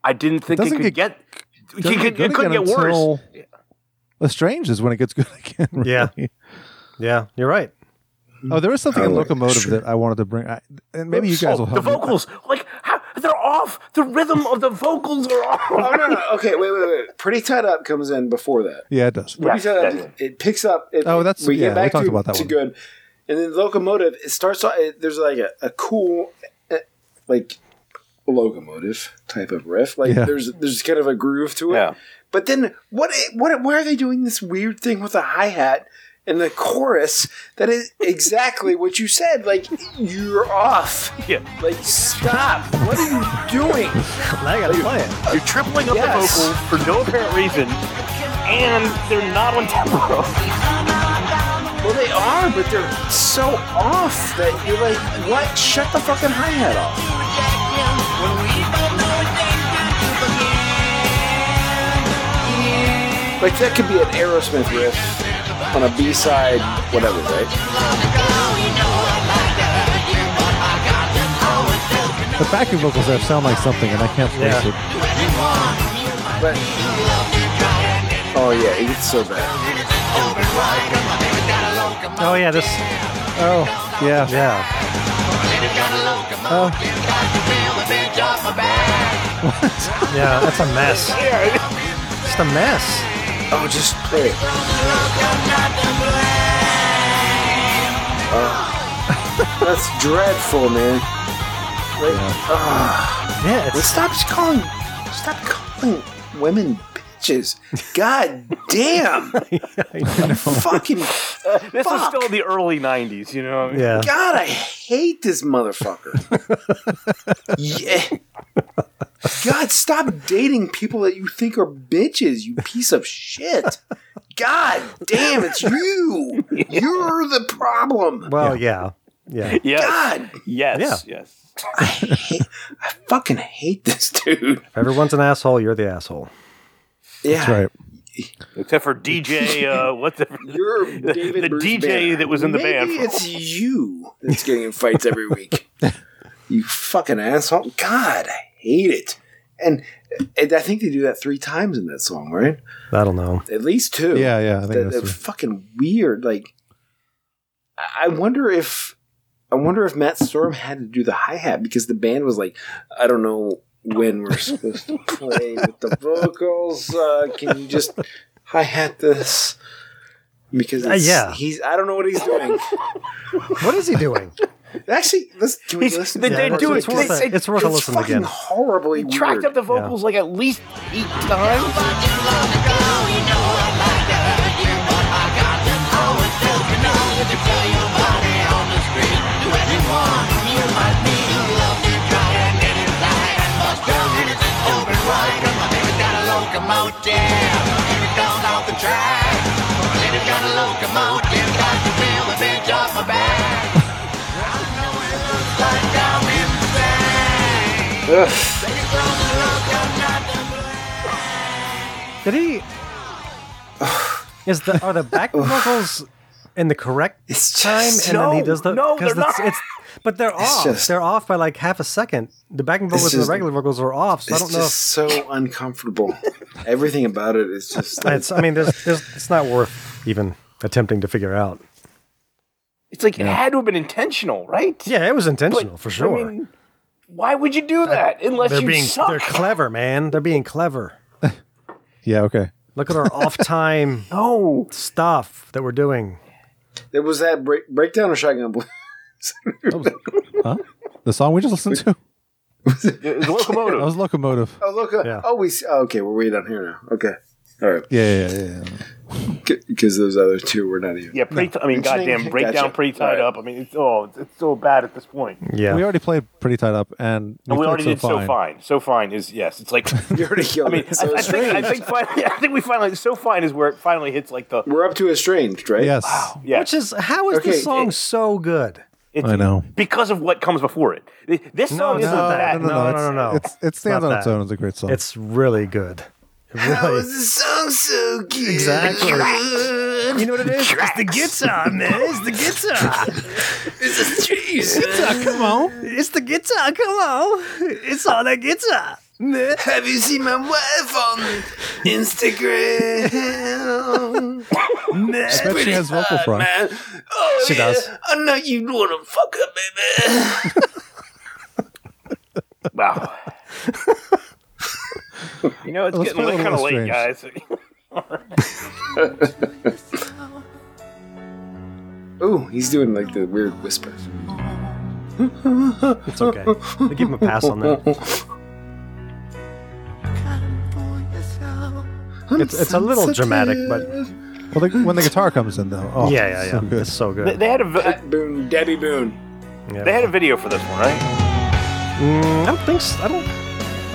Speaker 3: I didn't think it,
Speaker 2: Doesn't get-
Speaker 3: could get. It, could, it couldn't get worse.
Speaker 2: Estrange is when it gets good again. Really.
Speaker 4: Yeah. Yeah, you're right.
Speaker 2: Oh, there was something in
Speaker 1: Oh,
Speaker 2: Locomotive
Speaker 1: sure.
Speaker 2: that I wanted to bring, I, and maybe you guys
Speaker 3: Oh,
Speaker 2: will help.
Speaker 3: the
Speaker 2: me.
Speaker 3: vocals, like how, they're off. The rhythm of the vocals are
Speaker 1: Oh
Speaker 3: off.
Speaker 1: no, no. Okay, wait, wait, wait. Pretty tied up comes in before that.
Speaker 2: Yeah, it does.
Speaker 1: Pretty
Speaker 3: Yeah,
Speaker 1: tied up.
Speaker 3: definitely.
Speaker 1: It picks up. It,
Speaker 2: Oh, that's-
Speaker 1: we
Speaker 2: yeah,
Speaker 1: get
Speaker 2: we
Speaker 1: back
Speaker 2: talked
Speaker 1: to,
Speaker 2: about that
Speaker 1: to
Speaker 2: one.
Speaker 1: good, and then locomotive. It starts off. It, there's like a, a cool, eh, like locomotive type of riff. Like
Speaker 2: Yeah.
Speaker 1: there's there's kind of a groove to it.
Speaker 3: Yeah.
Speaker 1: But then what? What? Why are they doing this weird thing with a hi hat? And the chorus that is exactly what you said. Like you're off.
Speaker 3: Yeah.
Speaker 1: Like stop. What are you doing?
Speaker 4: I gotta play it.
Speaker 3: You're tripling up
Speaker 1: Yes.
Speaker 3: the vocals for no apparent reason, and they're not on tempo.
Speaker 1: Well, they are, but they're so off that you're like, what? Shut the fucking hi hat off. Like, that could be an Aerosmith riff on a B side, whatever, right?
Speaker 2: The backing vocals there sound like something, and I can't place it.
Speaker 1: But. Oh, yeah, it gets so bad.
Speaker 4: Oh yeah, this.
Speaker 2: Oh, yeah. Oh.
Speaker 4: Yeah, yeah. That's a mess. Just a mess.
Speaker 1: Oh, just play it. Oh, that's dreadful, man. Like, ah.
Speaker 4: Yeah,
Speaker 1: Well,
Speaker 4: it's
Speaker 1: stop calling, stop calling women bitches. God damn! Fucking
Speaker 3: Uh, This is
Speaker 1: Fuck.
Speaker 3: still the early '90s, you know.
Speaker 4: yeah.
Speaker 1: God, I hate this motherfucker. yeah. God, stop dating people that you think are bitches. You piece of shit. God damn, it's you. You're the problem.
Speaker 4: Well, yeah. Yeah.
Speaker 3: Yes.
Speaker 1: God.
Speaker 3: Yes. Yes.
Speaker 1: I hate, I fucking hate this dude.
Speaker 4: If everyone's an asshole, you're the asshole.
Speaker 1: Yeah.
Speaker 2: That's right.
Speaker 3: Except for DJ, uh, what's the,
Speaker 1: You're David
Speaker 3: the
Speaker 1: Bruce
Speaker 3: DJ
Speaker 1: Banner.
Speaker 3: that was in the
Speaker 1: Maybe
Speaker 3: band? for-
Speaker 1: it's you that's getting in fights every week. you fucking asshole! God, I hate it. And, and I think they do that three times in that song, right?
Speaker 4: I don't know.
Speaker 1: At least two.
Speaker 2: Yeah, yeah, I think
Speaker 1: They're,
Speaker 2: that's
Speaker 1: they're
Speaker 2: true.
Speaker 1: fucking weird. Like, I- I wonder if I wonder if Matt Storm had to do the hi hat because the band was like, I don't know when we're supposed to play with the vocals. Uh, can you just hi hat this? Because
Speaker 4: Uh,
Speaker 1: it's,
Speaker 4: yeah.
Speaker 1: he's I don't know what he's doing.
Speaker 4: What is he doing?
Speaker 1: Actually, let's can we
Speaker 3: He's-
Speaker 1: listen?
Speaker 3: they-
Speaker 1: to
Speaker 3: they
Speaker 1: that?
Speaker 3: do it.
Speaker 4: It's worth a- it's worth a listen
Speaker 1: fucking
Speaker 4: again.
Speaker 1: Horribly
Speaker 3: He tracked
Speaker 1: weird.
Speaker 3: up the vocals like at least eight times.
Speaker 1: Ugh.
Speaker 4: Did he? Is the are the back vocals in the correct
Speaker 1: It's
Speaker 4: time?
Speaker 1: just
Speaker 4: and then he
Speaker 3: No,
Speaker 4: does the
Speaker 3: no,
Speaker 4: 'cause
Speaker 3: they're
Speaker 4: it's-
Speaker 3: not.
Speaker 4: It's, but they're off.
Speaker 1: just-
Speaker 4: they're off by like half a second. The backing vocals and
Speaker 1: just-
Speaker 4: the regular vocals are off. So I
Speaker 1: it's
Speaker 4: don't
Speaker 1: just
Speaker 4: know. If,
Speaker 1: so uncomfortable. Everything about it is just like,
Speaker 4: it's, I mean, there's, there's, it's not worth even attempting to figure out.
Speaker 3: It's like it had to have been intentional, right?
Speaker 4: Yeah, it was
Speaker 3: But,
Speaker 4: intentional for sure.
Speaker 3: I mean, why would you do that unless
Speaker 4: they're
Speaker 3: you
Speaker 4: being
Speaker 3: suck?
Speaker 4: they're clever, man. They're being clever.
Speaker 2: Yeah, okay.
Speaker 4: Look at our off time
Speaker 3: no,
Speaker 4: stuff that we're doing.
Speaker 1: There was that break, breakdown or shotgun blue.
Speaker 2: Huh? The song we just listened to?
Speaker 3: it was
Speaker 2: That
Speaker 3: locomotive.
Speaker 2: was Locomotive.
Speaker 1: Oh look! Uh,
Speaker 4: Yeah.
Speaker 1: Oh, we. s- Oh, okay, we're way down here now. Okay, all right.
Speaker 2: Yeah, yeah, yeah. yeah.
Speaker 1: Because those other two were not even.
Speaker 3: Yeah, pretty. t- I mean,
Speaker 1: Gotcha.
Speaker 3: goddamn, breakdown
Speaker 1: Gotcha.
Speaker 3: pretty tied
Speaker 1: Right.
Speaker 3: up. I mean, it's oh, it's, it's so bad at this point.
Speaker 4: Yeah.
Speaker 2: We already played Pretty Tied Up, and we,
Speaker 3: And we
Speaker 2: played
Speaker 3: already
Speaker 2: so
Speaker 3: did so fine. So fine is yes. It's like
Speaker 1: You already
Speaker 3: I
Speaker 1: killed
Speaker 3: mean,
Speaker 1: it.
Speaker 3: I,
Speaker 1: So
Speaker 3: I
Speaker 1: strange.
Speaker 3: think I think finally, I think we finally so fine is where it finally hits like the
Speaker 1: we're up to estranged, right?
Speaker 2: Yes.
Speaker 3: yeah.
Speaker 4: Which is how is
Speaker 1: Okay,
Speaker 4: this song
Speaker 3: it-
Speaker 4: so good?
Speaker 3: it's
Speaker 2: I know.
Speaker 3: because of what comes before it. Th- This song isn't that.
Speaker 4: no, no,
Speaker 2: it's-
Speaker 4: no, no.
Speaker 2: It's, it stands
Speaker 4: Not
Speaker 2: on its
Speaker 4: that.
Speaker 2: own. It's a great song.
Speaker 4: It's really good. It
Speaker 1: How
Speaker 4: really,
Speaker 1: is this song so good?
Speaker 4: Exactly.
Speaker 1: You know what it is? It's the guitar, man. It's the guitar. it's a Jesus.
Speaker 4: come on. It's the guitar. Come on. It's all the guitar.
Speaker 1: Have you seen my wife on Instagram?
Speaker 2: I bet she has vocal fry.
Speaker 1: man. Oh,
Speaker 4: She
Speaker 1: yeah.
Speaker 4: does.
Speaker 1: I know you want to fuck up, baby.
Speaker 3: Wow. you know, it's
Speaker 2: Let's
Speaker 3: getting
Speaker 2: play a
Speaker 3: kind of
Speaker 2: little
Speaker 3: late, guys.
Speaker 1: Ooh, he's doing like the weird whisper.
Speaker 4: It's okay. I give him a pass on that. It's, it's a little dramatic, but
Speaker 2: Well, the, when the guitar comes in, though. Oh,
Speaker 4: yeah, yeah, yeah.
Speaker 2: so good.
Speaker 4: it's so
Speaker 3: they,
Speaker 4: good.
Speaker 3: they had a vi-
Speaker 1: Pat Boone, Debbie Boone.
Speaker 4: Yeah.
Speaker 3: they had a video for this one, right?
Speaker 4: Mm, I don't think. s- I don't.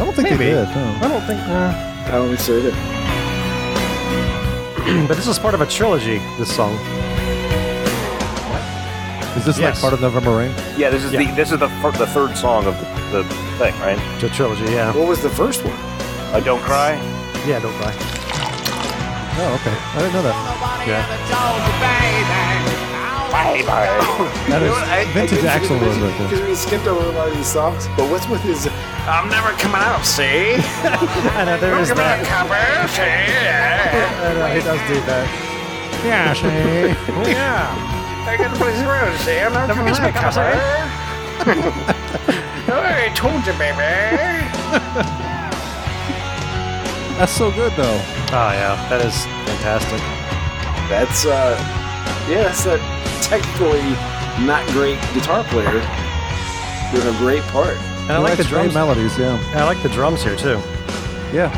Speaker 2: I don't think
Speaker 4: Maybe.
Speaker 2: they did. Oh. no.
Speaker 4: I don't think. uh,
Speaker 1: I don't think so either.
Speaker 4: but this is part of a trilogy. This song.
Speaker 2: Is this
Speaker 4: Yes.
Speaker 2: like part of November Rain?
Speaker 3: Yeah, this is
Speaker 4: Yeah.
Speaker 3: the this is the fir- the third song of the, the thing, right?
Speaker 4: It's a trilogy. Yeah.
Speaker 1: What was the first one?
Speaker 3: Uh, Don't cry.
Speaker 4: Yeah. Don't cry.
Speaker 2: Oh, okay. I didn't know that.
Speaker 3: Bye bye.
Speaker 2: That is vintage Axl Rose right
Speaker 1: Because
Speaker 2: there.
Speaker 1: we skipped over a lot of these songs. But what's with his? I'm never coming out. See,
Speaker 4: I know there is that.
Speaker 1: cover. See,
Speaker 4: I know he does do that. Oh,
Speaker 2: Yeah, she.
Speaker 4: Yeah.
Speaker 1: I got to play the road. See, I'm never coming out. Cover. I told you, baby.
Speaker 2: That's so good, though.
Speaker 4: Oh yeah. That is fantastic.
Speaker 1: That's uh, yeah, that's that technically not great guitar player doing a great part.
Speaker 4: And I like the
Speaker 2: That's great
Speaker 4: drums.
Speaker 2: melodies, yeah.
Speaker 4: I like the drums here too.
Speaker 2: Yeah.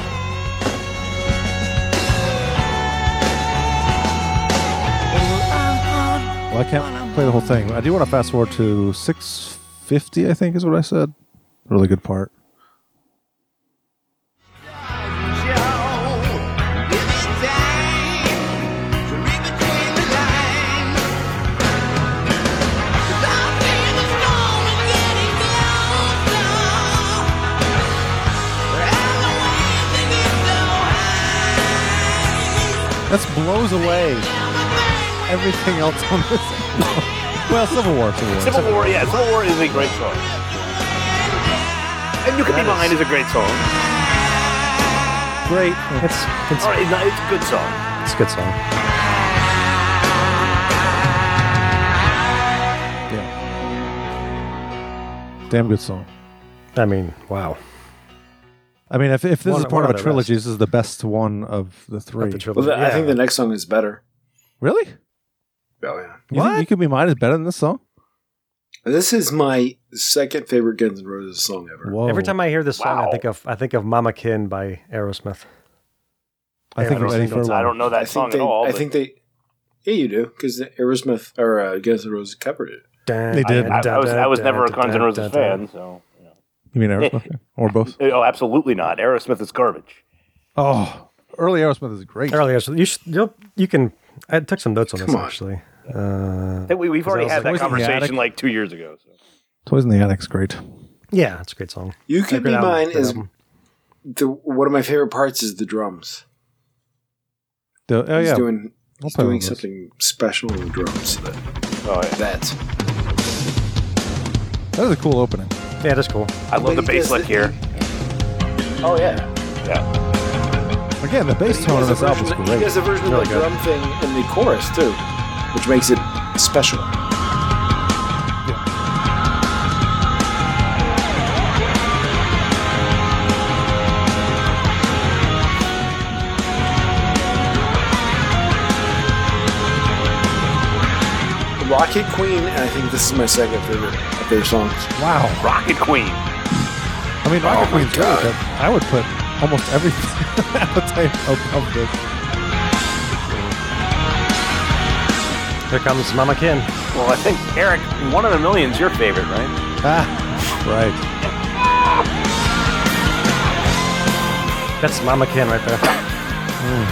Speaker 2: Well, I can't play the whole thing. I do want to fast forward to 650, I think is what I said. Really good part.
Speaker 11: Thank
Speaker 2: That blows away everything else on this. album. well, Civil War, Civil War.
Speaker 3: Civil War, yeah, Civil War is a great song. And You Could Be Mine is a great song.
Speaker 2: Great. It's
Speaker 3: It's, All right, no, it's a good song.
Speaker 4: it's a good song.
Speaker 2: Damn good song.
Speaker 4: I mean, wow.
Speaker 2: I mean, if, if this
Speaker 4: One-
Speaker 2: is part
Speaker 4: one
Speaker 2: of a
Speaker 4: of the
Speaker 2: trilogy, this is the best one of the three.
Speaker 1: Well, th- I think the next song is better.
Speaker 2: Really?
Speaker 1: Oh yeah.
Speaker 2: You think you could be mine is better than this song?
Speaker 1: This is my second favorite Guns N' Roses song ever.
Speaker 2: Whoa.
Speaker 4: Every time I hear this song,
Speaker 1: Wow.
Speaker 4: I think of I think of Mama Kin by Aerosmith.
Speaker 2: I think
Speaker 4: Every
Speaker 2: Ready
Speaker 4: single
Speaker 2: for
Speaker 4: time.
Speaker 2: Love.
Speaker 3: don't know that
Speaker 1: I think
Speaker 3: song at
Speaker 1: they,
Speaker 3: all,
Speaker 1: I
Speaker 3: but-
Speaker 1: think they. Yeah, you do because Aerosmith or uh, Guns N' Roses covered it.
Speaker 3: They did. I- I was- I was never a Guns N' Roses fan, so,
Speaker 2: You mean Aerosmith? or both?
Speaker 3: Oh, absolutely not. Aerosmith is garbage.
Speaker 2: Oh, early Aerosmith is great.
Speaker 4: Early Aerosmith. You, should, you'll, you can. I took some notes on this
Speaker 2: Come on.
Speaker 4: actually. Uh,
Speaker 3: I think we, we've already had that
Speaker 2: Poison in the
Speaker 3: conversation
Speaker 2: Attic.
Speaker 3: like two years ago. So.
Speaker 2: Toys in the Attic's great.
Speaker 4: yeah, it's a great song.
Speaker 1: You
Speaker 4: It's a
Speaker 1: could
Speaker 4: great
Speaker 1: be
Speaker 4: album.
Speaker 1: mine
Speaker 4: Great
Speaker 1: is
Speaker 4: album.
Speaker 1: the one of my favorite parts is the drums.
Speaker 2: The- oh,
Speaker 1: he's
Speaker 2: yeah.
Speaker 1: doing
Speaker 2: I'll
Speaker 1: he's
Speaker 2: play one
Speaker 1: doing
Speaker 2: of those.
Speaker 1: something special in the drums. That,
Speaker 3: oh,
Speaker 1: That's
Speaker 2: That is a cool opening.
Speaker 4: Yeah, that's cool.
Speaker 3: I love the
Speaker 1: But he
Speaker 3: bass
Speaker 1: does
Speaker 3: lick here.
Speaker 1: oh yeah.
Speaker 3: Yeah.
Speaker 2: Again, the bass tone on this album is
Speaker 1: He does a
Speaker 2: great.
Speaker 1: version of
Speaker 2: Really
Speaker 1: the
Speaker 2: good.
Speaker 1: drum thing in the chorus too, which makes it special. Rocket Queen, and I think this is my second favorite of their songs.
Speaker 2: Wow.
Speaker 3: Rocket Queen.
Speaker 2: I mean,
Speaker 4: Oh
Speaker 2: Rocket Queen's great, but I would put almost everything appetite of, of this.
Speaker 4: Here comes Mama Kin.
Speaker 3: Well, I think, Eric, One in a Million's your favorite, right?
Speaker 2: Ah, right.
Speaker 4: That's Mama Kin right there.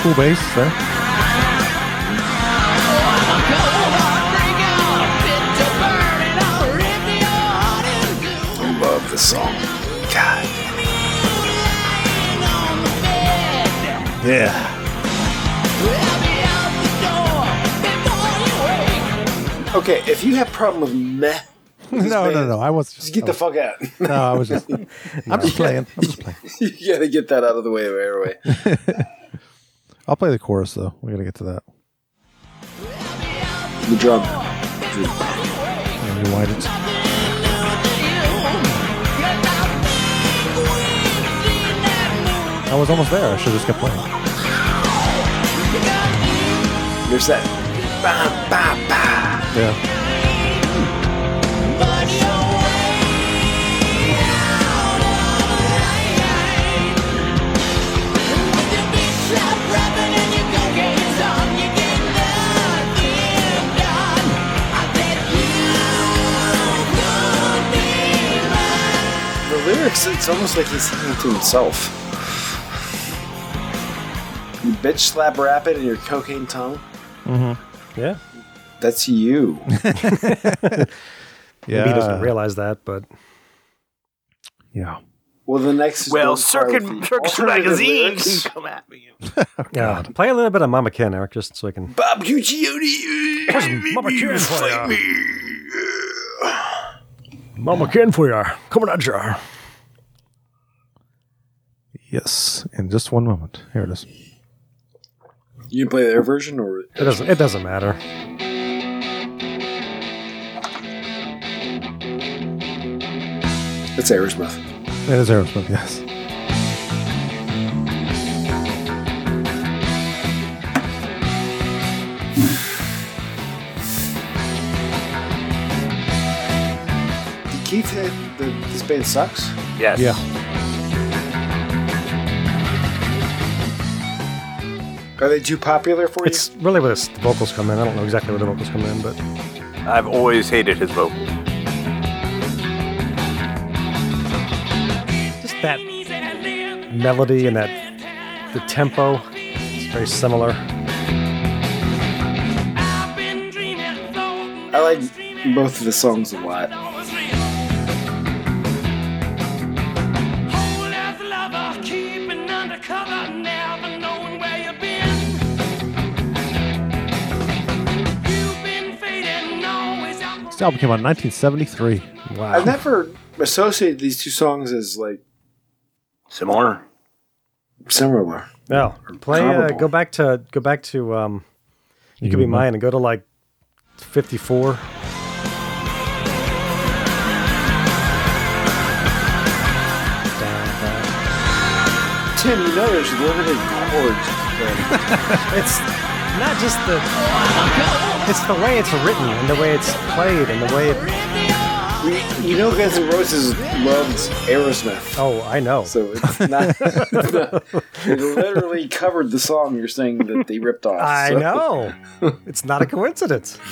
Speaker 2: Cool bass there.
Speaker 1: I love this song. God.
Speaker 2: Yeah.
Speaker 1: Okay, if you have problem with meh,
Speaker 2: no, no, no. I was
Speaker 1: just get the fuck out.
Speaker 2: No, I was just. I'm just playing. I'm just playing.
Speaker 1: you gotta get that out of the way of airway.
Speaker 2: I'll play the chorus though. We gotta get to that.
Speaker 1: The drum.
Speaker 2: And rewind it. I was almost there. I should have just kept playing.
Speaker 1: There's that. Ba, ba, ba.
Speaker 2: Yeah.
Speaker 1: The lyrics, it's almost like he's singing to himself. You bitch slap rapping in your cocaine tongue.
Speaker 4: Mm-hmm. Yeah.
Speaker 1: That's you.
Speaker 4: Maybe he doesn't realize that, but
Speaker 2: yeah.
Speaker 1: Well, the next. is
Speaker 3: Well,
Speaker 1: going
Speaker 3: Circuit,
Speaker 1: forward with the
Speaker 3: Circuit
Speaker 1: alternative
Speaker 3: Magazine can
Speaker 1: lyrics.
Speaker 3: come at me.
Speaker 4: yeah. Play a little bit of Mama Kin, Eric, just so I can.
Speaker 1: Bob Guccione.
Speaker 4: Mama Kin for
Speaker 1: Fight
Speaker 4: ya.
Speaker 1: me.
Speaker 4: Mama Kin for ya. Coming at ya.
Speaker 2: Yes. In just one moment. Here it is.
Speaker 1: You can play their version or.
Speaker 4: It doesn't. It doesn't matter.
Speaker 1: It's Aerosmith.
Speaker 2: It is Aerosmith. Yes.
Speaker 1: Did Keith hit the, this band sucks?
Speaker 3: Yes.
Speaker 2: Yeah.
Speaker 1: Are they too popular for you?
Speaker 4: It's really where this, the vocals come in. I don't know exactly where the vocals come in, but
Speaker 3: I've always hated his vocals.
Speaker 4: just that melody and that the tempo. It's very similar.
Speaker 1: I like both of the songs a lot.
Speaker 2: This album came out in 1973. Wow.
Speaker 1: I've never associated these two songs as like
Speaker 3: similar.
Speaker 1: Similar.
Speaker 4: No, play. Uh, go back to go back to. Um, you, could be mine and go to like fifty four.
Speaker 1: Tim, you know there's limited chords.
Speaker 4: it's not just the. It's the way it's written and the way it's played and the way it.
Speaker 1: We, you know Guns N' Roses loves Aerosmith.
Speaker 4: Oh, I know.
Speaker 1: So it's not. it's not- they literally covered the song you're saying that they ripped off.
Speaker 4: I
Speaker 1: so-
Speaker 4: know. it's not a coincidence.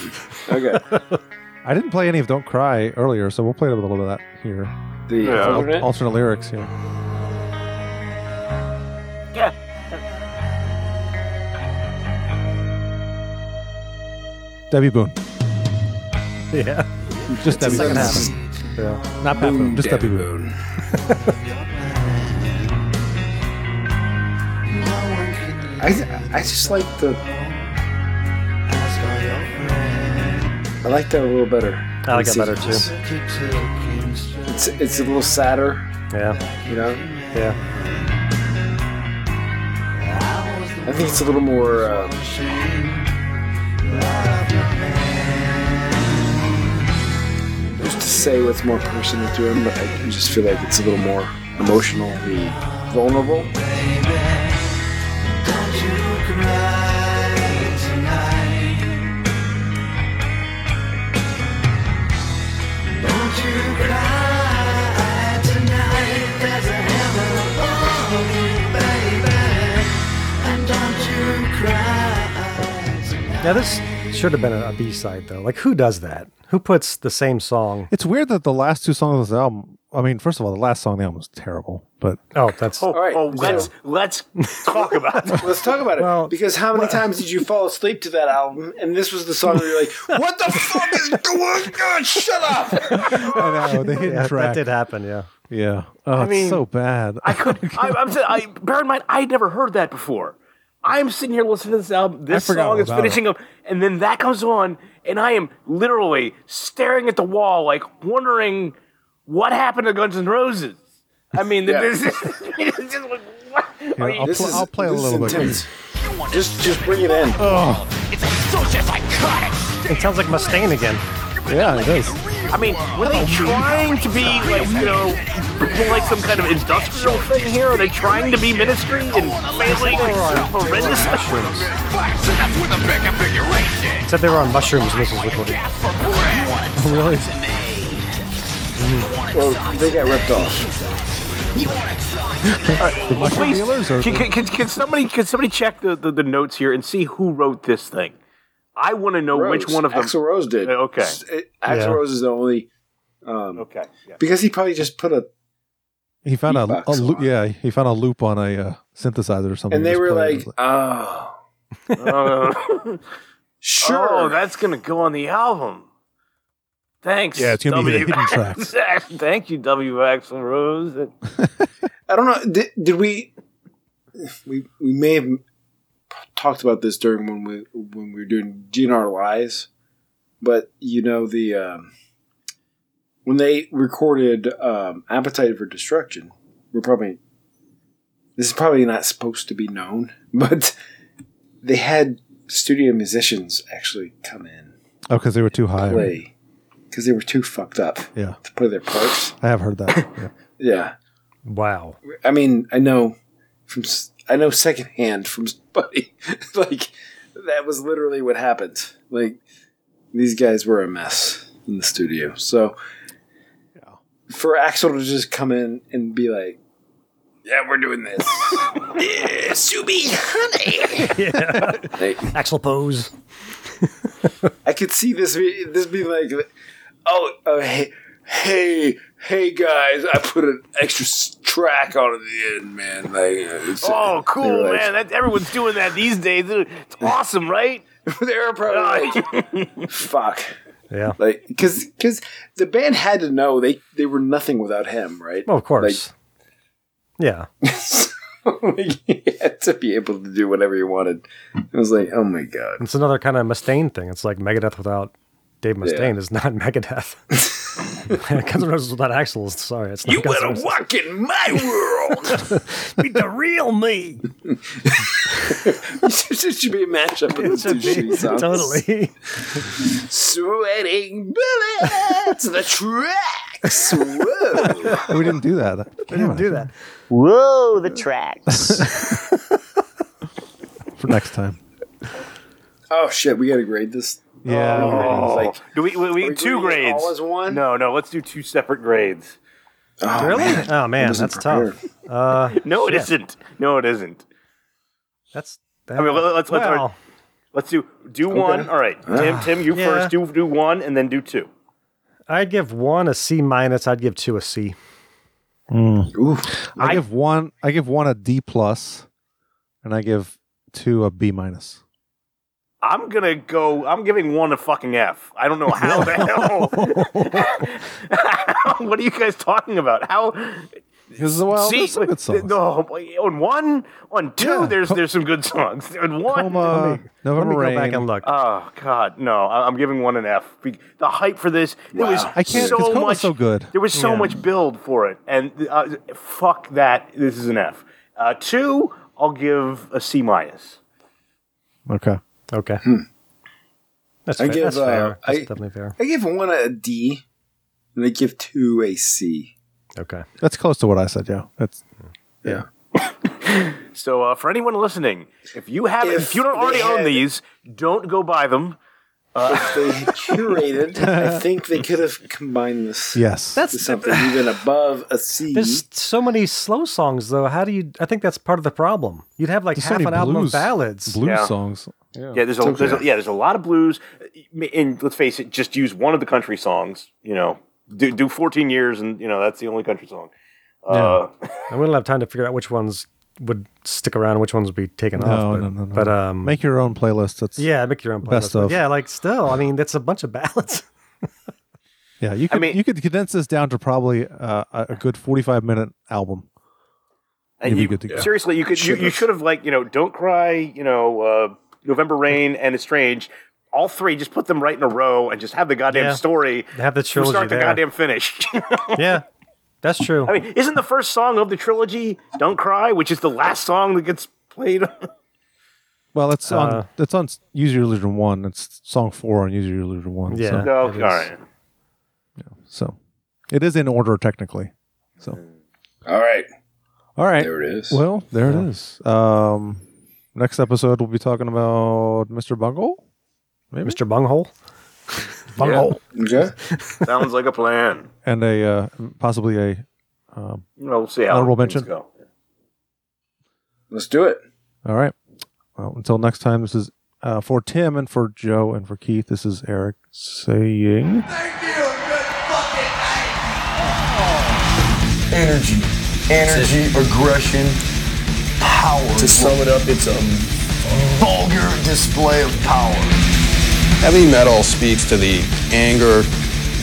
Speaker 1: Okay.
Speaker 2: I didn't play any of Don't Cry earlier, so we'll play a little bit of that here.
Speaker 1: The Yeah.
Speaker 2: Al-
Speaker 1: alternate?
Speaker 2: alternate? lyrics, yeah. Debbie Boone.
Speaker 4: Yeah.
Speaker 2: Just Debbie Boone.
Speaker 4: Yeah.
Speaker 2: Not Pat Boone, just Debbie Boone.
Speaker 1: I, I just like the. I like that a little better.
Speaker 4: I like it better, too.
Speaker 1: It's it's a little sadder,
Speaker 4: Yeah.
Speaker 1: you know.
Speaker 4: Yeah.
Speaker 1: I think it's a little more. Uh, just to say what's more personal to him, but I just feel like it's a little more emotionally vulnerable.
Speaker 4: Now this should have been a B side though. Like who does that? Who puts the same song?
Speaker 2: It's weird that the last two songs of this album. I mean, first of all, the last song on the album was terrible, but
Speaker 4: Oh, that's
Speaker 3: Oh,
Speaker 1: right.
Speaker 3: oh, let's let's talk about it.
Speaker 1: Let's talk about it.
Speaker 4: Well,
Speaker 1: because how many times did you fall asleep to that album? And this was the song where you're like, "What the fuck is going on? Shut up!"
Speaker 2: I know, the hidden
Speaker 4: yeah, that
Speaker 2: track.
Speaker 4: did happen. Yeah.
Speaker 2: yeah. Oh, it's
Speaker 3: mean,
Speaker 2: so bad.
Speaker 3: I could. I, I'm. sa- I bear in mind, I had never heard that before. I'm sitting here listening to this album. This
Speaker 2: forgot all
Speaker 3: song is
Speaker 2: about
Speaker 3: finishing up, and then that comes on, and I am literally staring at the wall, like wondering what happened to Guns N' Roses. I mean,
Speaker 1: Yeah.
Speaker 3: this is it's just like, what? Are
Speaker 2: I'll
Speaker 3: you,
Speaker 1: This
Speaker 2: pl-
Speaker 1: is
Speaker 2: I'll play a
Speaker 1: this is
Speaker 2: little bit. Uh,
Speaker 1: intense. Just just bring it in.
Speaker 4: It sounds like Mustaine again.
Speaker 2: Yeah, it is.
Speaker 3: I mean, were they trying to be like you know, like some kind of industrial thing here? Are they trying to be ministry and failing horrendously?
Speaker 4: It said they were on mushrooms. and This is recorded.
Speaker 2: Really?
Speaker 1: Well, they got ripped off.
Speaker 2: The mushroom dealers or
Speaker 3: Can,
Speaker 2: the-
Speaker 3: can, can, can somebody can somebody check the, the, the notes here and see who wrote this thing? I want to know which
Speaker 1: Rose.
Speaker 3: one of them.
Speaker 1: Axl Rose did.
Speaker 3: Yeah, okay.
Speaker 1: S- it- Axl Rose is the only
Speaker 3: Okay. yeah.
Speaker 1: because he probably just put a
Speaker 2: he found a, a
Speaker 1: beatbox a
Speaker 2: loop.
Speaker 1: lot.
Speaker 2: Yeah, he found a loop on a uh, synthesizer or something.
Speaker 1: and they
Speaker 2: just
Speaker 1: were
Speaker 2: played it.
Speaker 1: like, "Oh,
Speaker 3: Uh,
Speaker 1: sure."
Speaker 3: Oh, that's gonna go on the album. Thanks.
Speaker 2: Yeah, it's gonna be the
Speaker 3: W.
Speaker 2: hidden tracks.
Speaker 3: Thank you, W. Axl Rose.
Speaker 1: I don't know. Did, did we? We we may have talked about this during when we when we were doing GNR lies, but you know the um, when they recorded um, "Appetite for Destruction," we're probably this is probably not supposed to be known, but they had studio musicians actually come in
Speaker 2: oh, because they were too high.
Speaker 1: play because they were too fucked up
Speaker 2: Yeah,
Speaker 1: to play their parts.
Speaker 2: I have heard that. Yeah.
Speaker 1: Yeah.
Speaker 4: Wow.
Speaker 1: I mean, I know from s- I know secondhand from somebody like that was literally what happened. Like these guys were a mess in the studio. So for Axel to just come in and be like, "Yeah, we're doing this." yeah, Subi, honey. Like,
Speaker 4: Axel Pose.
Speaker 1: I could see this be, this be like, oh, oh, hey, hey, hey, guys, I put an extra s- track on at the end, man. Like, uh, it's-
Speaker 3: Oh,
Speaker 1: they
Speaker 3: cool,
Speaker 1: were like-
Speaker 3: man. That, everyone's doing that these days. It's awesome, right?
Speaker 1: they were probably like, fuck,
Speaker 4: Yeah.
Speaker 1: like, because because the band had to know they they were nothing without him, right?
Speaker 4: Well, of course. yeah.
Speaker 1: Like, he had to be able to do whatever he wanted. It was like, oh my god,
Speaker 4: It's another kind of Mustaine thing. It's like Megadeth without Dave Mustaine is not Megadeth. Guns N' Roses without Axl. is- Sorry, it's not
Speaker 11: You
Speaker 4: Guns N'
Speaker 11: better
Speaker 4: Roses.
Speaker 11: walk in my world. Meet the real me.
Speaker 1: it should be a matchup of the two sheets. huh?
Speaker 4: Totally.
Speaker 1: Sweating bullets, the tracks. Whoa.
Speaker 2: we didn't do that.
Speaker 4: I didn't do that.
Speaker 13: Whoa, the tracks.
Speaker 2: for next time.
Speaker 1: Oh shit, we gotta grade this.
Speaker 2: Yeah.
Speaker 3: Oh.
Speaker 1: Like,
Speaker 3: do we, we, we
Speaker 1: Are we
Speaker 3: two
Speaker 1: doing it
Speaker 3: grades?
Speaker 1: all as one?
Speaker 3: No, no. Let's do two separate grades.
Speaker 4: really? Oh man, that's tough. Uh,
Speaker 3: No, it
Speaker 4: shit.
Speaker 3: not No, it isn't.
Speaker 4: That's.
Speaker 3: I mean, let- let's let's
Speaker 4: Well.
Speaker 3: all right, let's do do one. All right, Tim,
Speaker 4: Ah.
Speaker 3: Tim, you
Speaker 4: Yeah.
Speaker 3: first. Do do one, and then do two.
Speaker 4: I'd give one a C minus. I'd give two a C.
Speaker 2: I, give one. I give one a D plus, and I give two a B minus.
Speaker 3: I'm gonna go. I'm giving one a fucking F. I don't know how the hell. what are you guys talking about? How?
Speaker 2: Because well,
Speaker 3: See,
Speaker 2: there's some good songs.
Speaker 3: no, on one, on two, there's there's some good songs. On one,
Speaker 2: Coma, November
Speaker 3: let me go back
Speaker 2: Rain.
Speaker 3: and look.
Speaker 1: Uh,
Speaker 3: Oh God, no! I- I'm giving one an F. Be- The hype for this, there was
Speaker 2: I can't.
Speaker 3: so
Speaker 2: because Coma's
Speaker 3: much.
Speaker 2: so good.
Speaker 3: There was so
Speaker 2: Yeah.
Speaker 3: much build for it, and uh, fuck that. This is an F. Uh, two, I'll give a C minus.
Speaker 2: Okay.
Speaker 4: Okay. That's
Speaker 1: hmm. I
Speaker 4: fair.
Speaker 1: give,
Speaker 4: That's fair.
Speaker 1: uh,
Speaker 4: That's
Speaker 1: I-
Speaker 4: definitely fair.
Speaker 1: I give one a D, and I give two a C.
Speaker 4: Okay.
Speaker 2: That's close to what I said. Yeah. That's yeah.
Speaker 3: So uh, for anyone listening, if you have, if, you don't
Speaker 1: they
Speaker 3: already own
Speaker 1: had-
Speaker 3: these, don't go buy them.
Speaker 1: If they had curated, I think they could have combined this.
Speaker 2: Yes.
Speaker 1: That's something even above a C.
Speaker 4: There's so many slow songs though. How do you? I think that's part of the problem. You'd have like
Speaker 2: There's so
Speaker 4: half
Speaker 2: many
Speaker 4: an album of
Speaker 2: blues-
Speaker 4: ballads.
Speaker 2: blues songs.
Speaker 3: Yeah, there's a, there's a yeah, there's a lot of blues. And let's face it, just use one of the country songs. You know, do do 14 years, and you know that's the only country song. Uh,
Speaker 4: I wouldn't have time to figure out which ones would stick around, and which ones would be taken
Speaker 2: No,
Speaker 4: off. Oh, But,
Speaker 2: no, no, no.
Speaker 4: but um,
Speaker 2: make your own playlist. That's
Speaker 4: yeah, make your own playlist.
Speaker 2: Best
Speaker 4: But
Speaker 2: of.
Speaker 4: Yeah, like still, I mean, that's a bunch of ballads.
Speaker 2: Yeah, you could you could condense this down to probably uh, a a good forty five minute album.
Speaker 3: and
Speaker 2: You'd be
Speaker 3: you,
Speaker 2: good to go.
Speaker 3: seriously, you could you, you should have like you know, don't cry. You know, uh, November Rain and Estranged. All three, just put them right in a row and just have the goddamn
Speaker 4: Yeah.
Speaker 3: story.
Speaker 4: Have the
Speaker 3: from
Speaker 4: trilogy
Speaker 3: start
Speaker 4: there.
Speaker 3: to goddamn finish.
Speaker 4: yeah, that's true.
Speaker 3: I mean, isn't the first song of the trilogy "Don't Cry," which is the last song that gets played?
Speaker 2: Well, it's
Speaker 3: Uh,
Speaker 2: on it's on s- Use Your Illusion one. It's song four on Use Your Illusion one.
Speaker 3: No,
Speaker 2: so,
Speaker 3: all right.
Speaker 2: so it is in order technically. So
Speaker 1: All right.
Speaker 2: all right,
Speaker 1: There it is.
Speaker 2: Well, there it is. Um, next episode we'll be talking about Mr. Bungle, maybe
Speaker 4: Mr. Bunghole,
Speaker 2: Bunghole,
Speaker 1: Okay.
Speaker 3: Sounds like a plan.
Speaker 2: and a uh, possibly a um,
Speaker 3: Well, we'll see how
Speaker 2: honorable
Speaker 3: things
Speaker 2: mention.
Speaker 3: go.
Speaker 1: Let's do it.
Speaker 2: All right. Well, until next time, this is uh, for Tim and for Joe and for Keith. This is Eric saying.
Speaker 11: Energy, energy, aggression, power. To sum it up, it's a vulgar display of power.
Speaker 14: Heavy metal speaks to the anger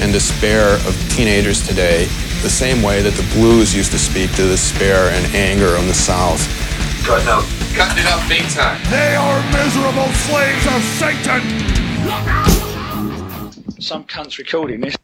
Speaker 14: and despair of teenagers today, the same way that the blues used to speak to the despair and anger in the South.
Speaker 5: Cutting up. Cutting it up big time.
Speaker 12: They are miserable slaves of Satan.
Speaker 15: Some cunts recording this.